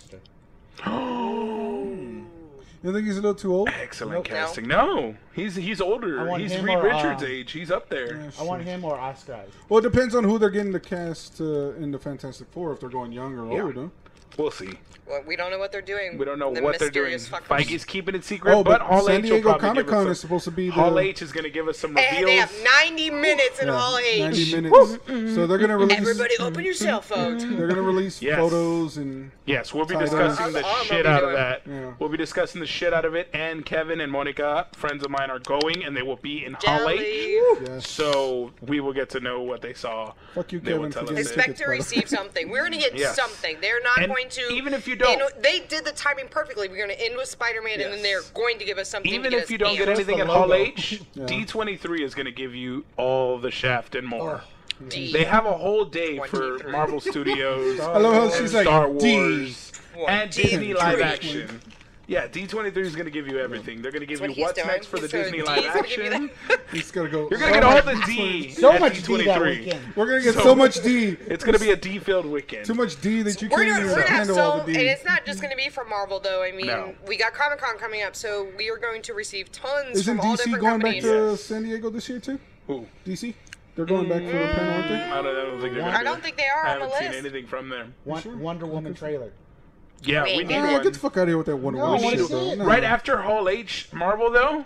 Speaker 4: Lannister.
Speaker 2: You think he's a little too old?
Speaker 1: Excellent
Speaker 4: Nope.
Speaker 1: casting. No, he's he's
Speaker 4: I
Speaker 1: older.
Speaker 4: want
Speaker 1: He's
Speaker 4: him
Speaker 1: Reed
Speaker 4: or,
Speaker 1: Richards'
Speaker 4: uh,
Speaker 1: age. He's up there.
Speaker 2: Yeah,
Speaker 4: I want
Speaker 2: sure.
Speaker 4: him or Oscar. Isaac.
Speaker 2: Well, it depends on who they're getting to cast uh, in the Fantastic Four. If they're going young or
Speaker 1: Yeah.
Speaker 2: older.
Speaker 1: We'll see.
Speaker 3: Well, we don't know what they're doing.
Speaker 1: We don't know
Speaker 3: The
Speaker 1: what they're doing.
Speaker 3: mysterious fuckers.
Speaker 1: Fike is keeping it secret,
Speaker 2: Oh,
Speaker 1: but
Speaker 2: but
Speaker 1: Hall
Speaker 2: San
Speaker 1: H will
Speaker 2: Diego
Speaker 1: probably give us
Speaker 2: Comic-Con
Speaker 1: some-
Speaker 2: is supposed to be the-
Speaker 1: Hall H is going to give us some reveals.
Speaker 3: And they have 90 minutes in
Speaker 2: Yeah,
Speaker 3: all age.
Speaker 2: 90 minutes. so they're gonna release.
Speaker 3: Everybody, open your cell phones.
Speaker 2: They're gonna release
Speaker 1: Yes.
Speaker 2: photos and
Speaker 1: Yes, we'll be
Speaker 2: Sorry,
Speaker 1: discussing
Speaker 2: I'm-
Speaker 1: the
Speaker 3: I'm
Speaker 1: shit
Speaker 3: already
Speaker 1: out of
Speaker 3: doing-
Speaker 1: that.
Speaker 2: Yeah.
Speaker 1: We'll be discussing the shit out of it. And Kevin and Monica, friends of mine, are going, and they will be in Hall H.
Speaker 3: Jelly.
Speaker 2: yes.
Speaker 1: So we will get to know what they saw.
Speaker 2: Fuck you,
Speaker 1: They will
Speaker 2: Kevin,
Speaker 1: tell
Speaker 2: for
Speaker 1: us
Speaker 2: getting
Speaker 1: it.
Speaker 2: sick.
Speaker 3: Expect to receive something. We're going to get
Speaker 1: Yes.
Speaker 3: something. They're not
Speaker 1: And
Speaker 3: going to.
Speaker 1: even if you
Speaker 3: they
Speaker 1: don't-
Speaker 3: know- they did the timing perfectly. We're going to end with Spider-Man, and
Speaker 1: Yes.
Speaker 3: then they're going to give us something. to
Speaker 1: Even
Speaker 3: get
Speaker 1: if
Speaker 3: us
Speaker 1: you don't get
Speaker 3: amped.
Speaker 1: anything
Speaker 4: the
Speaker 1: at Hall
Speaker 4: logo.
Speaker 1: H,
Speaker 2: Yeah.
Speaker 1: D23 is going to give you all the shaft and more.
Speaker 2: Oh.
Speaker 3: D.
Speaker 1: They have a whole day for
Speaker 3: 23.
Speaker 1: Marvel Studios.
Speaker 2: I love how
Speaker 1: and
Speaker 2: she's like
Speaker 1: Star
Speaker 2: D.
Speaker 1: Wars and
Speaker 3: 23.
Speaker 1: Disney live action. Yeah, D23 is going to give you everything. They're going to give
Speaker 3: That's what
Speaker 1: you what's
Speaker 3: he's doing.
Speaker 1: next for the
Speaker 3: So
Speaker 1: Disney
Speaker 3: D's
Speaker 1: live
Speaker 3: gonna give you
Speaker 1: action.
Speaker 2: He's gonna go. Oh,
Speaker 1: You're going to get all the D.
Speaker 4: So
Speaker 1: at
Speaker 4: much D that
Speaker 1: D23.
Speaker 4: weekend.
Speaker 2: We're gonna get so,
Speaker 1: So-
Speaker 2: much D.
Speaker 1: It's going to be a D filled weekend.
Speaker 2: Too much D that you
Speaker 3: We're
Speaker 2: can't
Speaker 3: not,
Speaker 2: even
Speaker 3: we're not
Speaker 2: handle all
Speaker 3: so,
Speaker 2: the
Speaker 3: and
Speaker 2: D.
Speaker 3: it's not just going to be from Marvel though. I mean,
Speaker 1: No.
Speaker 3: we got Comic Con coming up, so we are going to receive tons
Speaker 2: Isn't
Speaker 3: from all
Speaker 2: DC
Speaker 3: different
Speaker 2: going back
Speaker 3: companies.
Speaker 2: to San Diego this year too?
Speaker 1: Ooh.
Speaker 2: DC, they're going back for the panel, aren't they?
Speaker 1: I don't, I don't think they're gonna
Speaker 3: I don't
Speaker 1: do it.
Speaker 3: think they are
Speaker 1: I
Speaker 3: on the
Speaker 1: haven't seen
Speaker 3: list.
Speaker 1: anything from them.
Speaker 4: Won-
Speaker 2: sure?
Speaker 4: Wonder Woman trailer.
Speaker 1: Yeah, we
Speaker 3: Wait.
Speaker 1: need
Speaker 2: Ah,
Speaker 1: one.
Speaker 2: get the fuck out of here with that Wonder
Speaker 4: No, I
Speaker 2: Woman
Speaker 4: wanna
Speaker 2: shit,
Speaker 4: see
Speaker 2: though.
Speaker 4: it.
Speaker 2: No.
Speaker 1: Right after Hall H Marvel though,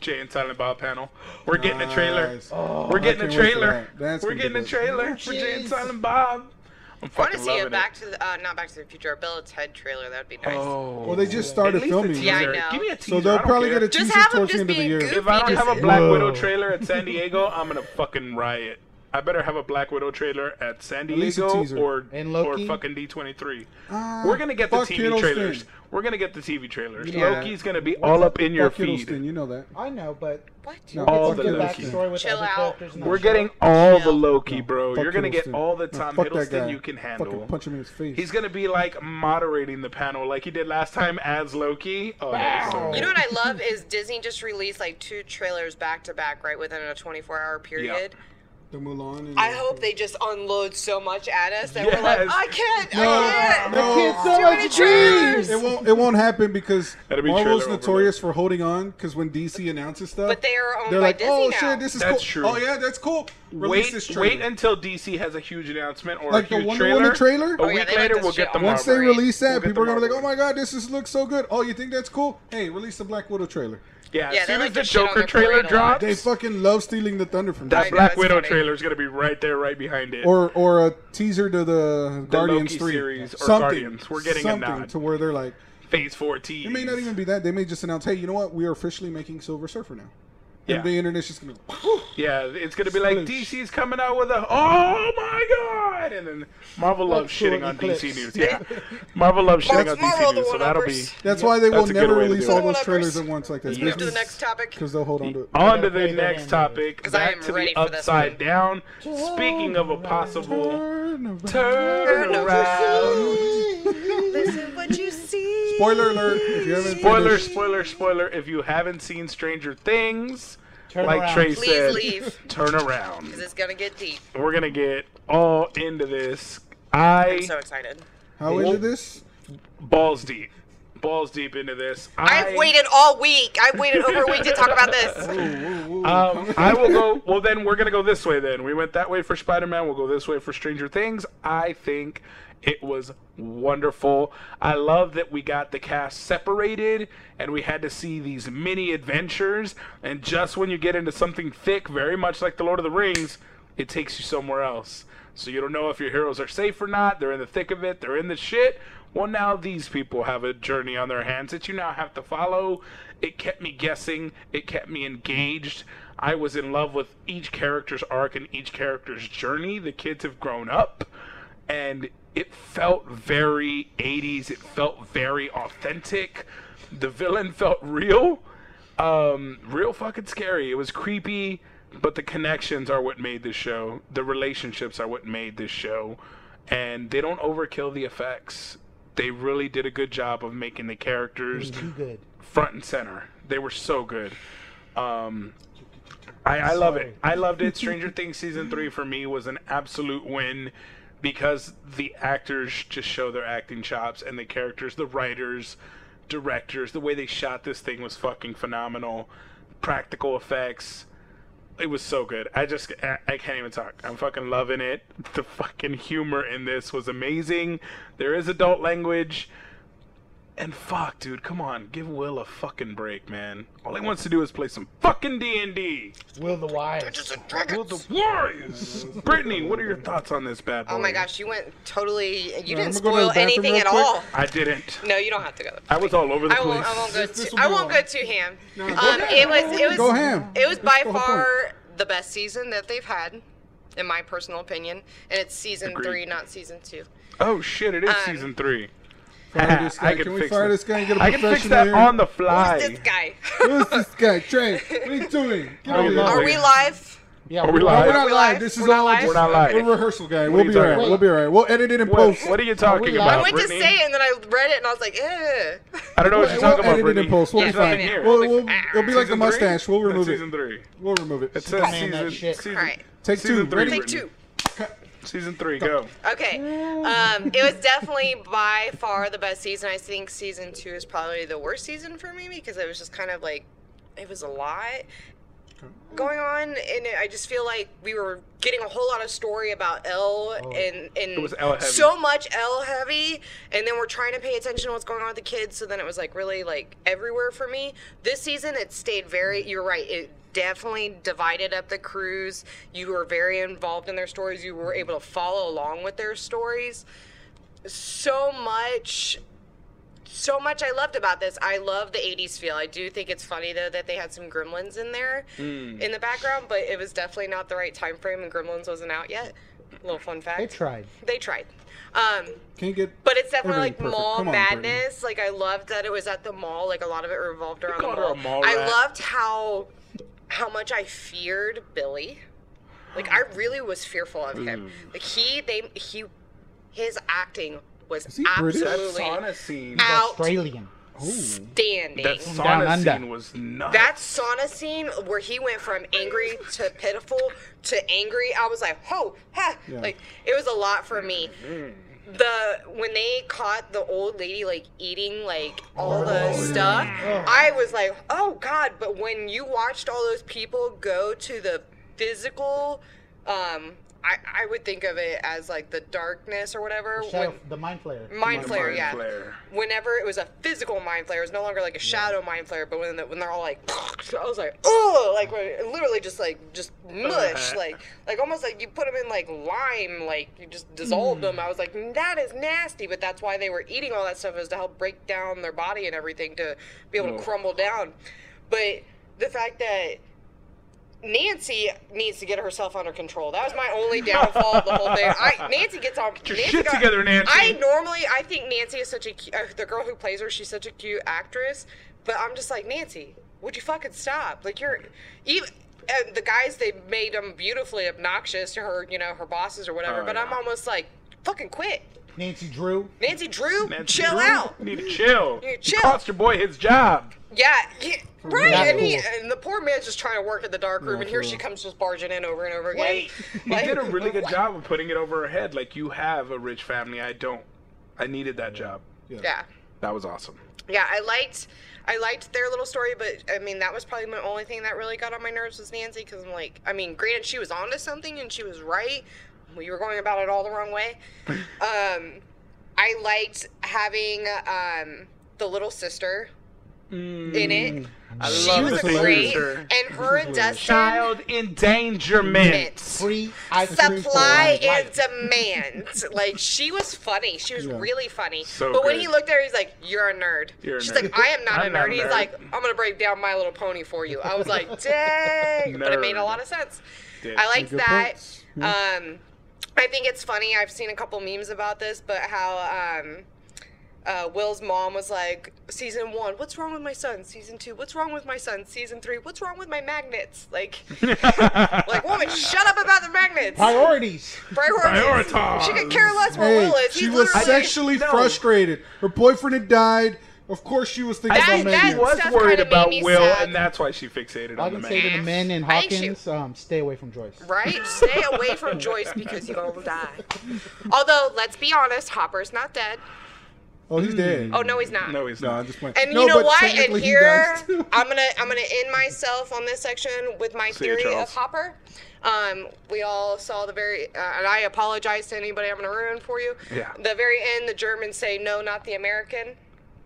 Speaker 1: Jay and Silent Bob panel. We're getting a trailer. Oh,
Speaker 2: Nice.
Speaker 1: We're getting
Speaker 2: I
Speaker 1: a
Speaker 2: can't wait for
Speaker 1: trailer.
Speaker 2: that. That's
Speaker 1: We're
Speaker 2: gonna be
Speaker 1: getting a
Speaker 2: good.
Speaker 1: trailer for Jay and
Speaker 4: Jeez.
Speaker 1: Silent Bob. I'm
Speaker 3: I want
Speaker 1: fucking
Speaker 3: to see
Speaker 1: loving
Speaker 3: it
Speaker 1: it.
Speaker 3: back to the, uh, not Back to the Future, a Bill and Ted trailer. That would be nice.
Speaker 1: Oh.
Speaker 2: Well, they just started
Speaker 1: At least a
Speaker 2: filming.
Speaker 1: teaser.
Speaker 3: Yeah, I know.
Speaker 1: Give me a teaser.
Speaker 2: So they'll
Speaker 1: I don't
Speaker 2: probably
Speaker 1: care.
Speaker 2: get a
Speaker 3: Just
Speaker 2: teaser
Speaker 3: have 'em
Speaker 2: towards the
Speaker 3: just
Speaker 2: end of the
Speaker 3: being
Speaker 2: year.
Speaker 3: goofy.
Speaker 1: If I don't
Speaker 3: Just-
Speaker 1: have a Black
Speaker 4: Whoa.
Speaker 1: Widow trailer at San Diego, I'm gonna fucking riot. I better have a Black Widow trailer at San
Speaker 2: least a
Speaker 1: Diego
Speaker 2: teaser.
Speaker 1: or
Speaker 4: And
Speaker 1: or
Speaker 4: Loki?
Speaker 1: fucking D23.
Speaker 2: Ah,
Speaker 1: We're gonna get the
Speaker 2: fuck
Speaker 1: TV
Speaker 2: Hiddleston.
Speaker 1: trailers. We're gonna get the TV trailers.
Speaker 3: Yeah.
Speaker 1: Loki's gonna be all up in your
Speaker 2: Fuck
Speaker 1: feed.
Speaker 2: Hiddleston, you know that.
Speaker 4: I know, but
Speaker 3: What?
Speaker 2: No,
Speaker 1: All
Speaker 2: fuck
Speaker 1: the
Speaker 4: the
Speaker 2: Hiddleston.
Speaker 1: Loki.
Speaker 4: backstory with
Speaker 3: Chill
Speaker 4: other
Speaker 3: out.
Speaker 4: characters. and
Speaker 1: We're
Speaker 4: that shit.
Speaker 1: getting all the
Speaker 3: Chill.
Speaker 1: Loki, bro.
Speaker 2: Fuck
Speaker 1: You're gonna get
Speaker 2: Hiddleston.
Speaker 1: all the
Speaker 2: No,
Speaker 1: Tom
Speaker 2: fuck that
Speaker 1: Hiddleston
Speaker 2: guy.
Speaker 1: you can
Speaker 2: Fucking
Speaker 1: handle.
Speaker 2: punch him in his face.
Speaker 1: He's gonna be like moderating the panel like he did last time as Loki. Oh, that was so
Speaker 3: You
Speaker 1: good.
Speaker 3: know what I love is Disney just released like two trailers back to back right within a 24 hour period.
Speaker 2: the Mulan. And
Speaker 3: I hope they just unload so much at us that we're
Speaker 1: Yes.
Speaker 3: like, I can't, I can't.
Speaker 2: no.
Speaker 4: The kids so
Speaker 3: Too
Speaker 4: much
Speaker 3: many
Speaker 4: D.
Speaker 3: trailers.
Speaker 2: It won't. It won't happen because
Speaker 1: That'd be
Speaker 2: Marvel's
Speaker 1: trailer
Speaker 2: notorious for holding on. Because when DC announces stuff,
Speaker 3: But they are owned
Speaker 2: they're
Speaker 3: by
Speaker 2: like,
Speaker 3: Disney
Speaker 2: "Oh
Speaker 3: now.
Speaker 2: shit, this is
Speaker 1: That's
Speaker 2: cool.
Speaker 1: true.
Speaker 2: Oh yeah, that's cool. Release
Speaker 1: Wait,
Speaker 2: this trailer.
Speaker 1: wait until DC has a huge announcement or
Speaker 2: Like
Speaker 1: a
Speaker 2: the
Speaker 1: huge
Speaker 2: Wonder
Speaker 1: trailer.
Speaker 2: Woman trailer?
Speaker 1: A
Speaker 2: Oh,
Speaker 3: yeah,
Speaker 1: week
Speaker 3: they like
Speaker 1: later,
Speaker 3: to
Speaker 1: we'll
Speaker 3: shit
Speaker 1: get the
Speaker 3: on
Speaker 2: Once they
Speaker 1: Marvel.
Speaker 2: release that,
Speaker 1: We'll get
Speaker 2: people are
Speaker 1: the
Speaker 2: gonna be like, "Oh
Speaker 1: Marvel.
Speaker 2: my god, this is, looks so good. Oh, you think that's cool? Hey, release the Black Widow trailer.
Speaker 1: Yeah,
Speaker 3: Yeah,
Speaker 1: as
Speaker 3: they
Speaker 1: soon
Speaker 3: like
Speaker 1: as the
Speaker 3: to shit on
Speaker 1: Joker
Speaker 3: their
Speaker 1: trailer
Speaker 3: parade a lot.
Speaker 1: drops,
Speaker 2: They fucking love stealing the thunder from
Speaker 1: that
Speaker 2: that.
Speaker 3: I know,
Speaker 1: Black
Speaker 3: it's
Speaker 1: Widow
Speaker 3: funny.
Speaker 1: trailer is gonna be right there, right behind it.
Speaker 2: Or or a teaser to the, Guardians
Speaker 1: Loki
Speaker 2: three
Speaker 1: series or
Speaker 2: something,
Speaker 1: Guardians. We're getting a
Speaker 2: something
Speaker 1: nod.
Speaker 2: to where they're like,
Speaker 1: Phase 14.
Speaker 2: it may not even be that. They may just announce, "Hey, you know what? We are officially making Silver Surfer now."
Speaker 1: Yeah.
Speaker 2: And the internet's just gonna. go,
Speaker 1: Yeah, it's gonna be like
Speaker 2: Sploosh.
Speaker 1: DC's coming out with a oh my god, and then Marvel loves
Speaker 4: Like
Speaker 1: shitting
Speaker 4: cool
Speaker 1: on
Speaker 4: eclipse.
Speaker 1: DC news. Yeah, Marvel loves shitting on
Speaker 3: Mark's Marvel,
Speaker 1: DC
Speaker 3: the
Speaker 1: news, so
Speaker 3: one
Speaker 1: that'll be
Speaker 3: uppers.
Speaker 2: That's why they
Speaker 1: That's
Speaker 2: will
Speaker 1: a good
Speaker 2: never
Speaker 1: way to do
Speaker 2: release
Speaker 1: it.
Speaker 2: all those
Speaker 3: Whatever's-
Speaker 2: trailers at once like that.
Speaker 3: Let's move to the next topic.
Speaker 2: because they'll hold on to it.
Speaker 1: on to the
Speaker 4: Gotta play that
Speaker 1: next
Speaker 4: hand
Speaker 1: topic.
Speaker 3: I
Speaker 1: Back
Speaker 3: am
Speaker 1: to
Speaker 3: ready
Speaker 1: the
Speaker 3: for this
Speaker 1: upside
Speaker 3: one.
Speaker 1: down. Speaking of a possible
Speaker 2: Turn around.
Speaker 1: turn around.
Speaker 3: Listen what you see.
Speaker 2: Spoiler alert! If you haven't
Speaker 1: Spoiler,
Speaker 2: finished-
Speaker 1: spoiler, spoiler! If you haven't seen Stranger Things,
Speaker 4: Turn
Speaker 1: like
Speaker 4: around.
Speaker 1: Trey
Speaker 3: Please
Speaker 1: said,
Speaker 3: leave.
Speaker 1: turn around.
Speaker 3: Because it's going to get deep.
Speaker 1: We're gonna get all into this. I
Speaker 3: I'm so excited.
Speaker 2: How into this?
Speaker 1: balls deep, balls deep into this. I,
Speaker 3: I've waited all week. I've waited over a week to talk about this.
Speaker 1: Um, I will go. Well, then we're gonna go this way. Then we went that way for Spider Man. We'll go this way for Stranger Things. I think it was wonderful. I love that we got the cast separated and we had to see these mini adventures. And just when you get into something thick, very much like the Lord of the Rings, it takes you somewhere else. So you don't know if your heroes are safe or not. They're in the thick of it. They're in the shit. Well, now these people have a journey on their hands that you now have to follow. It kept me guessing. It kept me engaged. I was in love with each character's arc and each character's journey. The kids have grown up, and it felt very 80s. It felt very authentic. The villain felt real um, real fucking scary. It was creepy, but the connections are what made this show. The relationships are what made this show, and they don't overkill the effects. They really did a good job of making the characters
Speaker 4: Too good.
Speaker 1: front and center. They were so good. Um, I, I love it. I loved it. Stranger Things season three for me was an absolute win because the actors just show their acting chops and the characters, the writers, directors, the way they shot this thing was fucking phenomenal. Practical effects. It was so good. I just I, I can't even talk. I'm fucking loving it. The fucking humor in this was amazing. There is adult language. And fuck, dude, come on, give Will a fucking break, man. All he wants to do is play some fucking D and D.
Speaker 4: Will the Wise.
Speaker 3: Just a dragon.
Speaker 1: The Warriors. Brittany, what are your thoughts on this bad boy?
Speaker 3: Oh my gosh, you went totally. You
Speaker 2: I'm gonna go to
Speaker 3: didn't spoil
Speaker 2: the bathroom
Speaker 3: anything
Speaker 2: real
Speaker 3: at
Speaker 2: quick.
Speaker 3: all.
Speaker 1: I didn't.
Speaker 3: No, you don't have to go. there.
Speaker 1: I was all over the
Speaker 3: I
Speaker 1: place.
Speaker 3: won't. I won't go.
Speaker 2: This- this
Speaker 3: Too,
Speaker 2: will
Speaker 3: I
Speaker 2: be
Speaker 3: won't
Speaker 2: long.
Speaker 3: go too ham.
Speaker 2: No,
Speaker 3: um,
Speaker 2: go
Speaker 3: it was. It was.
Speaker 2: Go ham.
Speaker 3: It was by
Speaker 2: Go ham.
Speaker 3: far the best season that they've had, in my personal opinion, and it's season
Speaker 1: Agreed.
Speaker 3: three, not season two.
Speaker 1: Oh shit, it is
Speaker 3: Um,
Speaker 1: season three.
Speaker 2: Fire this guy.
Speaker 1: I can
Speaker 2: Can we
Speaker 1: fix
Speaker 2: fire
Speaker 1: this.
Speaker 2: this guy and get a
Speaker 1: I can
Speaker 2: professional
Speaker 1: fix that
Speaker 2: here?
Speaker 1: on the
Speaker 3: Who's
Speaker 1: fly.
Speaker 3: this guy?
Speaker 2: Who's this guy? Trey, what are you doing? Get
Speaker 1: Are
Speaker 2: over
Speaker 1: we
Speaker 2: here.
Speaker 1: live?
Speaker 3: Are we live?
Speaker 4: Yeah,
Speaker 1: Are we
Speaker 4: Will the
Speaker 2: No,
Speaker 1: live?
Speaker 2: we're
Speaker 1: Are
Speaker 2: not
Speaker 3: we
Speaker 2: live.
Speaker 3: live?
Speaker 2: This is
Speaker 3: We're not
Speaker 2: all
Speaker 3: live?
Speaker 2: just-
Speaker 1: We're not live.
Speaker 2: We're rehearsal, guy.
Speaker 1: are
Speaker 2: We'll
Speaker 1: you
Speaker 2: be all right.
Speaker 1: talking
Speaker 2: We'll
Speaker 4: about?
Speaker 2: be all right. We'll edit it in
Speaker 1: What,
Speaker 2: post.
Speaker 1: what are you
Speaker 4: Are
Speaker 1: talking
Speaker 4: we
Speaker 2: Uh,
Speaker 1: about,
Speaker 4: live?
Speaker 3: I went to
Speaker 1: Brittany?
Speaker 3: say it, and then I read it, and I was like, "Ugh."
Speaker 1: I don't know what you're
Speaker 2: We'll
Speaker 1: talking about,
Speaker 2: edit it
Speaker 1: Brittany.
Speaker 2: in post. We'll be
Speaker 1: It's
Speaker 2: fine.
Speaker 1: not here.
Speaker 2: We'll, we'll, it'll be like the
Speaker 1: Season three?
Speaker 2: mustache. We'll
Speaker 1: That's
Speaker 2: remove
Speaker 1: Season
Speaker 2: it.
Speaker 1: three.
Speaker 2: We'll remove it.
Speaker 1: It says
Speaker 4: Man, that
Speaker 1: season.
Speaker 4: shit.
Speaker 1: season
Speaker 3: All right.
Speaker 2: Take
Speaker 1: season
Speaker 2: two. Ready?
Speaker 1: Brittany.
Speaker 3: Take two.
Speaker 1: Season three. Go.
Speaker 3: Okay. Um, it was definitely by far the best season. I think season two is probably the worst season for me because it was just kind of like, it was a lot going on, and it- I just feel like we were getting a whole lot of story about L and and
Speaker 1: Oh, It was L heavy.
Speaker 3: so much L heavy, and then we're trying to pay attention to what's going on with the kids. So then it was like really like everywhere for me. This season, it stayed very. You're right. It definitely divided up the crews. You were very involved in their stories. You were able to follow along with their stories. So much so much I loved about this. I love the 80s feel. I do think it's funny though that they had some gremlins in there in the background, but it was definitely not the right time frame and gremlins wasn't out yet. Little fun fact.
Speaker 4: They tried.
Speaker 3: They tried. Um
Speaker 2: Can't get.
Speaker 3: but it's definitely like
Speaker 2: everything perfect.
Speaker 3: mall
Speaker 2: Come on, Brittany.
Speaker 3: madness. Like I loved that it was at the mall. Like a lot of it revolved around the
Speaker 1: called her a
Speaker 3: mall.
Speaker 1: mall
Speaker 3: I
Speaker 1: rat.
Speaker 3: loved how how much I feared Billy. Like I really was fearful of him. Like he they he his acting was
Speaker 2: he British?
Speaker 3: absolutely
Speaker 2: That
Speaker 1: sauna scene.
Speaker 3: out
Speaker 4: Australian.
Speaker 3: standing.
Speaker 1: That
Speaker 4: Down
Speaker 1: sauna
Speaker 4: under.
Speaker 1: scene was nuts.
Speaker 3: that sauna scene where he went from angry to pitiful to angry, I was like, "Ho, ha!"
Speaker 2: Yeah.
Speaker 3: Like it was a lot for me. The when they caught the old lady like eating like all the stuff, I was like, "Oh God!" But when you watched all those people go to the physical, um, I I would think of it as like the darkness or whatever.
Speaker 4: Shadow,
Speaker 3: when-
Speaker 4: the Mind Flayer.
Speaker 3: Mind
Speaker 1: The
Speaker 3: flare,
Speaker 1: mind
Speaker 3: yeah.
Speaker 1: flare.
Speaker 3: Whenever it was a physical mind flare, it was no longer like a shadow mind flare. But when the, when they're all like, I was like, oh, like when- literally just like just mush,
Speaker 1: Uh-huh.
Speaker 3: like like almost like you put them in like lime, like you just
Speaker 1: Mm.
Speaker 3: dissolved them. I was like, that is nasty. But that's why they were eating all that stuff is to help break down their body and everything to be able to
Speaker 1: Oh.
Speaker 3: crumble down. But the fact that Nancy needs to get herself under control. That was my only downfall of the whole thing. I, Nancy gets on.
Speaker 1: your
Speaker 3: Nancy
Speaker 1: shit
Speaker 3: got-
Speaker 1: together, Nancy.
Speaker 3: I normally, I think Nancy is such a cu- uh, the girl who plays her. She's such a cute actress, but I'm just like Nancy. Would you fucking stop? Like you're even. And the guys they made them beautifully obnoxious to her, you know, her bosses or whatever.
Speaker 1: Oh,
Speaker 3: but I'm
Speaker 1: yeah.
Speaker 3: almost like, fucking quit,
Speaker 4: Nancy Drew.
Speaker 3: Nancy Drew,
Speaker 1: Nancy,
Speaker 3: chill
Speaker 1: you
Speaker 3: out.
Speaker 1: Need to chill.
Speaker 3: You
Speaker 1: You
Speaker 3: chill.
Speaker 1: cost your boy his job.
Speaker 3: Yeah, yeah right.
Speaker 4: Not
Speaker 3: And, he,
Speaker 4: cool.
Speaker 3: and the poor man's just trying to work in the dark room, and here she comes just barging in over and over again.
Speaker 1: He did a really good job of putting it over her head. Like you have a rich family. I don't. I needed that job.
Speaker 3: Yeah.
Speaker 1: That was awesome.
Speaker 3: Yeah, I liked I liked their little story, but I mean that was probably my only thing that really got on my nerves was Nancy because I'm like, I mean, granted she was onto something and she was right. We were going about it all the wrong way. um, I liked having um, the little sister in it.
Speaker 1: I
Speaker 3: she
Speaker 1: love
Speaker 3: was
Speaker 1: that
Speaker 2: the
Speaker 1: they
Speaker 3: great,
Speaker 1: used her.
Speaker 3: and her and Dustin.
Speaker 1: Child endangerment.
Speaker 4: Free ice cream for
Speaker 3: Supply and
Speaker 4: life.
Speaker 3: demand. Like she was funny. She was
Speaker 2: Yeah.
Speaker 3: really funny.
Speaker 1: So
Speaker 3: but when
Speaker 1: good.
Speaker 3: he looked at her, he's like, "You're a nerd."
Speaker 1: You're a
Speaker 3: She's
Speaker 1: nerd.
Speaker 3: like, "I am not
Speaker 1: I'm
Speaker 3: a nerd."
Speaker 1: not a
Speaker 3: he's
Speaker 1: nerd.
Speaker 3: like, "I'm gonna break down My Little Pony for you." I was like, "Dang!" But it made a
Speaker 1: Nerd.
Speaker 3: lot of sense.
Speaker 1: Did.
Speaker 3: I liked
Speaker 2: Good
Speaker 3: that.
Speaker 2: points.
Speaker 3: Um, I think it's funny. I've seen a couple memes about this, but how um, uh, Will's mom was like, season one, what's wrong with my son? Season two, what's wrong with my son? Season three, what's wrong with my magnets? Like, like woman, shut up about the magnets.
Speaker 4: Priorities.
Speaker 3: Priorities. She could care less where
Speaker 2: Hey,
Speaker 3: Will is.
Speaker 2: she
Speaker 3: He's
Speaker 2: was
Speaker 3: literally-
Speaker 2: sexually
Speaker 1: No.
Speaker 2: frustrated. Her boyfriend had died. Of course, she was thinking
Speaker 3: That-
Speaker 2: about
Speaker 3: that
Speaker 1: She
Speaker 2: Megan.
Speaker 3: was-
Speaker 1: was
Speaker 3: stuff
Speaker 1: worried
Speaker 3: kinda made
Speaker 1: about
Speaker 3: me
Speaker 1: Will,
Speaker 3: sad.
Speaker 1: and that's why she fixated
Speaker 4: I
Speaker 1: on the
Speaker 4: can say to
Speaker 1: man.
Speaker 4: the men in
Speaker 3: I actually-
Speaker 4: Hawkins, um, stay away from Joyce.
Speaker 3: Right? Stay away from Joyce because you're gonna die. Although, let's be honest, Hopper's not dead.
Speaker 2: Oh,
Speaker 1: Hmm.
Speaker 2: he's dead.
Speaker 3: Oh no, he's not.
Speaker 1: No, he's
Speaker 2: No, I'm
Speaker 1: not.
Speaker 2: just playing.
Speaker 3: And
Speaker 2: no,
Speaker 3: you know
Speaker 2: but
Speaker 3: what? And
Speaker 2: technically he
Speaker 3: here
Speaker 2: dies too.
Speaker 3: I'm gonna I'm gonna end myself on this section with my
Speaker 1: See you,
Speaker 3: theory of
Speaker 1: Charles.
Speaker 3: Hopper. Um, we all saw the very, uh, and I apologize to anybody I'm gonna ruin for you.
Speaker 1: Yeah.
Speaker 3: The very end, the Germans say no, not the American.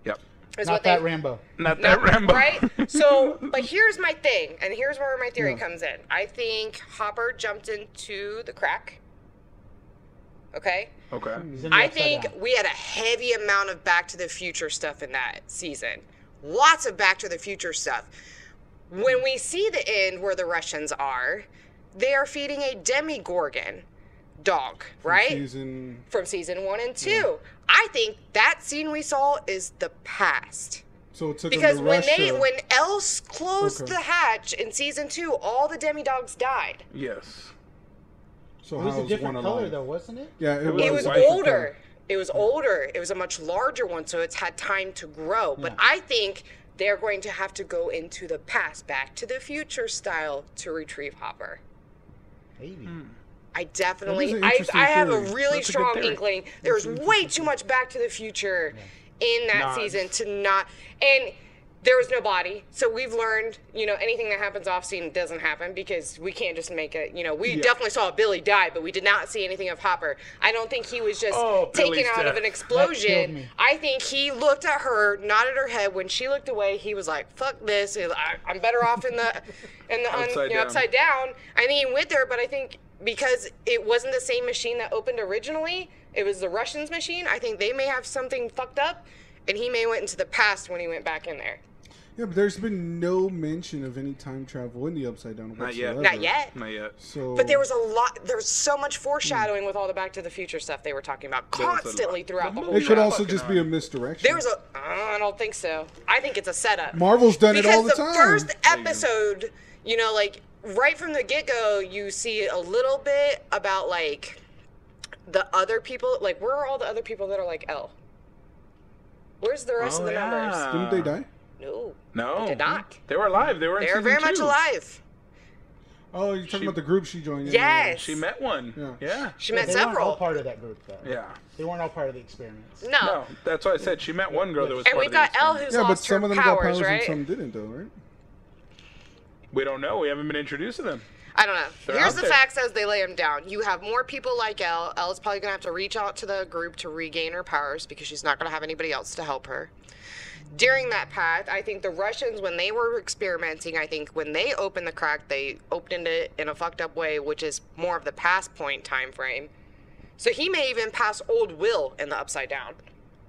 Speaker 1: Yep.
Speaker 3: Is
Speaker 4: Not
Speaker 3: what they,
Speaker 4: that Rambo.
Speaker 1: Not that
Speaker 3: not-
Speaker 1: Rambo.
Speaker 3: Right? So, but here's my thing, and here's where my theory
Speaker 2: Yeah.
Speaker 3: comes in. I think Hopper jumped into the crack. Okay?
Speaker 1: okay.
Speaker 4: He's in the
Speaker 3: I
Speaker 4: upside
Speaker 3: think
Speaker 4: down.
Speaker 3: we had a heavy amount of Back to the Future stuff in that season. Lots of Back to the Future stuff. When we see the end where the Russians are, they are feeding a demigorgon dog, right?
Speaker 2: Season.
Speaker 3: From season one and two. I think that scene we saw is the past.
Speaker 2: So it took
Speaker 3: Because
Speaker 2: him to
Speaker 3: when
Speaker 2: Russia.
Speaker 3: they when Else closed
Speaker 2: Okay.
Speaker 3: the hatch in season two, all the demi dogs died.
Speaker 1: Yes.
Speaker 2: so
Speaker 4: It was
Speaker 2: how
Speaker 4: a different
Speaker 2: one
Speaker 4: color
Speaker 2: alive?
Speaker 4: though, wasn't it?
Speaker 2: Yeah, it,
Speaker 1: was
Speaker 3: It was
Speaker 1: white and
Speaker 3: older. It was older. It was a much larger one, so it's had time to grow. But
Speaker 4: Yeah.
Speaker 3: I think they're going to have to go into the past, back to the future style, to retrieve Hopper.
Speaker 4: Maybe.
Speaker 3: Hmm. I definitely,
Speaker 2: an
Speaker 3: I,
Speaker 2: interesting
Speaker 3: I have a
Speaker 2: theory.
Speaker 3: really
Speaker 1: That's a good
Speaker 3: strong
Speaker 1: theory.
Speaker 3: inkling. There's way too much Back to the Future in that
Speaker 1: Nah,
Speaker 3: season
Speaker 1: it's-
Speaker 3: to not. And there was no body, so we've learned, you know, anything that happens off scene doesn't happen because we can't just make it. You know, we definitely saw Billy die, but we did not see anything of Hopper. I don't think he was just
Speaker 1: Oh,
Speaker 3: taken
Speaker 1: Billy's
Speaker 3: out
Speaker 1: death.
Speaker 3: of an
Speaker 1: That
Speaker 4: killed
Speaker 3: explosion.
Speaker 4: me.
Speaker 3: I think he looked at her, nodded her head. When she looked away, he was like, "Fuck this! I, I'm better off in the in the un,
Speaker 1: Upside
Speaker 3: you know,
Speaker 1: down.
Speaker 3: upside down." I think he went there, but I think because it wasn't the same machine that opened originally, it was the Russians' machine. I think they may have something fucked up, and he may went into the past when he went back in there.
Speaker 2: Yeah, but there's been no mention of any time travel in the Upside Down
Speaker 1: Not yet.
Speaker 2: whatsoever.
Speaker 3: Not yet.
Speaker 1: Not yet.
Speaker 2: So,
Speaker 3: But there was a lot. There was so much foreshadowing with all the Back to the Future stuff they were talking about
Speaker 1: Hmm. There was a lot.
Speaker 3: constantly throughout the
Speaker 1: The
Speaker 2: It
Speaker 3: whole.
Speaker 1: movie-
Speaker 2: could
Speaker 1: Yeah,
Speaker 2: also
Speaker 1: fucking
Speaker 2: just be a
Speaker 1: on.
Speaker 2: misdirection.
Speaker 3: There was a. I don't think so. I think it's a setup.
Speaker 2: Marvel's done it
Speaker 3: because
Speaker 2: all the, time.
Speaker 3: first episode, you know, like right from the get go, you see a little bit about like the other people. Like, where are all the other people that are like L? Where's the rest of the numbers?
Speaker 2: Didn't they die?
Speaker 3: No,
Speaker 1: Oh, No.
Speaker 3: They're not.
Speaker 1: They were alive. They were in
Speaker 3: they are
Speaker 1: season
Speaker 3: very much
Speaker 1: two.
Speaker 3: alive.
Speaker 2: Oh, you're talking
Speaker 1: She-
Speaker 2: about the group she joined. in.
Speaker 3: Yes,
Speaker 1: She met one.
Speaker 2: Yeah.
Speaker 1: Yeah.
Speaker 3: She met
Speaker 4: they weren't all
Speaker 3: several.
Speaker 4: part of that group though.
Speaker 1: Yeah.
Speaker 4: They weren't all part of the experiments.
Speaker 3: No.
Speaker 1: No, that's why I said she met one girl that was.
Speaker 3: Oh. and
Speaker 1: part
Speaker 3: we
Speaker 1: of
Speaker 3: got
Speaker 1: the
Speaker 3: L
Speaker 1: experiment.
Speaker 3: who's
Speaker 2: Yeah, but
Speaker 3: lost
Speaker 2: some
Speaker 3: her
Speaker 2: of them got
Speaker 3: powers,
Speaker 2: powers
Speaker 3: right?
Speaker 2: and some didn't, though, right?
Speaker 1: We don't know. We haven't been introduced to them.
Speaker 3: I don't know.
Speaker 1: They're
Speaker 3: Here's
Speaker 1: out
Speaker 3: the
Speaker 1: there.
Speaker 3: facts as they lay them down. You have more people like Elle. Elle's probably going to have to reach out to the group to regain her powers because she's not going to have anybody else to help her. During that path, I think the Russians, when they were experimenting, I think when they opened the crack, they opened it in a fucked up way, which is more of the past point time frame. So he may even pass old Will in the upside down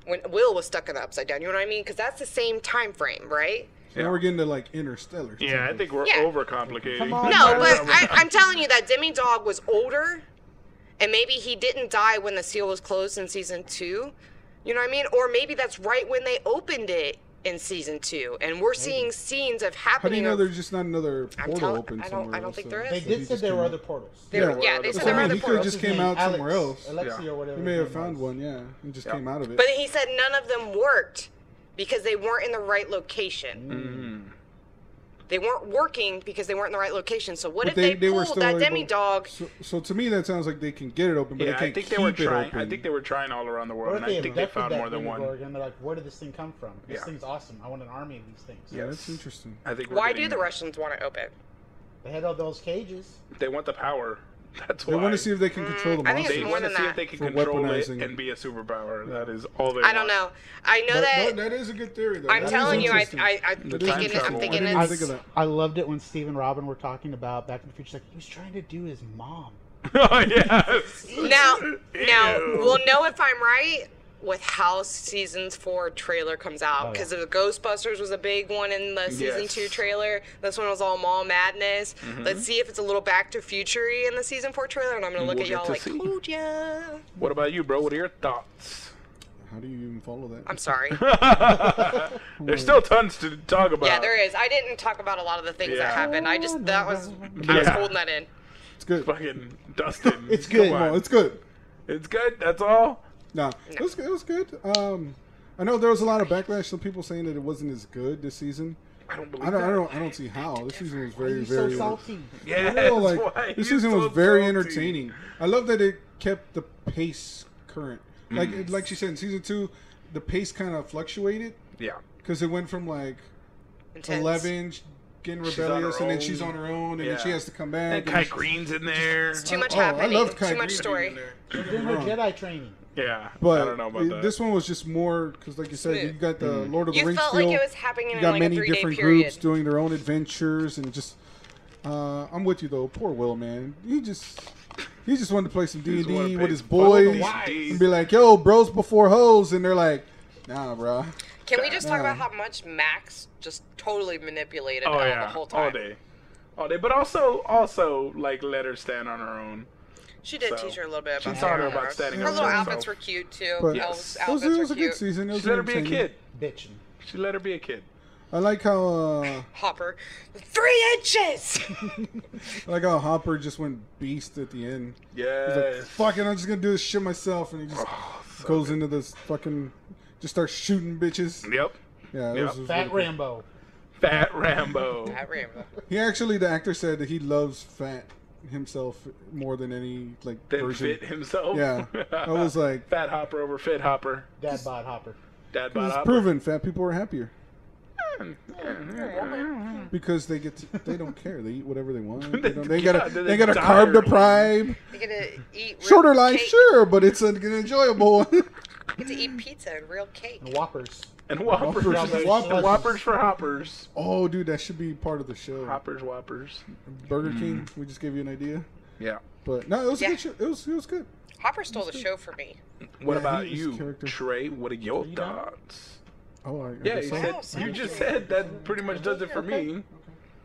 Speaker 3: when Will was stuck in the upside down. You know what I mean? Because that's the same time frame, right?
Speaker 2: Now we're getting to like interstellar.
Speaker 1: Yeah, I think we're
Speaker 3: Yeah.
Speaker 1: overcomplicating.
Speaker 4: Come on,
Speaker 3: No,
Speaker 4: Right.
Speaker 3: but I, I'm telling you that Demi Dog was older, and maybe he didn't die when the seal was closed in season two. You know what I mean? Or maybe that's right when they opened it in season two, and we're seeing scenes of
Speaker 2: How do
Speaker 3: happening.
Speaker 2: you know
Speaker 3: of-
Speaker 2: there's just not another portal
Speaker 3: telling-
Speaker 2: open
Speaker 3: I don't-
Speaker 2: somewhere?
Speaker 3: I don't
Speaker 2: else,
Speaker 3: think
Speaker 2: so-
Speaker 3: there is.
Speaker 4: They
Speaker 2: so
Speaker 4: did
Speaker 2: he
Speaker 4: say
Speaker 2: just
Speaker 4: there
Speaker 2: came
Speaker 4: were
Speaker 2: out.
Speaker 4: other portals.
Speaker 3: There-
Speaker 2: Yeah.
Speaker 3: yeah, they
Speaker 1: That's
Speaker 3: said
Speaker 1: what I
Speaker 3: there were
Speaker 1: mean,
Speaker 3: other
Speaker 2: he could've
Speaker 3: portals.
Speaker 2: just came out somewhere else.
Speaker 4: Alexia
Speaker 1: Yeah.
Speaker 4: or whatever.
Speaker 2: He may
Speaker 4: his
Speaker 2: have
Speaker 4: name
Speaker 2: found
Speaker 4: was.
Speaker 2: one. Yeah, he just
Speaker 1: Yeah.
Speaker 2: came out of it.
Speaker 3: But he said none of them worked because they weren't in the right location. They weren't working because they weren't in the right location. So what
Speaker 2: But
Speaker 3: if they,
Speaker 2: were
Speaker 3: pulled
Speaker 2: still oh,
Speaker 3: that
Speaker 2: able-
Speaker 3: Demi Dog?
Speaker 2: So, so to me, that sounds like they can get it open, but
Speaker 1: Yeah,
Speaker 2: they
Speaker 1: I
Speaker 2: can't
Speaker 1: think
Speaker 2: keep
Speaker 1: they were
Speaker 2: it
Speaker 1: trying.
Speaker 2: open.
Speaker 1: I think they were trying all around the world,
Speaker 4: Or
Speaker 1: and
Speaker 4: if they
Speaker 1: I think they found
Speaker 4: that
Speaker 1: more than one.
Speaker 4: And they're like, where did this thing come from? This
Speaker 1: Yeah.
Speaker 4: thing's awesome. I want an army of these things.
Speaker 2: Yeah,
Speaker 1: Yes.
Speaker 2: that's interesting.
Speaker 1: I think. we're
Speaker 3: Why
Speaker 1: getting
Speaker 3: do the
Speaker 1: there.
Speaker 3: Russians want to open?
Speaker 4: They had all those cages.
Speaker 1: They want the power. That's
Speaker 2: They
Speaker 1: why.
Speaker 2: want to see if they can control the
Speaker 3: Mm, I think it's
Speaker 1: They
Speaker 2: monster.
Speaker 3: more
Speaker 1: want to
Speaker 3: than
Speaker 1: see
Speaker 3: that.
Speaker 1: if they can
Speaker 2: For
Speaker 1: control it
Speaker 2: weaponizing.
Speaker 1: and be a superpower. That is all they.
Speaker 3: I
Speaker 1: want.
Speaker 3: don't know. I know that.
Speaker 2: that is a good theory, though.
Speaker 3: I'm
Speaker 2: That is
Speaker 3: telling you, I,
Speaker 2: interesting.
Speaker 3: I, I'm
Speaker 1: The time
Speaker 3: thinking,
Speaker 1: travel
Speaker 3: I'm
Speaker 1: one.
Speaker 3: thinking
Speaker 2: I didn't
Speaker 3: it's.
Speaker 2: think of that.
Speaker 4: I loved it when Steve and Robin were talking about Back in the Future. She's like, he was trying to do his mom.
Speaker 1: oh yes.
Speaker 3: Now, now
Speaker 1: Ew.
Speaker 3: we'll know if I'm right with how seasons four trailer comes out because the Ghostbusters was a big one in the season
Speaker 1: Oh, Yes. Mm-hmm.
Speaker 3: two trailer. This one was all mall madness. Let's see if it's a little Back to Futurey in the season four trailer, and I'm gonna look
Speaker 1: We'll
Speaker 3: at
Speaker 1: get
Speaker 3: y'all
Speaker 1: to
Speaker 3: like,
Speaker 1: see.
Speaker 3: "Told ya."
Speaker 1: What about you, bro? What are your thoughts?
Speaker 2: How do you even follow that?
Speaker 3: I'm sorry.
Speaker 1: There's still tons to talk about.
Speaker 3: yeah, there is. I didn't talk about a lot of the things
Speaker 1: Yeah.
Speaker 3: that happened. I just that was I was
Speaker 1: Yeah.
Speaker 3: holding that in.
Speaker 2: It's good.
Speaker 1: Fucking Dustin.
Speaker 4: It's good.
Speaker 1: come on.
Speaker 2: No, it's good.
Speaker 1: It's good. That's all.
Speaker 2: No, it was it was good. Um, I know there was a lot of backlash. Some people saying that it wasn't as good this season.
Speaker 1: I don't believe
Speaker 2: I don't,
Speaker 1: that.
Speaker 2: I don't, I don't see how this season was very,
Speaker 4: He's so
Speaker 2: very.
Speaker 4: salty.
Speaker 1: Yeah,
Speaker 2: I know,
Speaker 1: that's
Speaker 2: like,
Speaker 1: why
Speaker 2: this
Speaker 1: you're
Speaker 2: season
Speaker 1: so
Speaker 2: was very
Speaker 1: salty.
Speaker 2: entertaining. I love that it kept the pace current. Like,
Speaker 3: Mm.
Speaker 2: it- like she said in season two, the pace kind of fluctuated
Speaker 1: Yeah.
Speaker 2: because it went from like
Speaker 3: Intense.
Speaker 2: eleven sh- getting
Speaker 1: She's on her
Speaker 2: rebellious, and then she's
Speaker 1: own.
Speaker 2: on her own, and then she
Speaker 1: Yeah.
Speaker 2: has to come back.
Speaker 1: And
Speaker 2: and
Speaker 1: Kai
Speaker 2: she's-
Speaker 1: Green's in there.
Speaker 3: Too much
Speaker 2: Oh, I
Speaker 3: happening.
Speaker 2: loved Kai
Speaker 3: Too much
Speaker 2: Green.
Speaker 3: story.
Speaker 4: She's doing her Jedi training.
Speaker 1: Yeah.
Speaker 2: But
Speaker 1: I don't know about
Speaker 2: it-
Speaker 1: that. Mm.
Speaker 2: this one was just more because, like you said,
Speaker 3: Smooth.
Speaker 2: you got the Lord of the
Speaker 3: You
Speaker 2: Rings
Speaker 3: felt
Speaker 2: feel.
Speaker 3: like it was happening
Speaker 2: you
Speaker 3: in
Speaker 2: got
Speaker 3: like a
Speaker 2: many
Speaker 3: three day
Speaker 2: different
Speaker 3: period.
Speaker 2: groups doing their own adventures and just uh, i'm with you though poor will man he just he just wanted to play some
Speaker 1: just wanted
Speaker 2: d&d
Speaker 1: to
Speaker 2: with
Speaker 1: play
Speaker 2: his
Speaker 1: some fucking
Speaker 2: boys
Speaker 1: D&D.
Speaker 2: and be like yo bros before hoes and they're like nah bruh
Speaker 3: Can we just talk
Speaker 2: Yeah.
Speaker 3: about how much Max just totally manipulated
Speaker 1: oh
Speaker 3: Elle
Speaker 1: yeah,
Speaker 3: the whole time?
Speaker 1: all day, all day. But also, also like let her stand on her own.
Speaker 3: She did
Speaker 1: So,
Speaker 3: teach her a little bit
Speaker 1: she
Speaker 3: about
Speaker 1: taught her
Speaker 3: that.
Speaker 1: about standing
Speaker 3: Her
Speaker 1: up
Speaker 3: little
Speaker 1: for
Speaker 3: outfits
Speaker 1: herself.
Speaker 3: were cute too.
Speaker 2: but
Speaker 1: Yes.
Speaker 3: Elle's
Speaker 2: it was,
Speaker 3: outfits
Speaker 2: it was
Speaker 3: were
Speaker 2: a good
Speaker 3: cute.
Speaker 2: season it was
Speaker 1: She let her be a
Speaker 2: entertaining.
Speaker 1: kid.
Speaker 4: Bitching.
Speaker 1: She let her be a kid.
Speaker 2: i like how uh
Speaker 3: Hopper, three inches.
Speaker 2: I like how hopper just went beast at the end He's like,
Speaker 1: Yes.
Speaker 2: fuck it, I'm just gonna do this shit myself, and he just goes into this fucking, just starts shooting bitches.
Speaker 1: Yep. Yep.
Speaker 2: Yeah, this was really
Speaker 4: Fat
Speaker 2: cool.
Speaker 4: Rambo.
Speaker 1: Fat Rambo.
Speaker 3: That rainbow.
Speaker 2: He actually, the actor said that he loves fat himself more than any like
Speaker 1: then
Speaker 2: version.
Speaker 1: fit himself.
Speaker 2: Yeah, I was like,
Speaker 1: fat hopper over fit hopper.
Speaker 4: Dad bod hopper.
Speaker 1: Dad bod
Speaker 2: it's
Speaker 1: hopper.
Speaker 2: proven fat people are happier because they get to, they don't care. They eat whatever they want. They, don't, they
Speaker 1: Yeah,
Speaker 2: got a
Speaker 1: they're
Speaker 2: they got a
Speaker 1: tired.
Speaker 2: carb deprived,
Speaker 3: You get to eat real
Speaker 2: shorter life,
Speaker 3: cake.
Speaker 2: sure, but it's an enjoyable one.
Speaker 3: You get to eat pizza and real cake.
Speaker 4: And whoppers.
Speaker 1: And whoppers.
Speaker 2: Whoppers.
Speaker 1: Whoppers.
Speaker 2: Whoppers.
Speaker 1: for hoppers.
Speaker 2: oh, dude, that should be part of the show.
Speaker 1: Hoppers whoppers.
Speaker 2: Burger King.
Speaker 1: Mm.
Speaker 2: We just gave you an idea,
Speaker 1: Yeah.
Speaker 2: but no, it was a
Speaker 3: Yeah.
Speaker 2: good. Show. It was it was good.
Speaker 3: Hopper stole the show for me.
Speaker 1: What
Speaker 2: Yeah,
Speaker 1: about
Speaker 2: he is
Speaker 1: you,
Speaker 2: character.
Speaker 1: Trey? What are your
Speaker 4: you know?
Speaker 1: thoughts?
Speaker 2: Oh, I, I
Speaker 1: Yeah,
Speaker 2: guess
Speaker 1: you
Speaker 2: so.
Speaker 1: said
Speaker 3: so
Speaker 1: you
Speaker 3: much.
Speaker 1: just said that pretty much does it for me.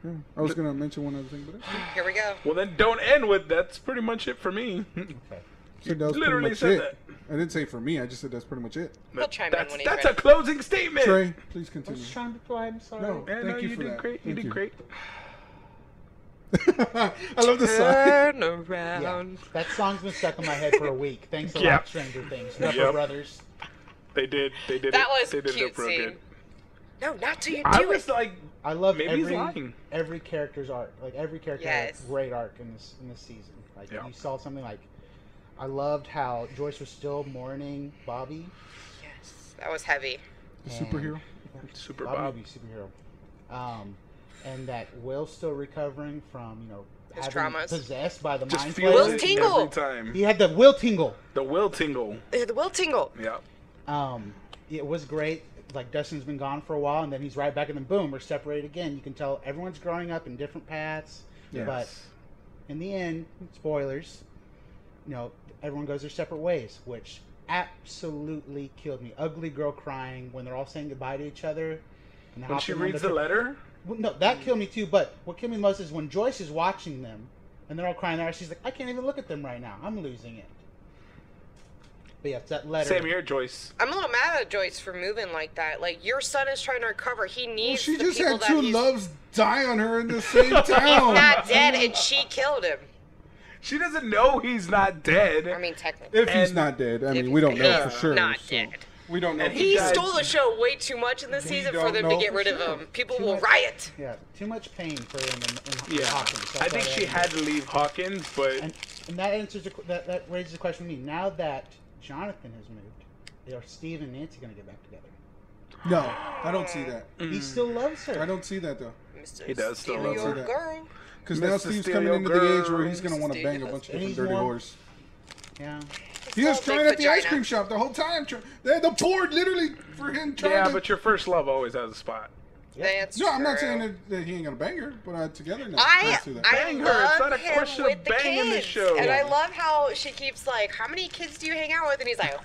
Speaker 2: Yeah. I was gonna mention one other thing, but
Speaker 3: Here we go.
Speaker 1: Well, then don't end with that's pretty much it for me.
Speaker 2: I
Speaker 4: Okay.
Speaker 2: said that was pretty
Speaker 1: literally
Speaker 2: much
Speaker 1: said
Speaker 2: it.
Speaker 1: that.
Speaker 2: I didn't say for me. I just said that's pretty much it.
Speaker 3: He'll chime in
Speaker 1: that's
Speaker 3: when he's
Speaker 1: that's a
Speaker 3: ready.
Speaker 1: closing statement.
Speaker 2: Trey, please
Speaker 4: I
Speaker 2: continue.
Speaker 4: was just trying to fly. I'm sorry.
Speaker 2: No.
Speaker 1: Yeah,
Speaker 2: Thank
Speaker 1: no,
Speaker 2: you
Speaker 1: you,
Speaker 2: for
Speaker 1: did
Speaker 2: that.
Speaker 1: great. You
Speaker 2: Thank
Speaker 1: did
Speaker 2: you.
Speaker 1: great.
Speaker 2: I love the side.
Speaker 3: Turn around.
Speaker 4: Yeah. That song's been stuck in my head for a week. Thanks a
Speaker 1: Yeah.
Speaker 4: lot, Stranger Things. Rubber
Speaker 1: Yep.
Speaker 4: Brothers.
Speaker 1: They did. They did.
Speaker 3: That
Speaker 1: it.
Speaker 3: was
Speaker 1: they did
Speaker 3: cute
Speaker 1: it real
Speaker 3: scene.
Speaker 1: good.
Speaker 3: No, not till you
Speaker 1: I
Speaker 3: do
Speaker 1: was
Speaker 3: it.
Speaker 1: like,
Speaker 4: I love
Speaker 1: Maybe he's
Speaker 4: every
Speaker 1: lying.
Speaker 4: every character's arc. Like every character
Speaker 3: Yes.
Speaker 4: had a great arc in this in this season. Like
Speaker 1: Yeah.
Speaker 4: you saw something like I loved how Joyce was still mourning Bobby.
Speaker 3: Yes, that was heavy.
Speaker 2: The superhero.
Speaker 1: Super
Speaker 4: Bobby
Speaker 1: Bob.
Speaker 4: would be superhero. Um, and that Will's still recovering from, you know,
Speaker 3: His
Speaker 4: having
Speaker 3: traumas.
Speaker 4: possessed by the
Speaker 1: Just
Speaker 4: mind
Speaker 1: feels
Speaker 3: Will
Speaker 1: it
Speaker 4: flayer.
Speaker 3: tingle.
Speaker 1: every time.
Speaker 4: He had the will tingle.
Speaker 1: The will tingle.
Speaker 3: Uh, The will tingle.
Speaker 1: Yeah.
Speaker 4: Um, it was great. Like Dustin's been gone for a while, and then he's right back, and then boom, we're separated again. You can tell everyone's growing up in different paths. But
Speaker 1: Yes.
Speaker 4: in the end, spoilers, you know, everyone goes their separate ways, which absolutely killed me. Ugly girl crying when they're all saying goodbye to each other. And
Speaker 1: when she
Speaker 4: hopping on
Speaker 1: reads
Speaker 4: the
Speaker 1: the letter,
Speaker 4: Well, no, that killed me too. But what killed me most is when Joyce is watching them, and they're all crying out. She's like, "I can't even look at them right now. I'm losing it." But yeah, it's that letter.
Speaker 1: same here, Joyce.
Speaker 3: I'm a little mad at Joyce for moving like that. Like your son is trying to recover. He
Speaker 2: Well,
Speaker 3: needs
Speaker 2: she
Speaker 3: the
Speaker 2: just
Speaker 3: people
Speaker 2: had
Speaker 3: that
Speaker 2: two
Speaker 3: he's
Speaker 2: loves die on her in the same town.
Speaker 3: not dead, and she killed him.
Speaker 1: She doesn't know he's not dead.
Speaker 3: I mean, technically,
Speaker 2: If he's
Speaker 1: And-
Speaker 2: not dead, I mean,
Speaker 3: If
Speaker 2: we don't know for
Speaker 3: he's
Speaker 2: sure.
Speaker 3: not
Speaker 2: so-
Speaker 3: dead.
Speaker 2: We don't know.
Speaker 1: And
Speaker 2: for
Speaker 3: he
Speaker 1: he
Speaker 2: sure.
Speaker 1: died.
Speaker 3: stole the show way too much in this
Speaker 2: We
Speaker 3: season
Speaker 2: don't
Speaker 3: for them to
Speaker 2: know
Speaker 3: get
Speaker 2: for
Speaker 3: rid of
Speaker 2: sure.
Speaker 3: him. People
Speaker 4: Too
Speaker 3: will
Speaker 4: much-
Speaker 3: riot.
Speaker 4: Yeah, too much pain for him in, in,
Speaker 1: yeah.
Speaker 4: in Hopkins. That's
Speaker 1: I think
Speaker 4: why
Speaker 1: she
Speaker 4: that-
Speaker 1: had to leave Hawkins, but
Speaker 4: And, and that answers the, qu- that that raises the question for me. Now that Jonathan has moved, are Steve and Nancy going to get back together?
Speaker 2: No, I don't see that.
Speaker 1: Mm.
Speaker 4: He still loves her.
Speaker 2: I don't see that though.
Speaker 3: Mr.
Speaker 1: He does still
Speaker 3: Steal
Speaker 1: love
Speaker 3: your
Speaker 2: her.
Speaker 3: girl.
Speaker 2: Because now
Speaker 1: Mr.
Speaker 2: Steve's
Speaker 1: Steal
Speaker 2: coming
Speaker 1: Your
Speaker 2: into the age where
Speaker 1: Girl.
Speaker 2: he's gonna want to
Speaker 3: Mr.
Speaker 2: bang a
Speaker 3: Steal
Speaker 2: bunch of
Speaker 4: Your
Speaker 2: different
Speaker 4: Girl.
Speaker 2: dirty whores.
Speaker 4: Yeah.
Speaker 2: He was
Speaker 3: It's all
Speaker 2: trying
Speaker 3: big
Speaker 2: at the ice
Speaker 3: vagina.
Speaker 2: cream shop the whole time. tr- They had the board literally for him trying
Speaker 1: yeah,
Speaker 2: to.
Speaker 1: but your first love always has a spot.
Speaker 3: That's
Speaker 2: No, I'm not
Speaker 3: true.
Speaker 2: saying that, that he ain't gonna bang her, but uh, together now.
Speaker 3: I,
Speaker 2: let's do that.
Speaker 3: I
Speaker 1: Bang her.
Speaker 3: love
Speaker 1: It's not a
Speaker 3: him
Speaker 1: question of
Speaker 3: with the
Speaker 1: banging
Speaker 3: kids.
Speaker 1: the show.
Speaker 3: And I
Speaker 1: Yeah.
Speaker 3: love how she keeps like, how many kids do you hang out with? And he's like,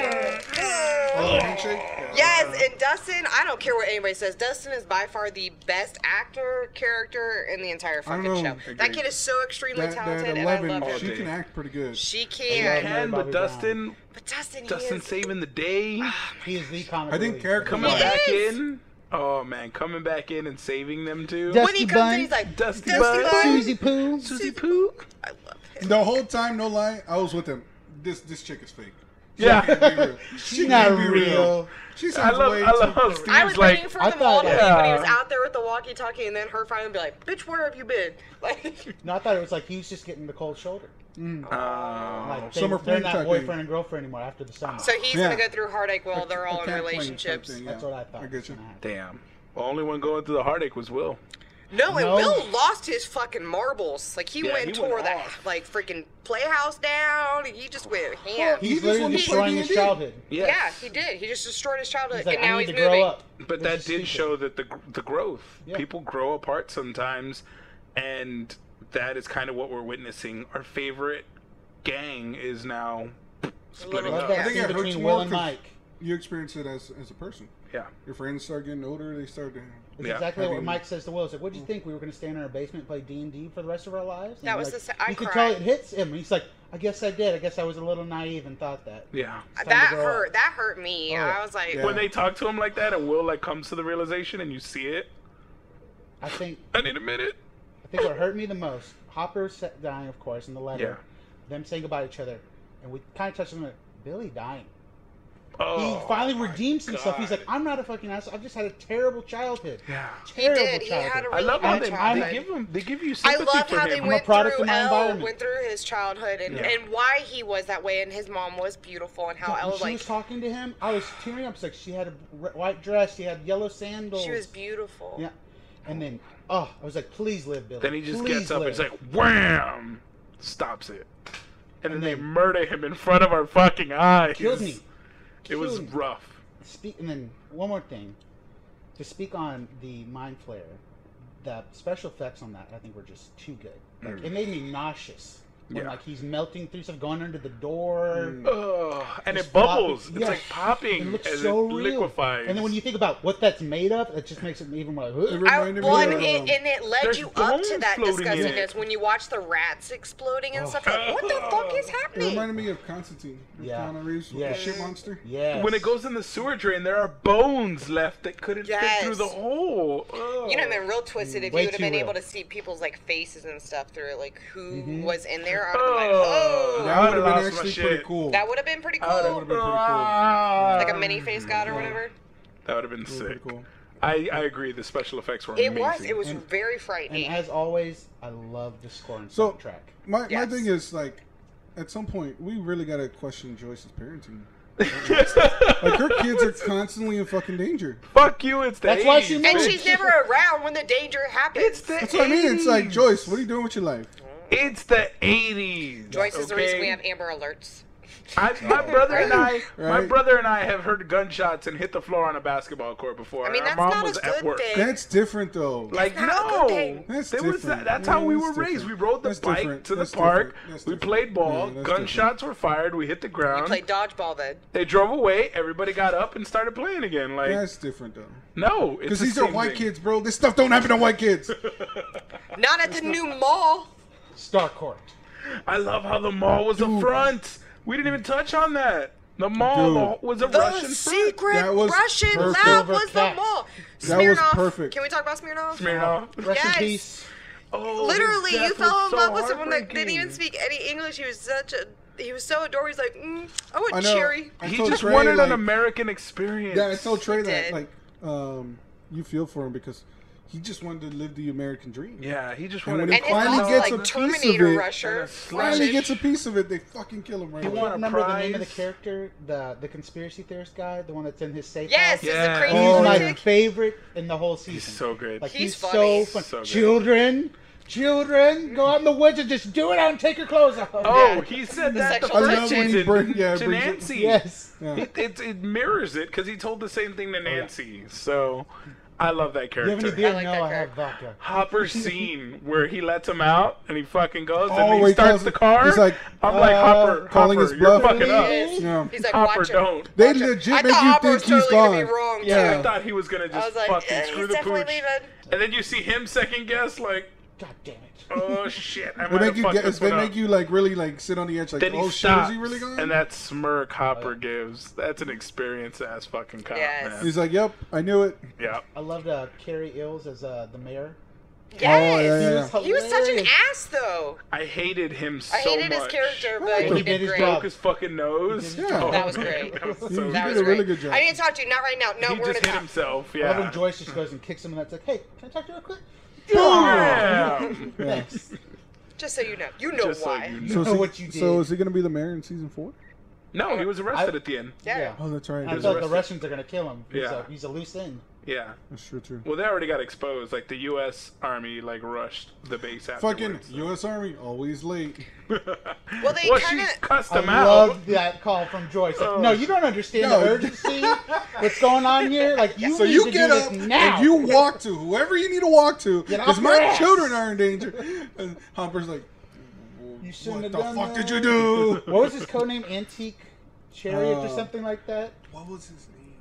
Speaker 2: Oh, handshake? Yeah.
Speaker 3: yes. And Dustin, I don't care what anybody says. Dustin is by far the best actor character in the entire
Speaker 2: I don't
Speaker 3: fucking
Speaker 2: know.
Speaker 3: show. That
Speaker 1: Agreed.
Speaker 3: kid is so extremely
Speaker 2: That, that
Speaker 3: talented, and I
Speaker 2: 11,
Speaker 3: love her.
Speaker 1: Oh,
Speaker 2: she
Speaker 1: dude.
Speaker 2: can act pretty good.
Speaker 3: She
Speaker 4: I
Speaker 3: can,
Speaker 4: love-
Speaker 1: Can,
Speaker 4: Bobby
Speaker 1: but
Speaker 4: Brown.
Speaker 1: Dustin,
Speaker 3: but Dustin, he
Speaker 1: Dustin
Speaker 3: is-
Speaker 1: saving the day,
Speaker 4: He is the comic.
Speaker 2: I think
Speaker 4: relief.
Speaker 2: character-
Speaker 1: coming
Speaker 2: He
Speaker 1: back
Speaker 3: is.
Speaker 1: in. Oh man, coming back in and saving them too.
Speaker 4: Dusty
Speaker 3: when he comes
Speaker 4: Bun.
Speaker 3: in, he's like,
Speaker 1: Dusty
Speaker 3: Dusty,
Speaker 1: Bun.
Speaker 3: Bun.
Speaker 4: Susie Poo.
Speaker 1: Susie Poo.
Speaker 3: I love him.
Speaker 2: The whole time, no lie, I was with him. This this chick is fake.
Speaker 1: Yeah,
Speaker 2: Be real. She
Speaker 4: not
Speaker 2: can't be
Speaker 4: real.
Speaker 2: real. She
Speaker 1: I
Speaker 2: sounds
Speaker 1: love,
Speaker 2: way
Speaker 1: I
Speaker 2: too-
Speaker 1: love how
Speaker 3: I
Speaker 1: Steve's
Speaker 3: was
Speaker 1: like.
Speaker 3: waiting for
Speaker 4: I
Speaker 3: them all
Speaker 4: thought-
Speaker 3: to leave, but he was
Speaker 1: Yeah.
Speaker 3: out there with the walkie-talkie, and then her finally be like, "Bitch, where have you been?" Like,
Speaker 4: No, I thought it was like he was just getting the cold shoulder.
Speaker 1: Uh,
Speaker 4: Like they,
Speaker 2: Oh, summer
Speaker 4: they're
Speaker 2: fling
Speaker 4: not
Speaker 2: type
Speaker 4: boyfriend
Speaker 2: thing.
Speaker 4: and girlfriend anymore after the summer.
Speaker 3: so he's
Speaker 2: Yeah.
Speaker 3: gonna go through heartache while they're all
Speaker 2: A cat
Speaker 3: in
Speaker 2: plane type
Speaker 3: relationships.
Speaker 2: thing, yeah.
Speaker 4: That's what I thought.
Speaker 2: I
Speaker 4: was
Speaker 2: get you.
Speaker 4: gonna happen.
Speaker 1: damn. The only one going through the heartache was Will.
Speaker 3: No, and
Speaker 4: No.
Speaker 3: Will lost his fucking marbles. Like he
Speaker 1: Yeah,
Speaker 3: went
Speaker 1: he
Speaker 3: tore
Speaker 1: went
Speaker 3: that
Speaker 1: off.
Speaker 3: like freaking playhouse down. and He just went ham.
Speaker 2: He
Speaker 4: He's
Speaker 2: just
Speaker 4: literally
Speaker 2: wanted to play
Speaker 4: destroying his
Speaker 2: D&D.
Speaker 4: childhood.
Speaker 1: Yes.
Speaker 3: Yeah, he did. He just destroyed his childhood,
Speaker 4: He's like,
Speaker 3: and now
Speaker 4: I
Speaker 3: he's
Speaker 4: need to
Speaker 3: moving.
Speaker 4: grow up.
Speaker 1: But
Speaker 4: Which
Speaker 1: that
Speaker 4: is
Speaker 1: did
Speaker 4: stupid.
Speaker 1: show that the the growth.
Speaker 4: Yeah.
Speaker 1: People grow apart sometimes, and that is kind of what we're witnessing. Our favorite gang is now splitting
Speaker 3: little
Speaker 1: up.
Speaker 4: Love that
Speaker 2: I think
Speaker 4: scene
Speaker 2: it hurts
Speaker 4: between
Speaker 2: more
Speaker 4: Will and
Speaker 2: 'cause
Speaker 4: Mike.
Speaker 2: You experience it as as a person.
Speaker 1: Yeah,
Speaker 2: Your friends start getting older. They start to.
Speaker 4: It's
Speaker 1: Yeah.
Speaker 4: exactly what
Speaker 2: Having-
Speaker 4: Mike says to Will. It's like, what do you think? We were going to stand in our basement and play D&D for the rest of our lives? And
Speaker 3: That was
Speaker 4: like,
Speaker 3: the sa- I
Speaker 4: You could
Speaker 3: cried.
Speaker 4: tell it hits him. He's like, I guess I did. I guess I was a little naive and thought that.
Speaker 1: yeah.
Speaker 4: Time to
Speaker 3: That
Speaker 4: grow
Speaker 3: hurt.
Speaker 4: up.
Speaker 3: That hurt me.
Speaker 4: Oh,
Speaker 3: I was like,
Speaker 2: yeah.
Speaker 1: When they talk to him like that, and Will like comes to the realization, and you see it.
Speaker 4: I think
Speaker 1: I need a minute.
Speaker 4: I think what hurt me the most, Hopper sa- dying, of course, in the letter. Them saying goodbye to each other, and we kind of touched on it. Billy dying.
Speaker 1: Oh,
Speaker 4: he finally
Speaker 1: my
Speaker 4: redeems himself. He's
Speaker 1: God.
Speaker 4: like, I'm not a fucking asshole. I've just had a terrible childhood.
Speaker 1: yeah.
Speaker 3: he
Speaker 4: Terrible
Speaker 3: did. He
Speaker 4: childhood.
Speaker 3: had a
Speaker 1: I
Speaker 3: really
Speaker 1: love how
Speaker 3: bad
Speaker 1: they,
Speaker 3: childhood.
Speaker 1: they give him they give you
Speaker 3: I
Speaker 1: sympathy
Speaker 3: love
Speaker 1: for
Speaker 3: how
Speaker 1: him.
Speaker 3: they
Speaker 4: I'm a
Speaker 3: went
Speaker 4: product
Speaker 3: through
Speaker 4: of my
Speaker 3: L,
Speaker 4: environment.
Speaker 3: went through his childhood, and,
Speaker 1: Yeah.
Speaker 3: and why he was that way, and his mom was beautiful, and how
Speaker 4: When
Speaker 3: Elle was
Speaker 4: she
Speaker 3: like
Speaker 4: was talking to him, I was tearing up. It's Like she had a re- white dress, she had yellow sandals.
Speaker 3: she was beautiful.
Speaker 4: Yeah, and then oh, I was like, please live, Billy.
Speaker 1: Then he just
Speaker 4: Please
Speaker 1: gets up and it's
Speaker 4: live.
Speaker 1: like wham, stops it, and,
Speaker 4: And
Speaker 1: then they
Speaker 4: then-
Speaker 1: murder him in front of our fucking eyes.
Speaker 4: killed me.
Speaker 1: It was
Speaker 4: Killed me.
Speaker 1: rough.
Speaker 4: Speak, and then one more thing, to speak on the mind flare, the special effects on that I think were just too good. Like, It made me nauseous. When,
Speaker 1: Mm. Yeah.
Speaker 4: Like he's melting through stuff, going under the door.
Speaker 1: Oh, and
Speaker 4: It's
Speaker 1: it bubbles.
Speaker 4: floppy.
Speaker 1: It's like
Speaker 4: Yes.
Speaker 1: popping
Speaker 4: It looks
Speaker 1: as
Speaker 4: so
Speaker 1: it
Speaker 4: real.
Speaker 1: liquefies.
Speaker 4: And then when you think about what that's made of, it just makes it even more.
Speaker 2: It
Speaker 4: Like,
Speaker 3: I,
Speaker 2: reminded
Speaker 3: well,
Speaker 2: me
Speaker 3: and
Speaker 2: of, um,
Speaker 3: it, and it led
Speaker 1: There's
Speaker 3: you up to
Speaker 1: bones
Speaker 3: that
Speaker 1: floating in
Speaker 3: disgustingness
Speaker 1: it.
Speaker 3: when you watch the rats exploding
Speaker 4: Oh.
Speaker 3: and stuff. Like, what the fuck is
Speaker 2: It
Speaker 3: happening?
Speaker 2: reminded me of Constantine. With
Speaker 4: Yeah.
Speaker 2: Keanu Reeves with
Speaker 4: Yeah.
Speaker 2: the shit monster.
Speaker 4: yes.
Speaker 1: When it goes in the sewer drain, there are bones left that couldn't fit through
Speaker 3: Yes.
Speaker 1: the hole. Oh.
Speaker 3: You know, been real twisted if
Speaker 4: Way
Speaker 3: you would have
Speaker 4: too
Speaker 3: been
Speaker 4: real.
Speaker 3: able to see people's like faces and stuff through it, like who
Speaker 4: Mhm.
Speaker 3: was in there. I would have been like,
Speaker 1: Oh,
Speaker 3: oh,
Speaker 2: That
Speaker 1: I
Speaker 2: would have
Speaker 1: lost
Speaker 2: been
Speaker 1: my
Speaker 2: actually
Speaker 1: shit.
Speaker 2: pretty cool.
Speaker 3: that would have been pretty
Speaker 1: I would've- Mm-hmm.
Speaker 3: cool,
Speaker 2: would've been pretty cool.
Speaker 3: like a mini face god or whatever.
Speaker 1: That would have been
Speaker 2: Pretty
Speaker 1: sick.
Speaker 2: cool.
Speaker 1: I, I agree. The special effects were
Speaker 3: It
Speaker 1: amazing.
Speaker 3: was. It was
Speaker 2: And-
Speaker 3: very
Speaker 4: And
Speaker 3: frightening.
Speaker 4: as always, I love the score and
Speaker 2: So-
Speaker 4: soundtrack.
Speaker 2: My
Speaker 3: Yes.
Speaker 2: my thing is like, at some point we really gotta question Joyce's parenting. Like her kids are constantly in fucking danger.
Speaker 1: Fuck you. It's the
Speaker 4: That's why she
Speaker 1: 80s,
Speaker 3: and
Speaker 1: bitch.
Speaker 3: she's never around when the danger happens.
Speaker 1: It's the
Speaker 2: That's what I mean. It's like
Speaker 1: 80s.
Speaker 2: Joyce, what are you doing with your life?
Speaker 1: It's the 80s.
Speaker 3: Joyce is the reason
Speaker 1: okay?
Speaker 3: we have Amber Alerts.
Speaker 1: I, my brother and I, my
Speaker 2: Right.
Speaker 1: brother and I have heard gunshots and hit the floor on a basketball court before.
Speaker 3: I mean,
Speaker 1: Our
Speaker 3: that's
Speaker 1: mom
Speaker 3: not
Speaker 1: was
Speaker 3: a
Speaker 1: at
Speaker 3: good
Speaker 1: work.
Speaker 3: thing.
Speaker 2: That's different though.
Speaker 1: Like
Speaker 3: That's not a good
Speaker 1: no,
Speaker 3: thing.
Speaker 2: That's
Speaker 1: There was
Speaker 2: different.
Speaker 1: that- that's how
Speaker 2: Yeah,
Speaker 1: we
Speaker 2: that's
Speaker 1: were
Speaker 2: different.
Speaker 1: raised. We rode the
Speaker 2: That's
Speaker 1: bike
Speaker 2: different.
Speaker 1: to the
Speaker 2: That's
Speaker 1: park.
Speaker 2: different. That's
Speaker 1: We
Speaker 2: different.
Speaker 1: played ball.
Speaker 2: Yeah, that's
Speaker 1: gunshots were fired. We hit the
Speaker 3: You
Speaker 1: ground.
Speaker 3: played dodgeball then.
Speaker 1: They drove away. Everybody got up and started playing again. Like
Speaker 2: That's different though.
Speaker 1: no, it's
Speaker 2: Because
Speaker 1: the
Speaker 2: these are
Speaker 1: same
Speaker 2: white
Speaker 1: thing.
Speaker 2: kids, bro. This stuff don't happen to white kids.
Speaker 3: Not at the new mall.
Speaker 4: Star Court.
Speaker 1: I love how the mall was a front. We didn't even touch on that. The mall
Speaker 2: Dude.
Speaker 1: was a
Speaker 3: The
Speaker 1: Russian front.
Speaker 3: secret
Speaker 2: That was
Speaker 3: Russian
Speaker 2: perfect.
Speaker 3: lab was the
Speaker 4: Silver
Speaker 3: mall.
Speaker 2: That was
Speaker 3: Smirnoff.
Speaker 2: perfect.
Speaker 3: Can we talk about Smirnoff?
Speaker 1: Smirnoff.
Speaker 4: Rest
Speaker 3: Yes.
Speaker 4: in peace.
Speaker 1: Oh, his
Speaker 3: Literally, you
Speaker 1: death was
Speaker 3: fell in
Speaker 1: so
Speaker 3: love with someone that didn't even
Speaker 1: heartbreaking.
Speaker 3: speak any English. He was such a. He was so adorable. He's like, mm, I
Speaker 2: I
Speaker 3: want
Speaker 2: know.
Speaker 3: cherry.
Speaker 2: I
Speaker 1: He
Speaker 2: told
Speaker 1: just
Speaker 2: Trey,
Speaker 1: wanted
Speaker 2: like-
Speaker 1: an American experience.
Speaker 2: Yeah, I told Trey that.
Speaker 3: did.
Speaker 2: Like, um, you feel for him because he just wanted to live the American dream.
Speaker 1: Yeah, he just
Speaker 2: And
Speaker 1: wanted.
Speaker 2: when
Speaker 1: to
Speaker 2: it
Speaker 3: And
Speaker 1: find
Speaker 3: his
Speaker 2: finally
Speaker 3: mom's
Speaker 1: out-
Speaker 2: gets a
Speaker 3: like
Speaker 2: piece of
Speaker 3: Terminator
Speaker 2: it,
Speaker 1: and a
Speaker 3: Rusher.
Speaker 1: slice.
Speaker 2: Finally
Speaker 3: Russian.
Speaker 2: gets a piece of it. They fucking kill him right
Speaker 1: You
Speaker 2: away.
Speaker 4: Do you
Speaker 1: want a
Speaker 4: remember the name of the
Speaker 1: prize?
Speaker 4: character, the the conspiracy theorist guy, the one that's in his safe
Speaker 3: Yes,
Speaker 4: house?
Speaker 1: Yeah.
Speaker 3: it's the crazy
Speaker 4: He's
Speaker 2: Oh,
Speaker 4: my
Speaker 2: yeah.
Speaker 3: chick.
Speaker 4: favorite in the whole season.
Speaker 1: He's so good.
Speaker 4: Like
Speaker 3: He's
Speaker 4: he's,
Speaker 3: funny.
Speaker 4: so fun.
Speaker 1: So good.
Speaker 4: Children, Children, go out in the woods and just do it out and take your clothes off.
Speaker 1: Oh, he said
Speaker 3: The
Speaker 1: that the
Speaker 3: sexual
Speaker 1: first
Speaker 3: tension.
Speaker 1: season
Speaker 2: Bring- yeah,
Speaker 1: to
Speaker 2: brings it-
Speaker 1: Nancy.
Speaker 4: Yes.
Speaker 2: Yeah.
Speaker 1: It, it, it mirrors it because he told the same thing to Nancy. So I love that
Speaker 4: You have
Speaker 1: character.
Speaker 4: any beer?
Speaker 3: I like
Speaker 4: no,
Speaker 3: that
Speaker 4: I have vodka.
Speaker 1: Hopper's scene where he lets him out and he fucking goes
Speaker 2: Oh,
Speaker 1: and
Speaker 2: where
Speaker 1: he
Speaker 2: he
Speaker 1: starts
Speaker 2: calls-
Speaker 1: the car.
Speaker 2: he's like,
Speaker 1: I'm like,
Speaker 4: uh,
Speaker 1: Hopper,
Speaker 2: calling
Speaker 1: Hopper,
Speaker 2: his
Speaker 1: you're
Speaker 2: bluff.
Speaker 1: fucking
Speaker 3: He
Speaker 1: up.
Speaker 3: is.
Speaker 2: Yeah.
Speaker 3: He's like,
Speaker 1: Hop
Speaker 3: watch
Speaker 1: or
Speaker 3: him.
Speaker 1: don't.
Speaker 2: They
Speaker 3: Watch him."
Speaker 2: legit
Speaker 3: I
Speaker 2: make
Speaker 3: thought
Speaker 2: you
Speaker 3: Hopper
Speaker 2: think
Speaker 3: was
Speaker 2: he's
Speaker 3: totally gonna be
Speaker 2: gone.
Speaker 3: wrong
Speaker 2: Yeah.
Speaker 1: I
Speaker 3: too.
Speaker 1: thought he was gonna
Speaker 3: I
Speaker 1: just
Speaker 3: was like,
Speaker 1: fucking
Speaker 3: "Eh,
Speaker 1: screw
Speaker 3: he's
Speaker 1: the
Speaker 3: definitely
Speaker 1: pooch.
Speaker 3: leaving.
Speaker 1: And then you see him second guess, like,
Speaker 4: God damn it.
Speaker 1: oh shit, I might
Speaker 2: They make
Speaker 1: have
Speaker 2: you
Speaker 1: fucked
Speaker 2: get.
Speaker 1: this
Speaker 2: They
Speaker 1: one
Speaker 2: make
Speaker 1: up.
Speaker 2: you like really like sit on the edge, like,
Speaker 1: then
Speaker 2: oh
Speaker 1: he
Speaker 2: shit, is
Speaker 1: stops,
Speaker 2: he really gone?
Speaker 1: and that smirk Hopper gives. That's an experienced ass fucking cop,
Speaker 3: Uh, Yes.
Speaker 1: man.
Speaker 2: He's like, yep, I knew it.
Speaker 1: Yeah.
Speaker 4: I loved uh, Carrie Ills as uh, the mayor.
Speaker 2: yeah,
Speaker 3: Yes.
Speaker 2: yeah.
Speaker 3: He was such an
Speaker 4: hilarious.
Speaker 3: ass though.
Speaker 1: I hated him so
Speaker 3: I hated
Speaker 1: much.
Speaker 3: his character,
Speaker 2: Well,
Speaker 3: but
Speaker 2: he
Speaker 3: he
Speaker 4: did
Speaker 3: did
Speaker 4: his
Speaker 3: great.
Speaker 4: job.
Speaker 1: Broke his fucking nose.
Speaker 2: Yeah.
Speaker 1: Oh,
Speaker 3: That was
Speaker 1: man,
Speaker 3: great.
Speaker 1: That was so
Speaker 2: You- you
Speaker 1: good.
Speaker 3: That
Speaker 2: did
Speaker 3: was
Speaker 2: a really good
Speaker 3: great.
Speaker 2: job.
Speaker 3: I need to talk to you. Not right now. No,
Speaker 1: he
Speaker 3: we're
Speaker 1: just hit
Speaker 3: gonna talk.
Speaker 1: himself.
Speaker 4: I love
Speaker 1: Yeah.
Speaker 4: when Joyce just goes and kicks him in the nuts. Like, hey, can I talk to you real quick?
Speaker 1: Damn.
Speaker 4: Thanks.
Speaker 3: Just so you know. You know
Speaker 1: Just so
Speaker 3: why.
Speaker 1: you know.
Speaker 2: So is
Speaker 4: Know
Speaker 2: he,
Speaker 4: what you
Speaker 2: So
Speaker 4: did.
Speaker 2: is he gonna be the mayor in season four?
Speaker 1: No, he was arrested
Speaker 4: I-
Speaker 1: at the end.
Speaker 3: Yeah.
Speaker 2: Oh, that's right.
Speaker 4: I
Speaker 1: was
Speaker 4: feel like the
Speaker 1: arrested.
Speaker 4: Russians are gonna kill him. He's,
Speaker 1: Yeah.
Speaker 4: a, he's a loose end.
Speaker 1: Yeah.
Speaker 2: That's true too.
Speaker 1: Well, they already got exposed. Like the U.S. Army, like rushed the base
Speaker 2: Fucking
Speaker 1: afterwards.
Speaker 2: U.S. Army always late.
Speaker 1: well,
Speaker 3: Well, they
Speaker 1: she
Speaker 3: kinda-
Speaker 1: cussed
Speaker 4: I
Speaker 1: him out.
Speaker 4: love that call from Joyce. Like, no, you don't understand the
Speaker 2: No.
Speaker 4: urgency. What's going on here? Like, you
Speaker 2: So
Speaker 4: need
Speaker 2: you
Speaker 4: to
Speaker 2: get
Speaker 4: do this
Speaker 2: up
Speaker 4: now.
Speaker 2: and you walk to whoever you need to walk to
Speaker 4: Get off
Speaker 2: because my
Speaker 4: your ass.
Speaker 2: children are in danger. And Hopper's like,
Speaker 4: You
Speaker 2: what
Speaker 4: shouldn't
Speaker 2: the fuck
Speaker 4: have done that."
Speaker 2: did you do?
Speaker 4: What was his codename? Antique Chariot or
Speaker 2: Uh,
Speaker 4: something like that.
Speaker 2: what was his name?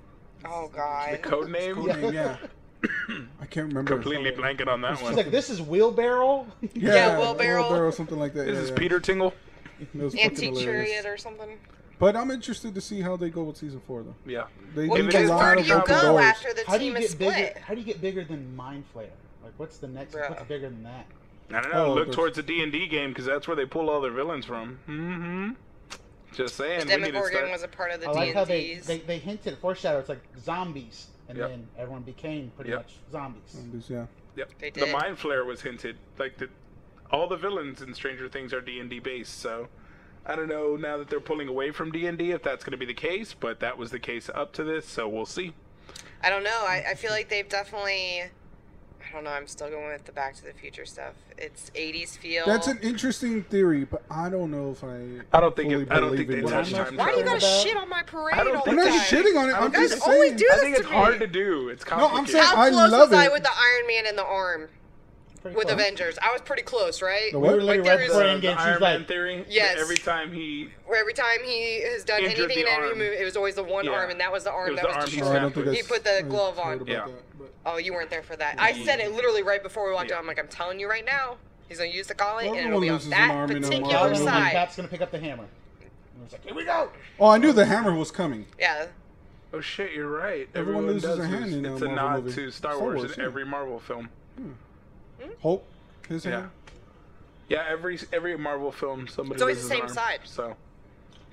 Speaker 3: Oh god.
Speaker 1: The code name.
Speaker 2: Code name, yeah. I can't remember.
Speaker 1: Completely blanket on that
Speaker 4: She's
Speaker 1: one.
Speaker 4: like, this is wheelbarrow.
Speaker 2: Yeah,
Speaker 3: Yeah, Wheelbarrow.
Speaker 2: Wheelbarrow, something like that.
Speaker 1: This
Speaker 2: yeah,
Speaker 1: is
Speaker 2: yeah.
Speaker 1: Peter Tingle.
Speaker 2: It was fucking
Speaker 3: Anti
Speaker 2: hilarious.
Speaker 3: chariot or something.
Speaker 2: But I'm interested to see how they go with season four, though.
Speaker 1: Yeah.
Speaker 2: They
Speaker 3: Well,
Speaker 1: If it is
Speaker 2: leave a
Speaker 3: because where
Speaker 2: lot
Speaker 3: do
Speaker 2: of
Speaker 3: you
Speaker 2: open
Speaker 3: go
Speaker 2: doors.
Speaker 3: after the
Speaker 4: How do you
Speaker 3: team is
Speaker 4: get bigger?
Speaker 3: split?
Speaker 4: How do you get bigger than Mind Flayer? Like, what's the next?
Speaker 3: Bruh.
Speaker 4: What's bigger than that?
Speaker 1: I don't know.
Speaker 2: Oh,
Speaker 1: Look
Speaker 2: there's-
Speaker 1: towards the D and D game because that's where they pull all their villains from. Mm-hmm. Just saying. We need to
Speaker 3: Demogorgon
Speaker 1: start.
Speaker 3: was a part of the
Speaker 4: I like how they,
Speaker 3: D&Ds.
Speaker 4: they they hinted foreshadow. It's like zombies, and
Speaker 1: Yep.
Speaker 4: then everyone became pretty
Speaker 1: Yep.
Speaker 4: much zombies.
Speaker 2: Yeah.
Speaker 1: Yep.
Speaker 3: They
Speaker 1: The
Speaker 3: did.
Speaker 1: mind flare was hinted. Like the, all the villains in Stranger Things are D and D based. So I don't know now that they're pulling away from D and D if that's going to be the case, but that was the case up to this. So we'll see.
Speaker 3: I don't know. I, I feel like they've definitely. I don't know. I'm still going with the Back to the Future stuff. It's 80s feel.
Speaker 2: That's an interesting theory, but I don't know if I.
Speaker 1: I don't think
Speaker 2: fully
Speaker 1: it, I don't
Speaker 2: believe
Speaker 1: think they
Speaker 2: in what
Speaker 1: touched
Speaker 2: I'm-
Speaker 1: time
Speaker 3: Why do you
Speaker 1: travel.
Speaker 3: gotta
Speaker 4: About-
Speaker 3: shit on my parade
Speaker 1: I don't
Speaker 3: all
Speaker 1: think
Speaker 3: the
Speaker 2: I'm
Speaker 3: time?
Speaker 2: not shitting on it.
Speaker 1: I
Speaker 2: I'm
Speaker 1: don't
Speaker 3: You
Speaker 1: think
Speaker 2: just
Speaker 3: guys
Speaker 2: saying.
Speaker 3: always do
Speaker 1: I
Speaker 3: this
Speaker 1: think
Speaker 3: to
Speaker 1: it's hard to
Speaker 3: me.
Speaker 1: do. It's
Speaker 2: I'm
Speaker 1: complicated.
Speaker 2: saying-
Speaker 3: How
Speaker 2: I
Speaker 3: close
Speaker 2: love
Speaker 3: was I
Speaker 2: it.
Speaker 3: with the Iron Man and the arm
Speaker 4: Pretty
Speaker 3: with
Speaker 4: close.
Speaker 3: Avengers? I was pretty close, right?
Speaker 2: The
Speaker 4: We
Speaker 2: what?
Speaker 4: were literally
Speaker 3: Like,
Speaker 4: right
Speaker 3: there
Speaker 4: before
Speaker 3: is-
Speaker 1: the
Speaker 4: Endgame. She's
Speaker 1: Iron Man
Speaker 4: like,
Speaker 1: theory.
Speaker 3: Yes.
Speaker 1: Every time he
Speaker 3: Where every time he has done
Speaker 1: Injured
Speaker 3: anything in
Speaker 1: the
Speaker 3: an enemy
Speaker 1: arm.
Speaker 3: movie, it was always the one
Speaker 1: Yeah.
Speaker 3: arm, and that was the arm
Speaker 1: It was
Speaker 3: that
Speaker 1: the
Speaker 3: was
Speaker 1: arm he
Speaker 2: Oh,
Speaker 3: destroyed.
Speaker 2: I don't think I
Speaker 1: He
Speaker 2: s-
Speaker 3: put the
Speaker 2: I
Speaker 3: glove on.
Speaker 2: heard about
Speaker 1: Yeah.
Speaker 2: that, but-
Speaker 3: Oh, you weren't there for that. I said it literally right before we walked
Speaker 1: Yeah.
Speaker 3: out. I'm like, I'm telling you right now, he's gonna use the gauntlet,
Speaker 2: Well,
Speaker 3: and it'll
Speaker 2: everyone
Speaker 3: be on
Speaker 2: loses an
Speaker 3: that
Speaker 2: arm in a
Speaker 4: "Oh,
Speaker 3: particular
Speaker 2: Marvel
Speaker 4: and
Speaker 2: movie.
Speaker 3: side.
Speaker 4: Cap's gonna pick up the hammer. And it's like, here we go.
Speaker 2: Oh, I knew the hammer was coming.
Speaker 3: Yeah.
Speaker 1: Oh shit, you're right.
Speaker 2: Everyone
Speaker 1: Everyone,
Speaker 2: loses
Speaker 1: does
Speaker 2: a hand
Speaker 1: lose.
Speaker 2: in a
Speaker 1: It's a
Speaker 2: Marvel
Speaker 1: nod
Speaker 2: movie.
Speaker 1: to Star
Speaker 2: Star
Speaker 1: Wars,
Speaker 2: Wars,
Speaker 1: in
Speaker 2: yeah.
Speaker 1: every Marvel film.
Speaker 2: Hulk, his
Speaker 1: Yeah.
Speaker 2: hand.
Speaker 1: Yeah, every every Marvel film somebody
Speaker 3: It's always
Speaker 1: loses
Speaker 3: the
Speaker 1: an
Speaker 3: same
Speaker 1: arm.
Speaker 3: side.
Speaker 1: So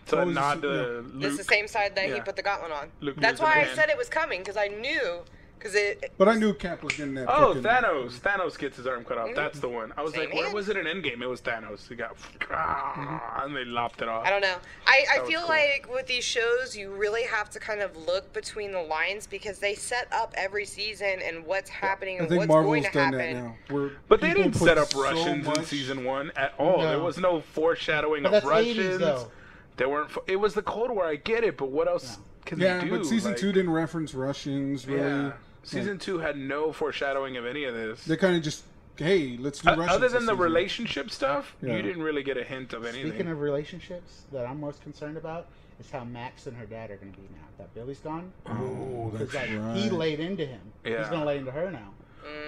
Speaker 1: it's a
Speaker 2: Always the
Speaker 1: nod
Speaker 2: same- yeah.
Speaker 1: to Luke.
Speaker 3: It's the same side that he
Speaker 1: Yeah.
Speaker 3: put the gauntlet on.
Speaker 1: Luke
Speaker 3: That's
Speaker 1: loses
Speaker 3: why
Speaker 1: the
Speaker 3: I
Speaker 1: hand.
Speaker 3: said it was coming because I knew because it.
Speaker 2: But I knew Cap was getting that.
Speaker 1: Oh,
Speaker 2: fucking-
Speaker 1: Thanos! Thanos gets his arm cut off. That's the one. I was
Speaker 3: Mm-hmm. Same
Speaker 1: like, where
Speaker 3: hand.
Speaker 1: was it in Endgame? It was Thanos. He got
Speaker 2: Mm-hmm.
Speaker 1: and they lopped it off.
Speaker 3: I don't know. I, I
Speaker 1: That was
Speaker 3: feel
Speaker 1: cool.
Speaker 3: like with these shows, you really have to kind of look between the lines because they set up every season and what's happening
Speaker 2: I
Speaker 3: and
Speaker 2: think
Speaker 3: what's
Speaker 2: Marvel's
Speaker 3: going to
Speaker 2: done
Speaker 3: happen.
Speaker 2: that now. Where
Speaker 1: But they
Speaker 2: people
Speaker 1: didn't
Speaker 2: put
Speaker 1: set up
Speaker 2: so
Speaker 1: Russians in
Speaker 2: much-
Speaker 1: season one at all. There
Speaker 4: No.
Speaker 1: was no foreshadowing
Speaker 4: But
Speaker 1: of
Speaker 4: that's 80s
Speaker 1: Russians.
Speaker 4: though.
Speaker 1: They weren't. Fo- it was the Cold War. I get it, but what else can
Speaker 2: Yeah,
Speaker 1: they do?
Speaker 2: but season
Speaker 1: Like,
Speaker 2: two didn't reference Russians really.
Speaker 1: Yeah. Season two had no foreshadowing of any of this.
Speaker 2: They kind of just, hey, let's do
Speaker 1: O-
Speaker 2: Russians.
Speaker 1: other
Speaker 2: this
Speaker 1: than the
Speaker 2: season.
Speaker 1: relationship stuff,
Speaker 2: Yeah.
Speaker 1: you didn't really get a hint of anything.
Speaker 4: Speaking of relationships, that I'm most concerned about is how Max and her dad are gonna be now that Billy's gone.
Speaker 2: Oh, that's
Speaker 4: Because like
Speaker 2: right.
Speaker 4: he laid into him. He's
Speaker 1: Yeah.
Speaker 4: gonna lay into her now.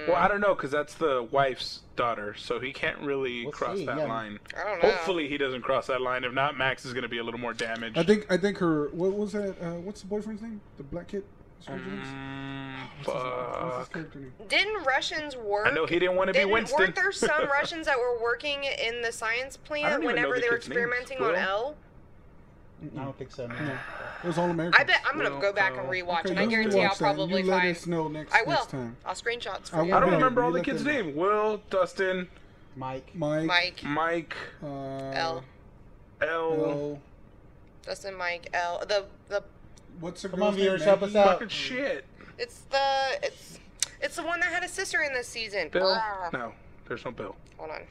Speaker 1: well, I don't know because that's the wife's daughter, so he can't really
Speaker 4: We'll
Speaker 1: cross
Speaker 4: see,
Speaker 1: that
Speaker 4: yeah.
Speaker 1: line.
Speaker 3: I don't know.
Speaker 1: Hopefully, he doesn't cross that line. If not, Max is going to be a little more damaged.
Speaker 2: I think I think her. What was that? Uh, what's the boyfriend's name? The black kid.
Speaker 3: Oh,
Speaker 2: Stranger Things?
Speaker 1: Mm,
Speaker 2: What's his
Speaker 1: fuck.
Speaker 2: character name?
Speaker 3: Didn't Russians work?
Speaker 1: I know he didn't want to be
Speaker 3: Didn't-
Speaker 1: Winston.
Speaker 3: Weren't there some Russians that were working in the science
Speaker 1: I don't
Speaker 3: plant
Speaker 1: even know
Speaker 3: whenever
Speaker 1: the
Speaker 3: they were
Speaker 1: kids' names,
Speaker 3: experimenting
Speaker 1: Will?
Speaker 3: on L?
Speaker 4: I don't think so. No.
Speaker 2: It was all American.
Speaker 3: I bet I'm gonna
Speaker 1: Will,
Speaker 3: go back and
Speaker 1: Kyle.
Speaker 3: rewatch,
Speaker 2: Okay,
Speaker 3: and I
Speaker 2: you
Speaker 3: guarantee I'll
Speaker 2: watch that and
Speaker 3: probably
Speaker 2: you let
Speaker 3: find.
Speaker 2: us know next,
Speaker 3: I will.
Speaker 2: next time.
Speaker 3: I'll screenshots
Speaker 2: I
Speaker 3: for you.
Speaker 1: I don't
Speaker 2: Yeah,
Speaker 1: remember all
Speaker 2: you
Speaker 1: the
Speaker 2: let
Speaker 1: kids'
Speaker 2: them know.
Speaker 1: name. Will, Dustin,
Speaker 4: Mike.
Speaker 2: Mike,
Speaker 3: Mike,
Speaker 1: Mike,
Speaker 2: uh,
Speaker 3: L,
Speaker 1: L.
Speaker 2: L.
Speaker 3: Dustin, Mike, L. The the
Speaker 2: What's the
Speaker 4: Come on,
Speaker 2: girl's name?
Speaker 4: viewers, help us
Speaker 2: Maggie?
Speaker 4: out.
Speaker 1: Fucking shit.
Speaker 3: it's the it's it's the one that had a sister in this season.
Speaker 1: Bill.
Speaker 3: Ah.
Speaker 1: No, There's no Bill.
Speaker 3: Hold on.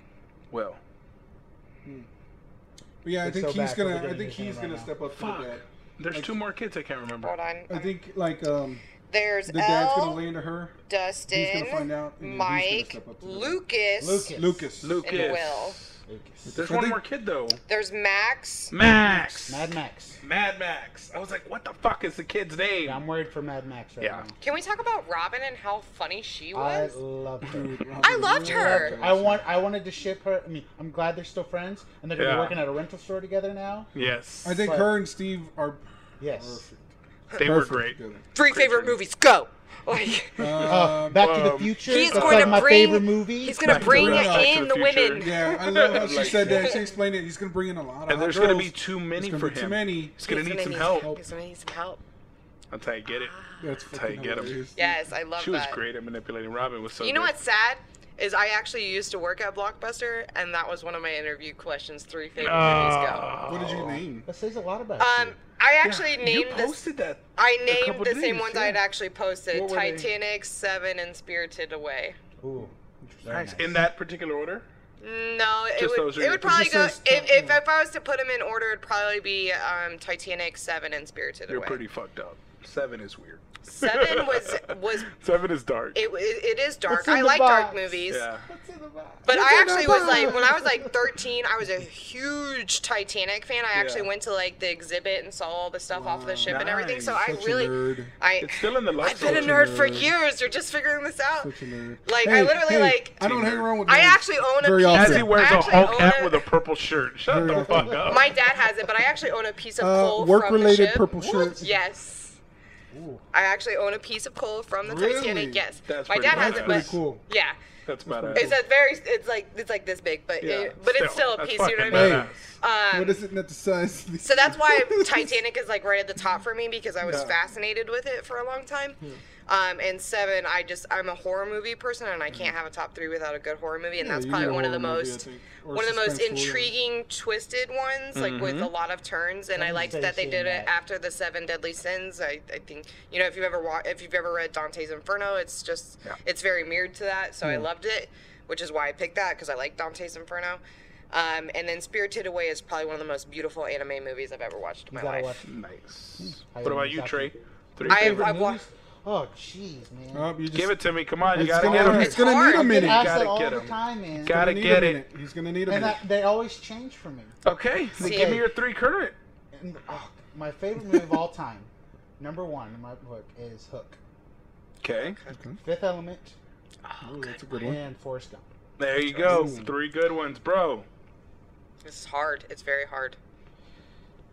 Speaker 1: Will.
Speaker 2: Hmm. But yeah, I
Speaker 4: It's
Speaker 2: think
Speaker 4: so
Speaker 2: he's
Speaker 4: bad that we're
Speaker 2: gonna. I
Speaker 4: doing
Speaker 2: think
Speaker 4: this one
Speaker 2: he's
Speaker 4: right
Speaker 2: gonna
Speaker 4: now.
Speaker 2: step up to
Speaker 1: Fuck.
Speaker 2: the dad.
Speaker 1: There's two more kids I can't remember.
Speaker 3: Hold on.
Speaker 2: I think like um,
Speaker 3: There's
Speaker 2: the dad's
Speaker 3: L,
Speaker 2: gonna lay into her.
Speaker 3: Dustin,
Speaker 2: He's gonna find out, and then he's gonna
Speaker 3: Mike,
Speaker 2: step up to the-
Speaker 3: Lucas,
Speaker 4: Lucas.
Speaker 2: Lucas.
Speaker 1: Lucas.
Speaker 3: And Will.
Speaker 4: Lucas.
Speaker 1: There's
Speaker 2: I
Speaker 1: one
Speaker 2: think-
Speaker 1: more kid though.
Speaker 3: There's Max.
Speaker 1: Max.
Speaker 4: Mad Max.
Speaker 1: Mad Max. I was like, what the fuck is the kid's name?
Speaker 4: Yeah, I'm worried for Mad Max right
Speaker 1: Yeah.
Speaker 3: Can we talk about Robin and how funny she
Speaker 4: now. I
Speaker 3: was?
Speaker 4: love her.
Speaker 2: Dude, Robin
Speaker 3: I loved
Speaker 2: really
Speaker 3: her.
Speaker 2: loved
Speaker 4: I want. I wanted to ship her. I mean, I'm glad they're still friends, and they're gonna
Speaker 1: Yeah.
Speaker 4: be working at a rental store together now.
Speaker 1: Yes.
Speaker 2: I think
Speaker 4: But-
Speaker 2: her and Steve are
Speaker 4: Yes.
Speaker 2: perfect.
Speaker 1: they were
Speaker 2: perfect
Speaker 1: great.
Speaker 2: together.
Speaker 3: Three favorite movies. Go. Like
Speaker 4: Uh,
Speaker 2: Um,
Speaker 4: Back to
Speaker 1: um,
Speaker 4: the Future.
Speaker 3: he's
Speaker 4: that's
Speaker 3: going
Speaker 4: like
Speaker 3: to
Speaker 4: my
Speaker 3: bring.
Speaker 4: favorite movie.
Speaker 3: He's going
Speaker 1: Back
Speaker 3: to
Speaker 1: to
Speaker 3: bring
Speaker 1: the- Back to
Speaker 3: in
Speaker 1: the
Speaker 3: the
Speaker 1: future.
Speaker 3: women.
Speaker 2: yeah, I love how she
Speaker 1: Like-
Speaker 2: said that. She explained it. He's gonna bring in a lot of.
Speaker 1: And
Speaker 2: hot
Speaker 1: there's going to
Speaker 2: girls.
Speaker 1: be too many
Speaker 2: There's
Speaker 1: for
Speaker 2: gonna be
Speaker 1: him.
Speaker 2: Too many.
Speaker 1: He's going to
Speaker 3: He's
Speaker 1: need
Speaker 3: gonna
Speaker 1: some
Speaker 3: need
Speaker 1: help.
Speaker 3: He's going to need some help.
Speaker 1: That's how you get it.
Speaker 2: That's
Speaker 1: how you
Speaker 2: fucking
Speaker 1: get 'em.
Speaker 2: hilarious, dude.
Speaker 3: Yes, I love
Speaker 1: She was
Speaker 3: that.
Speaker 1: great at manipulating Robin. Was so.
Speaker 3: Ah, You know
Speaker 1: good.
Speaker 3: what's sad is I actually used to work at Blockbuster, and that was one of my interview questions. Three favorite movies go.
Speaker 1: Oh.
Speaker 2: What did you name?
Speaker 4: That says a lot about
Speaker 3: Um,
Speaker 4: you.
Speaker 3: I actually
Speaker 1: Yeah,
Speaker 3: named
Speaker 1: you
Speaker 3: this.
Speaker 1: posted that.
Speaker 3: I
Speaker 1: a
Speaker 3: named
Speaker 1: couple
Speaker 3: the same
Speaker 1: days,
Speaker 3: ones
Speaker 1: yeah.
Speaker 3: I had actually posted:
Speaker 1: What were they?
Speaker 3: Titanic, Seven, and Spirited Away.
Speaker 4: Ooh. very
Speaker 1: Nice.
Speaker 4: nice.
Speaker 1: In that particular order.
Speaker 3: No, it
Speaker 1: Just those
Speaker 3: would
Speaker 1: are
Speaker 3: it
Speaker 1: your-
Speaker 3: would probably
Speaker 2: It just
Speaker 3: go if,
Speaker 2: says top
Speaker 3: if
Speaker 2: one.
Speaker 3: if I was to put them in order, it'd probably be um, Titanic, Seven, and Spirited
Speaker 1: You're
Speaker 3: Away.
Speaker 1: pretty fucked up. Seven is weird.
Speaker 3: Seven was was
Speaker 1: Seven is dark.
Speaker 3: it it is dark.
Speaker 4: in
Speaker 3: I
Speaker 4: the
Speaker 3: like dark
Speaker 4: box?
Speaker 3: movies.
Speaker 1: yeah.
Speaker 4: What's in the box?
Speaker 3: But
Speaker 2: What's
Speaker 3: I
Speaker 2: in
Speaker 3: actually
Speaker 2: that
Speaker 3: was like,
Speaker 2: box?
Speaker 3: when I was like 13, I was a huge Titanic fan. I actually
Speaker 1: Yeah.
Speaker 3: went to like the exhibit and saw all the stuff off the
Speaker 2: Wow.
Speaker 3: ship and everything. So I
Speaker 2: Such a
Speaker 3: really,
Speaker 2: nerd.
Speaker 3: I,
Speaker 1: It's still in the love
Speaker 3: I've been a
Speaker 1: story.
Speaker 3: nerd for
Speaker 2: nerd.
Speaker 3: years. You're just figuring this out.
Speaker 2: Such a nerd.
Speaker 3: Like, I
Speaker 2: Hey,
Speaker 3: literally,
Speaker 2: hey,
Speaker 3: like-
Speaker 2: I don't hang around with.
Speaker 3: I
Speaker 2: nerds
Speaker 3: actually own a
Speaker 2: very
Speaker 3: piece
Speaker 2: often.
Speaker 1: As he wears a
Speaker 3: Actually,
Speaker 1: Hulk hat
Speaker 3: Ola-
Speaker 1: with a purple shirt. Shut
Speaker 2: Very
Speaker 1: the
Speaker 2: often.
Speaker 1: fuck up.
Speaker 3: My dad has it, but I actually own a piece of
Speaker 2: Uh,
Speaker 3: coal from the
Speaker 2: work-related
Speaker 3: ship.
Speaker 2: purple shirt.
Speaker 3: Yes.
Speaker 4: Ooh.
Speaker 3: I actually own a piece of coal from the
Speaker 2: Really?
Speaker 3: Titanic. Yes.
Speaker 1: That's
Speaker 3: My
Speaker 1: pretty badass.
Speaker 3: dad has
Speaker 2: That's
Speaker 3: it,
Speaker 2: pretty
Speaker 3: but
Speaker 2: cool.
Speaker 3: yeah.
Speaker 1: That's badass.
Speaker 3: It's a very, it's like, it's like this big, but,
Speaker 1: Yeah.
Speaker 3: it, but it's still a
Speaker 1: that's
Speaker 3: piece, you know
Speaker 1: fucking
Speaker 3: what I mean?
Speaker 2: mean?
Speaker 1: badass.
Speaker 3: Um,
Speaker 2: What is it that the size?
Speaker 3: So that's why Titanic is like right at the top for me because I was
Speaker 2: Yeah.
Speaker 3: fascinated with it for a long time. Um, and seven, I just I'm a horror movie person and I can't have a top three without a good horror movie, and that's
Speaker 2: Mm. you
Speaker 3: probably
Speaker 2: need a
Speaker 3: one of the
Speaker 2: horror movie, I
Speaker 3: most
Speaker 2: think, or
Speaker 3: one of the
Speaker 2: suspenseful,
Speaker 3: most
Speaker 2: yeah.
Speaker 3: intriguing, twisted ones, like with a lot of turns. And I
Speaker 4: I'm
Speaker 3: liked
Speaker 4: just
Speaker 3: that they
Speaker 4: saying
Speaker 3: did it
Speaker 4: that.
Speaker 3: after the Seven Deadly Sins. I, I think you know if you've ever wa- if you've ever read Dante's Inferno, it's just
Speaker 1: Yeah.
Speaker 3: it's very mirrored to that. So I
Speaker 2: Hmm.
Speaker 3: loved it, which is why I picked that because I like Dante's Inferno. Um, and then Spirited Away is probably one of the most beautiful anime movies I've ever watched in
Speaker 4: You
Speaker 3: my life.
Speaker 4: gotta watch.
Speaker 1: Nice.
Speaker 4: I
Speaker 1: What about
Speaker 4: always
Speaker 1: you,
Speaker 4: have
Speaker 1: Trey?
Speaker 4: to-
Speaker 1: Three
Speaker 3: I-
Speaker 1: favorite.
Speaker 3: I- wa-
Speaker 4: Movies? Oh, jeez, man.
Speaker 2: Oh, you just-
Speaker 1: Give it to me. Come on, you
Speaker 2: It's
Speaker 1: gotta
Speaker 2: gonna-
Speaker 1: get him.
Speaker 2: It's gonna
Speaker 3: hard.
Speaker 2: need a
Speaker 3: You
Speaker 4: I get
Speaker 2: minute.
Speaker 4: asked
Speaker 1: gotta
Speaker 4: that all
Speaker 1: get
Speaker 4: the
Speaker 1: 'em.
Speaker 4: time, man.
Speaker 2: He's
Speaker 1: Gotta
Speaker 2: gonna need a
Speaker 1: get it.
Speaker 2: minute. He's gonna need a
Speaker 4: and
Speaker 2: minute.
Speaker 4: I, they always change for me.
Speaker 1: Okay, then
Speaker 3: See.
Speaker 1: give me your three current.
Speaker 4: And, oh, my favorite movie of all time, number one in my book, is Hook,
Speaker 1: Okay,
Speaker 4: Fifth Element,
Speaker 2: Ooh, that's a good one.
Speaker 4: and Forrest Gump.
Speaker 1: there you go.
Speaker 2: Ooh.
Speaker 1: Three good ones, bro.
Speaker 3: It's hard. It's very hard.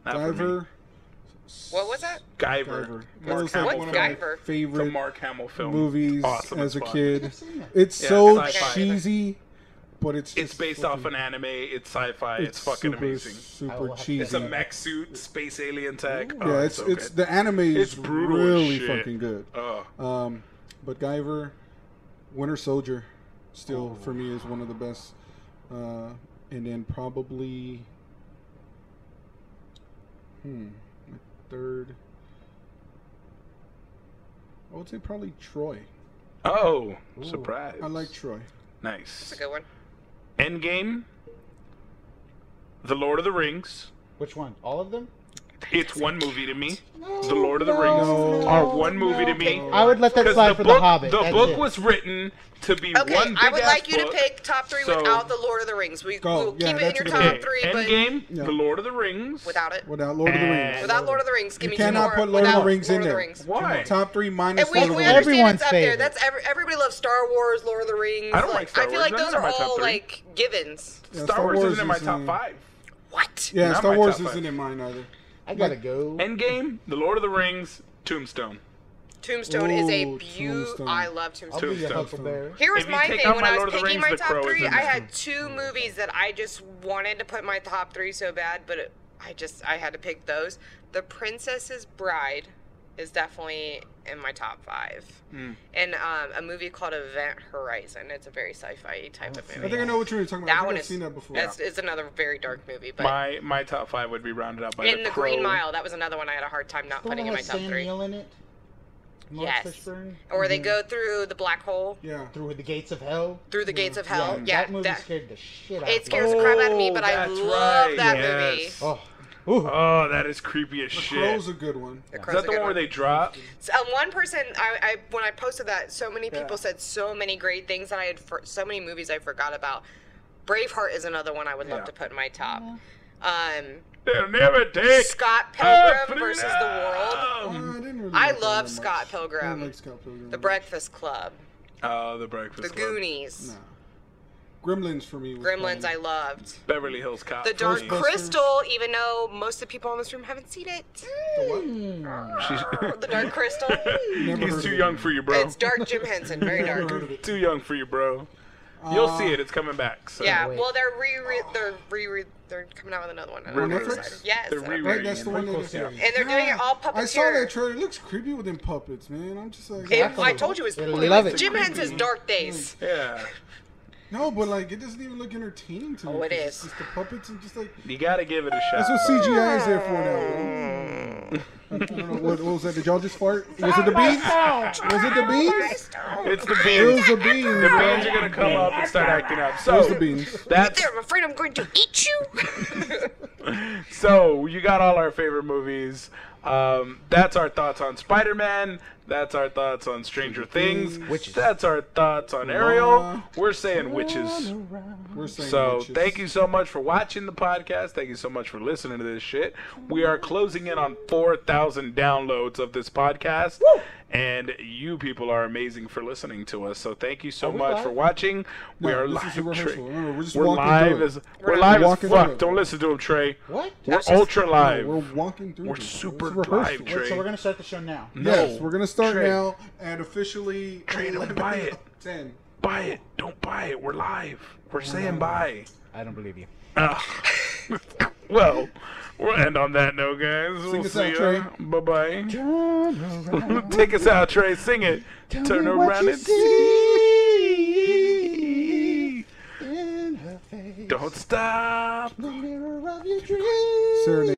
Speaker 1: Not for me.
Speaker 2: Diver.
Speaker 3: What was that?
Speaker 1: Guyver.
Speaker 2: Diver. That
Speaker 1: Mark
Speaker 2: was like
Speaker 1: Hamill
Speaker 2: one
Speaker 1: film.
Speaker 2: of my
Speaker 3: Guyver?
Speaker 1: It's a
Speaker 2: favorite
Speaker 1: Mark Hamill film.
Speaker 2: movies
Speaker 1: Awesome
Speaker 2: as a
Speaker 1: fuck.
Speaker 2: kid.
Speaker 4: I've seen it.
Speaker 2: It's
Speaker 1: Yeah,
Speaker 2: so
Speaker 1: it's
Speaker 3: like-
Speaker 2: cheesy, but it's
Speaker 1: It's
Speaker 2: just
Speaker 1: based
Speaker 2: fucking-
Speaker 1: off an anime. It's sci-fi. It's, fucking
Speaker 2: super,
Speaker 1: amazing.
Speaker 4: I
Speaker 2: Super
Speaker 4: will have to-
Speaker 2: cheesy.
Speaker 1: It's a mech suit, space alien tech. oh,
Speaker 2: Yeah, it's
Speaker 1: so
Speaker 2: it's
Speaker 1: good.
Speaker 2: the anime
Speaker 1: It's
Speaker 2: is
Speaker 1: brutal as
Speaker 2: really
Speaker 1: shit.
Speaker 2: fucking good.
Speaker 1: Oh,
Speaker 2: Um, but Guyver, Winter Soldier, still
Speaker 1: Oh.
Speaker 2: for me is one of the best. Uh, and then probably, hmm, my third. I would say probably Troy.
Speaker 1: oh, surprise!
Speaker 2: I like Troy.
Speaker 1: nice.
Speaker 3: It's a good one.
Speaker 1: Endgame, The Lord of the Rings.
Speaker 4: Which one? All of them?
Speaker 1: It's one movie to me. The Lord of the Rings
Speaker 2: no,
Speaker 1: are one movie to me.
Speaker 2: no.
Speaker 4: I would let that
Speaker 1: Because
Speaker 4: slide
Speaker 1: the
Speaker 4: for
Speaker 1: book,
Speaker 4: The Hobbit.
Speaker 1: the
Speaker 4: That's
Speaker 1: book
Speaker 4: it.
Speaker 1: was written to be
Speaker 3: Okay,
Speaker 1: one big
Speaker 3: I would
Speaker 1: ass
Speaker 3: like you
Speaker 1: book.
Speaker 3: to pick top three
Speaker 1: So-
Speaker 3: without the Lord of the Rings. We,
Speaker 2: Go.
Speaker 3: We'll
Speaker 2: Yeah,
Speaker 3: keep
Speaker 2: that's
Speaker 3: it in
Speaker 2: a
Speaker 3: your
Speaker 2: good
Speaker 3: top
Speaker 1: Okay,
Speaker 2: one.
Speaker 3: three, but
Speaker 1: Endgame,
Speaker 2: Yeah.
Speaker 1: The Lord of the Rings.
Speaker 3: without it.
Speaker 2: Without Lord of the
Speaker 1: And-
Speaker 2: Rings,
Speaker 3: Without Lord of the Rings,
Speaker 2: you
Speaker 3: give me some
Speaker 2: cannot
Speaker 3: more.
Speaker 2: put Lord of
Speaker 3: without
Speaker 2: the Rings in
Speaker 3: Lord of the
Speaker 2: there.
Speaker 3: Rings.
Speaker 1: Why?
Speaker 2: Top three minus
Speaker 3: And we,
Speaker 2: Lord of
Speaker 3: we
Speaker 2: the
Speaker 3: understand
Speaker 2: Rings.
Speaker 4: Everyone's
Speaker 3: it's up there.
Speaker 4: favorite.
Speaker 3: That's every, everybody loves Star Wars, Lord of the Rings.
Speaker 1: I don't like Star
Speaker 3: I feel
Speaker 1: Wars.
Speaker 3: like
Speaker 1: That's
Speaker 3: those
Speaker 1: not
Speaker 3: are
Speaker 1: my top
Speaker 3: all
Speaker 1: three.
Speaker 3: like givens.
Speaker 2: Yeah,
Speaker 1: Star, Wars, isn't in my top
Speaker 2: in-
Speaker 1: five.
Speaker 3: What?
Speaker 2: Yeah,
Speaker 1: Not
Speaker 2: Star
Speaker 1: my
Speaker 2: Wars
Speaker 1: top five.
Speaker 2: isn't in mine either.
Speaker 4: I gotta go.
Speaker 1: Endgame, The Lord of the Rings, Tombstone.
Speaker 3: Tombstone is a
Speaker 2: Ooh,
Speaker 3: beaut.
Speaker 2: Tombstone.
Speaker 3: I love
Speaker 4: I'll
Speaker 3: Tombstone.
Speaker 4: be your
Speaker 1: Tombstone.
Speaker 4: Huckleberry.
Speaker 3: Here was
Speaker 1: If you
Speaker 3: my
Speaker 1: take
Speaker 3: thing
Speaker 1: out
Speaker 3: when
Speaker 1: my
Speaker 3: I
Speaker 1: Lord
Speaker 3: was
Speaker 1: of the
Speaker 3: picking
Speaker 1: Rings,
Speaker 3: my
Speaker 1: The Crow
Speaker 3: top
Speaker 1: is
Speaker 3: three.
Speaker 1: in
Speaker 3: I
Speaker 1: there.
Speaker 3: had two movies that I just wanted to put in my top three so bad, but it, I just I had to pick those. The Princess's Bride is definitely in my top five,
Speaker 1: Hmm.
Speaker 3: and um, a movie called Event Horizon. It's a very sci-fi type of
Speaker 2: I
Speaker 3: movie.
Speaker 2: think I know what you're talking about. I
Speaker 3: That
Speaker 2: think
Speaker 3: one
Speaker 2: I've
Speaker 3: is
Speaker 2: seen that before.
Speaker 3: That's, it's another very dark movie, but
Speaker 1: My my top five would be rounded out by
Speaker 3: in the,
Speaker 1: Crow.
Speaker 3: Green Mile, that was another one I had a hard time not
Speaker 4: The one
Speaker 3: putting in
Speaker 4: that
Speaker 3: my
Speaker 4: has
Speaker 3: top
Speaker 4: Sam
Speaker 3: three.
Speaker 4: Neill in it. Lawrence
Speaker 3: Yes.
Speaker 4: Fishburne
Speaker 3: Or they go through the black hole,
Speaker 2: Yeah.
Speaker 4: through the gates of hell.
Speaker 3: through the gates of hell. Yeah,
Speaker 4: that movie
Speaker 3: that-
Speaker 4: scared the shit out. of
Speaker 3: it
Speaker 4: me.
Speaker 3: scares the crap out of me,
Speaker 1: Oh,
Speaker 3: but I
Speaker 1: that's
Speaker 3: love
Speaker 1: right.
Speaker 3: that
Speaker 1: Yes.
Speaker 3: movie.
Speaker 4: Oh, Ooh.
Speaker 1: Oh, that is creepy as
Speaker 2: The
Speaker 1: shit.
Speaker 2: Crow's
Speaker 1: Is
Speaker 2: a good one.
Speaker 3: The Crow's
Speaker 1: that
Speaker 3: a
Speaker 1: the
Speaker 3: good
Speaker 1: one where they drop?
Speaker 3: So, uh, one person, I, I when I posted that, so many people said so many great things that I had, for, so many movies I forgot about. Braveheart is another one I would love
Speaker 1: Yeah.
Speaker 3: to put in my top. Um,
Speaker 1: They'll never take.
Speaker 3: Scott
Speaker 1: our
Speaker 3: Pilgrim versus the World,
Speaker 2: Oh,
Speaker 1: freedom.
Speaker 2: I didn't really.
Speaker 3: Um, I
Speaker 2: like that one
Speaker 3: love
Speaker 2: much.
Speaker 3: Scott
Speaker 2: I
Speaker 3: Pilgrim.
Speaker 2: don't like Scott Pilgrim.
Speaker 3: The
Speaker 2: much.
Speaker 3: Breakfast Club,
Speaker 1: Oh, the Breakfast
Speaker 3: The
Speaker 1: Club.
Speaker 2: Nah.
Speaker 3: Goonies,
Speaker 2: Gremlins for me. Was
Speaker 3: Gremlins. I
Speaker 2: probably-
Speaker 3: loved.
Speaker 1: Beverly Hills Cop.
Speaker 3: The Dark
Speaker 1: Please.
Speaker 2: Uh, Ghostbusters.
Speaker 3: Crystal, even though most of the people in this room haven't seen it.
Speaker 2: Hmm.
Speaker 1: She's-
Speaker 3: The Dark Crystal.
Speaker 2: Never heard
Speaker 1: He's
Speaker 2: of
Speaker 1: too
Speaker 2: it.
Speaker 1: young for you, bro.
Speaker 3: It's dark Jim Henson, very
Speaker 2: Never
Speaker 3: dark.
Speaker 2: heard of it.
Speaker 1: Too young for you, bro. You'll
Speaker 2: Uh,
Speaker 1: see it. It's coming back. So.
Speaker 3: Yeah,
Speaker 4: wait.
Speaker 3: well they're re, re they're re, re they're coming out with another one. and I'm
Speaker 2: On
Speaker 1: Re-release.
Speaker 2: Netflix?
Speaker 3: excited. Yes.
Speaker 1: They're
Speaker 3: and I'm
Speaker 1: re-
Speaker 2: Right, that's the one.
Speaker 4: Prequel
Speaker 2: that is-
Speaker 4: series.
Speaker 2: yeah.
Speaker 3: And they're doing it all
Speaker 2: I saw that
Speaker 3: puppeteer.
Speaker 2: trailer. It looks creepy with them puppets, man. I'm just like,
Speaker 3: It,
Speaker 4: Exactly.
Speaker 3: I told you it was
Speaker 4: They love it.
Speaker 3: Jim Henson's Dark Days.
Speaker 1: Yeah.
Speaker 2: no, but like, it doesn't even look entertaining to me.
Speaker 3: Oh, it
Speaker 2: 'cause
Speaker 3: is.
Speaker 2: It's just the puppets and just like
Speaker 1: You gotta give it a
Speaker 2: that's
Speaker 1: shot.
Speaker 2: what CGI is there for now. I don't know, what, what was that? Did y'all just fart? Was it the beans? Was it
Speaker 3: Oh,
Speaker 2: the beans?
Speaker 1: It's the
Speaker 2: It was
Speaker 1: beans.
Speaker 2: the
Speaker 1: The
Speaker 2: beans.
Speaker 1: beans are gonna come up and start acting up.
Speaker 2: It was
Speaker 1: So
Speaker 2: the beans.
Speaker 1: that's
Speaker 3: There, I'm afraid I'm going to eat you.
Speaker 1: so you got all our favorite movies. Um, that's our thoughts on Spider-Man. That's our thoughts on Stranger Things.
Speaker 4: Witches.
Speaker 1: That's our thoughts on Ariel.
Speaker 2: Lana.
Speaker 1: We're saying witches.
Speaker 2: We're saying
Speaker 1: So
Speaker 2: witches.
Speaker 1: thank you so much for watching the podcast. Thank you so much for listening to this shit. We are closing in on 4,000 downloads of this podcast. And you people are amazing for listening to us. So thank you so
Speaker 4: we
Speaker 1: much
Speaker 4: live?
Speaker 1: for watching. we
Speaker 2: No,
Speaker 1: are
Speaker 2: this
Speaker 1: live.
Speaker 2: is a rehearsal.
Speaker 1: Trey.
Speaker 2: Remember, we're just
Speaker 1: We're
Speaker 2: walking
Speaker 1: live
Speaker 2: through it.
Speaker 1: as we're live as
Speaker 2: walking through
Speaker 1: fuck.
Speaker 2: it.
Speaker 1: Don't listen to him, Trey.
Speaker 4: What?
Speaker 1: We're
Speaker 3: That's just-
Speaker 1: ultra live.
Speaker 2: We're walking through.
Speaker 1: We're
Speaker 2: this.
Speaker 1: super
Speaker 2: It's a
Speaker 1: live,
Speaker 2: rehearsal.
Speaker 1: Trey.
Speaker 4: So we're gonna start the show now.
Speaker 2: Yes,
Speaker 1: No.
Speaker 2: we're gonna start
Speaker 1: Trey.
Speaker 2: now and officially.
Speaker 1: Trey, don't
Speaker 2: 11,
Speaker 1: buy it.
Speaker 2: Ten.
Speaker 1: buy it. Don't buy it. We're live. We're saying bye.
Speaker 4: I don't believe you.
Speaker 1: Ugh. well, we'll end on that note, guys. we'll
Speaker 2: us
Speaker 1: see
Speaker 2: out,
Speaker 1: ya. Bye bye. Take us out, Trey. Sing it. Turn
Speaker 4: me what
Speaker 1: around
Speaker 4: you
Speaker 1: and see.
Speaker 4: In her face,
Speaker 1: Don't stop.
Speaker 4: the mirror of your dreams.
Speaker 2: Serenade.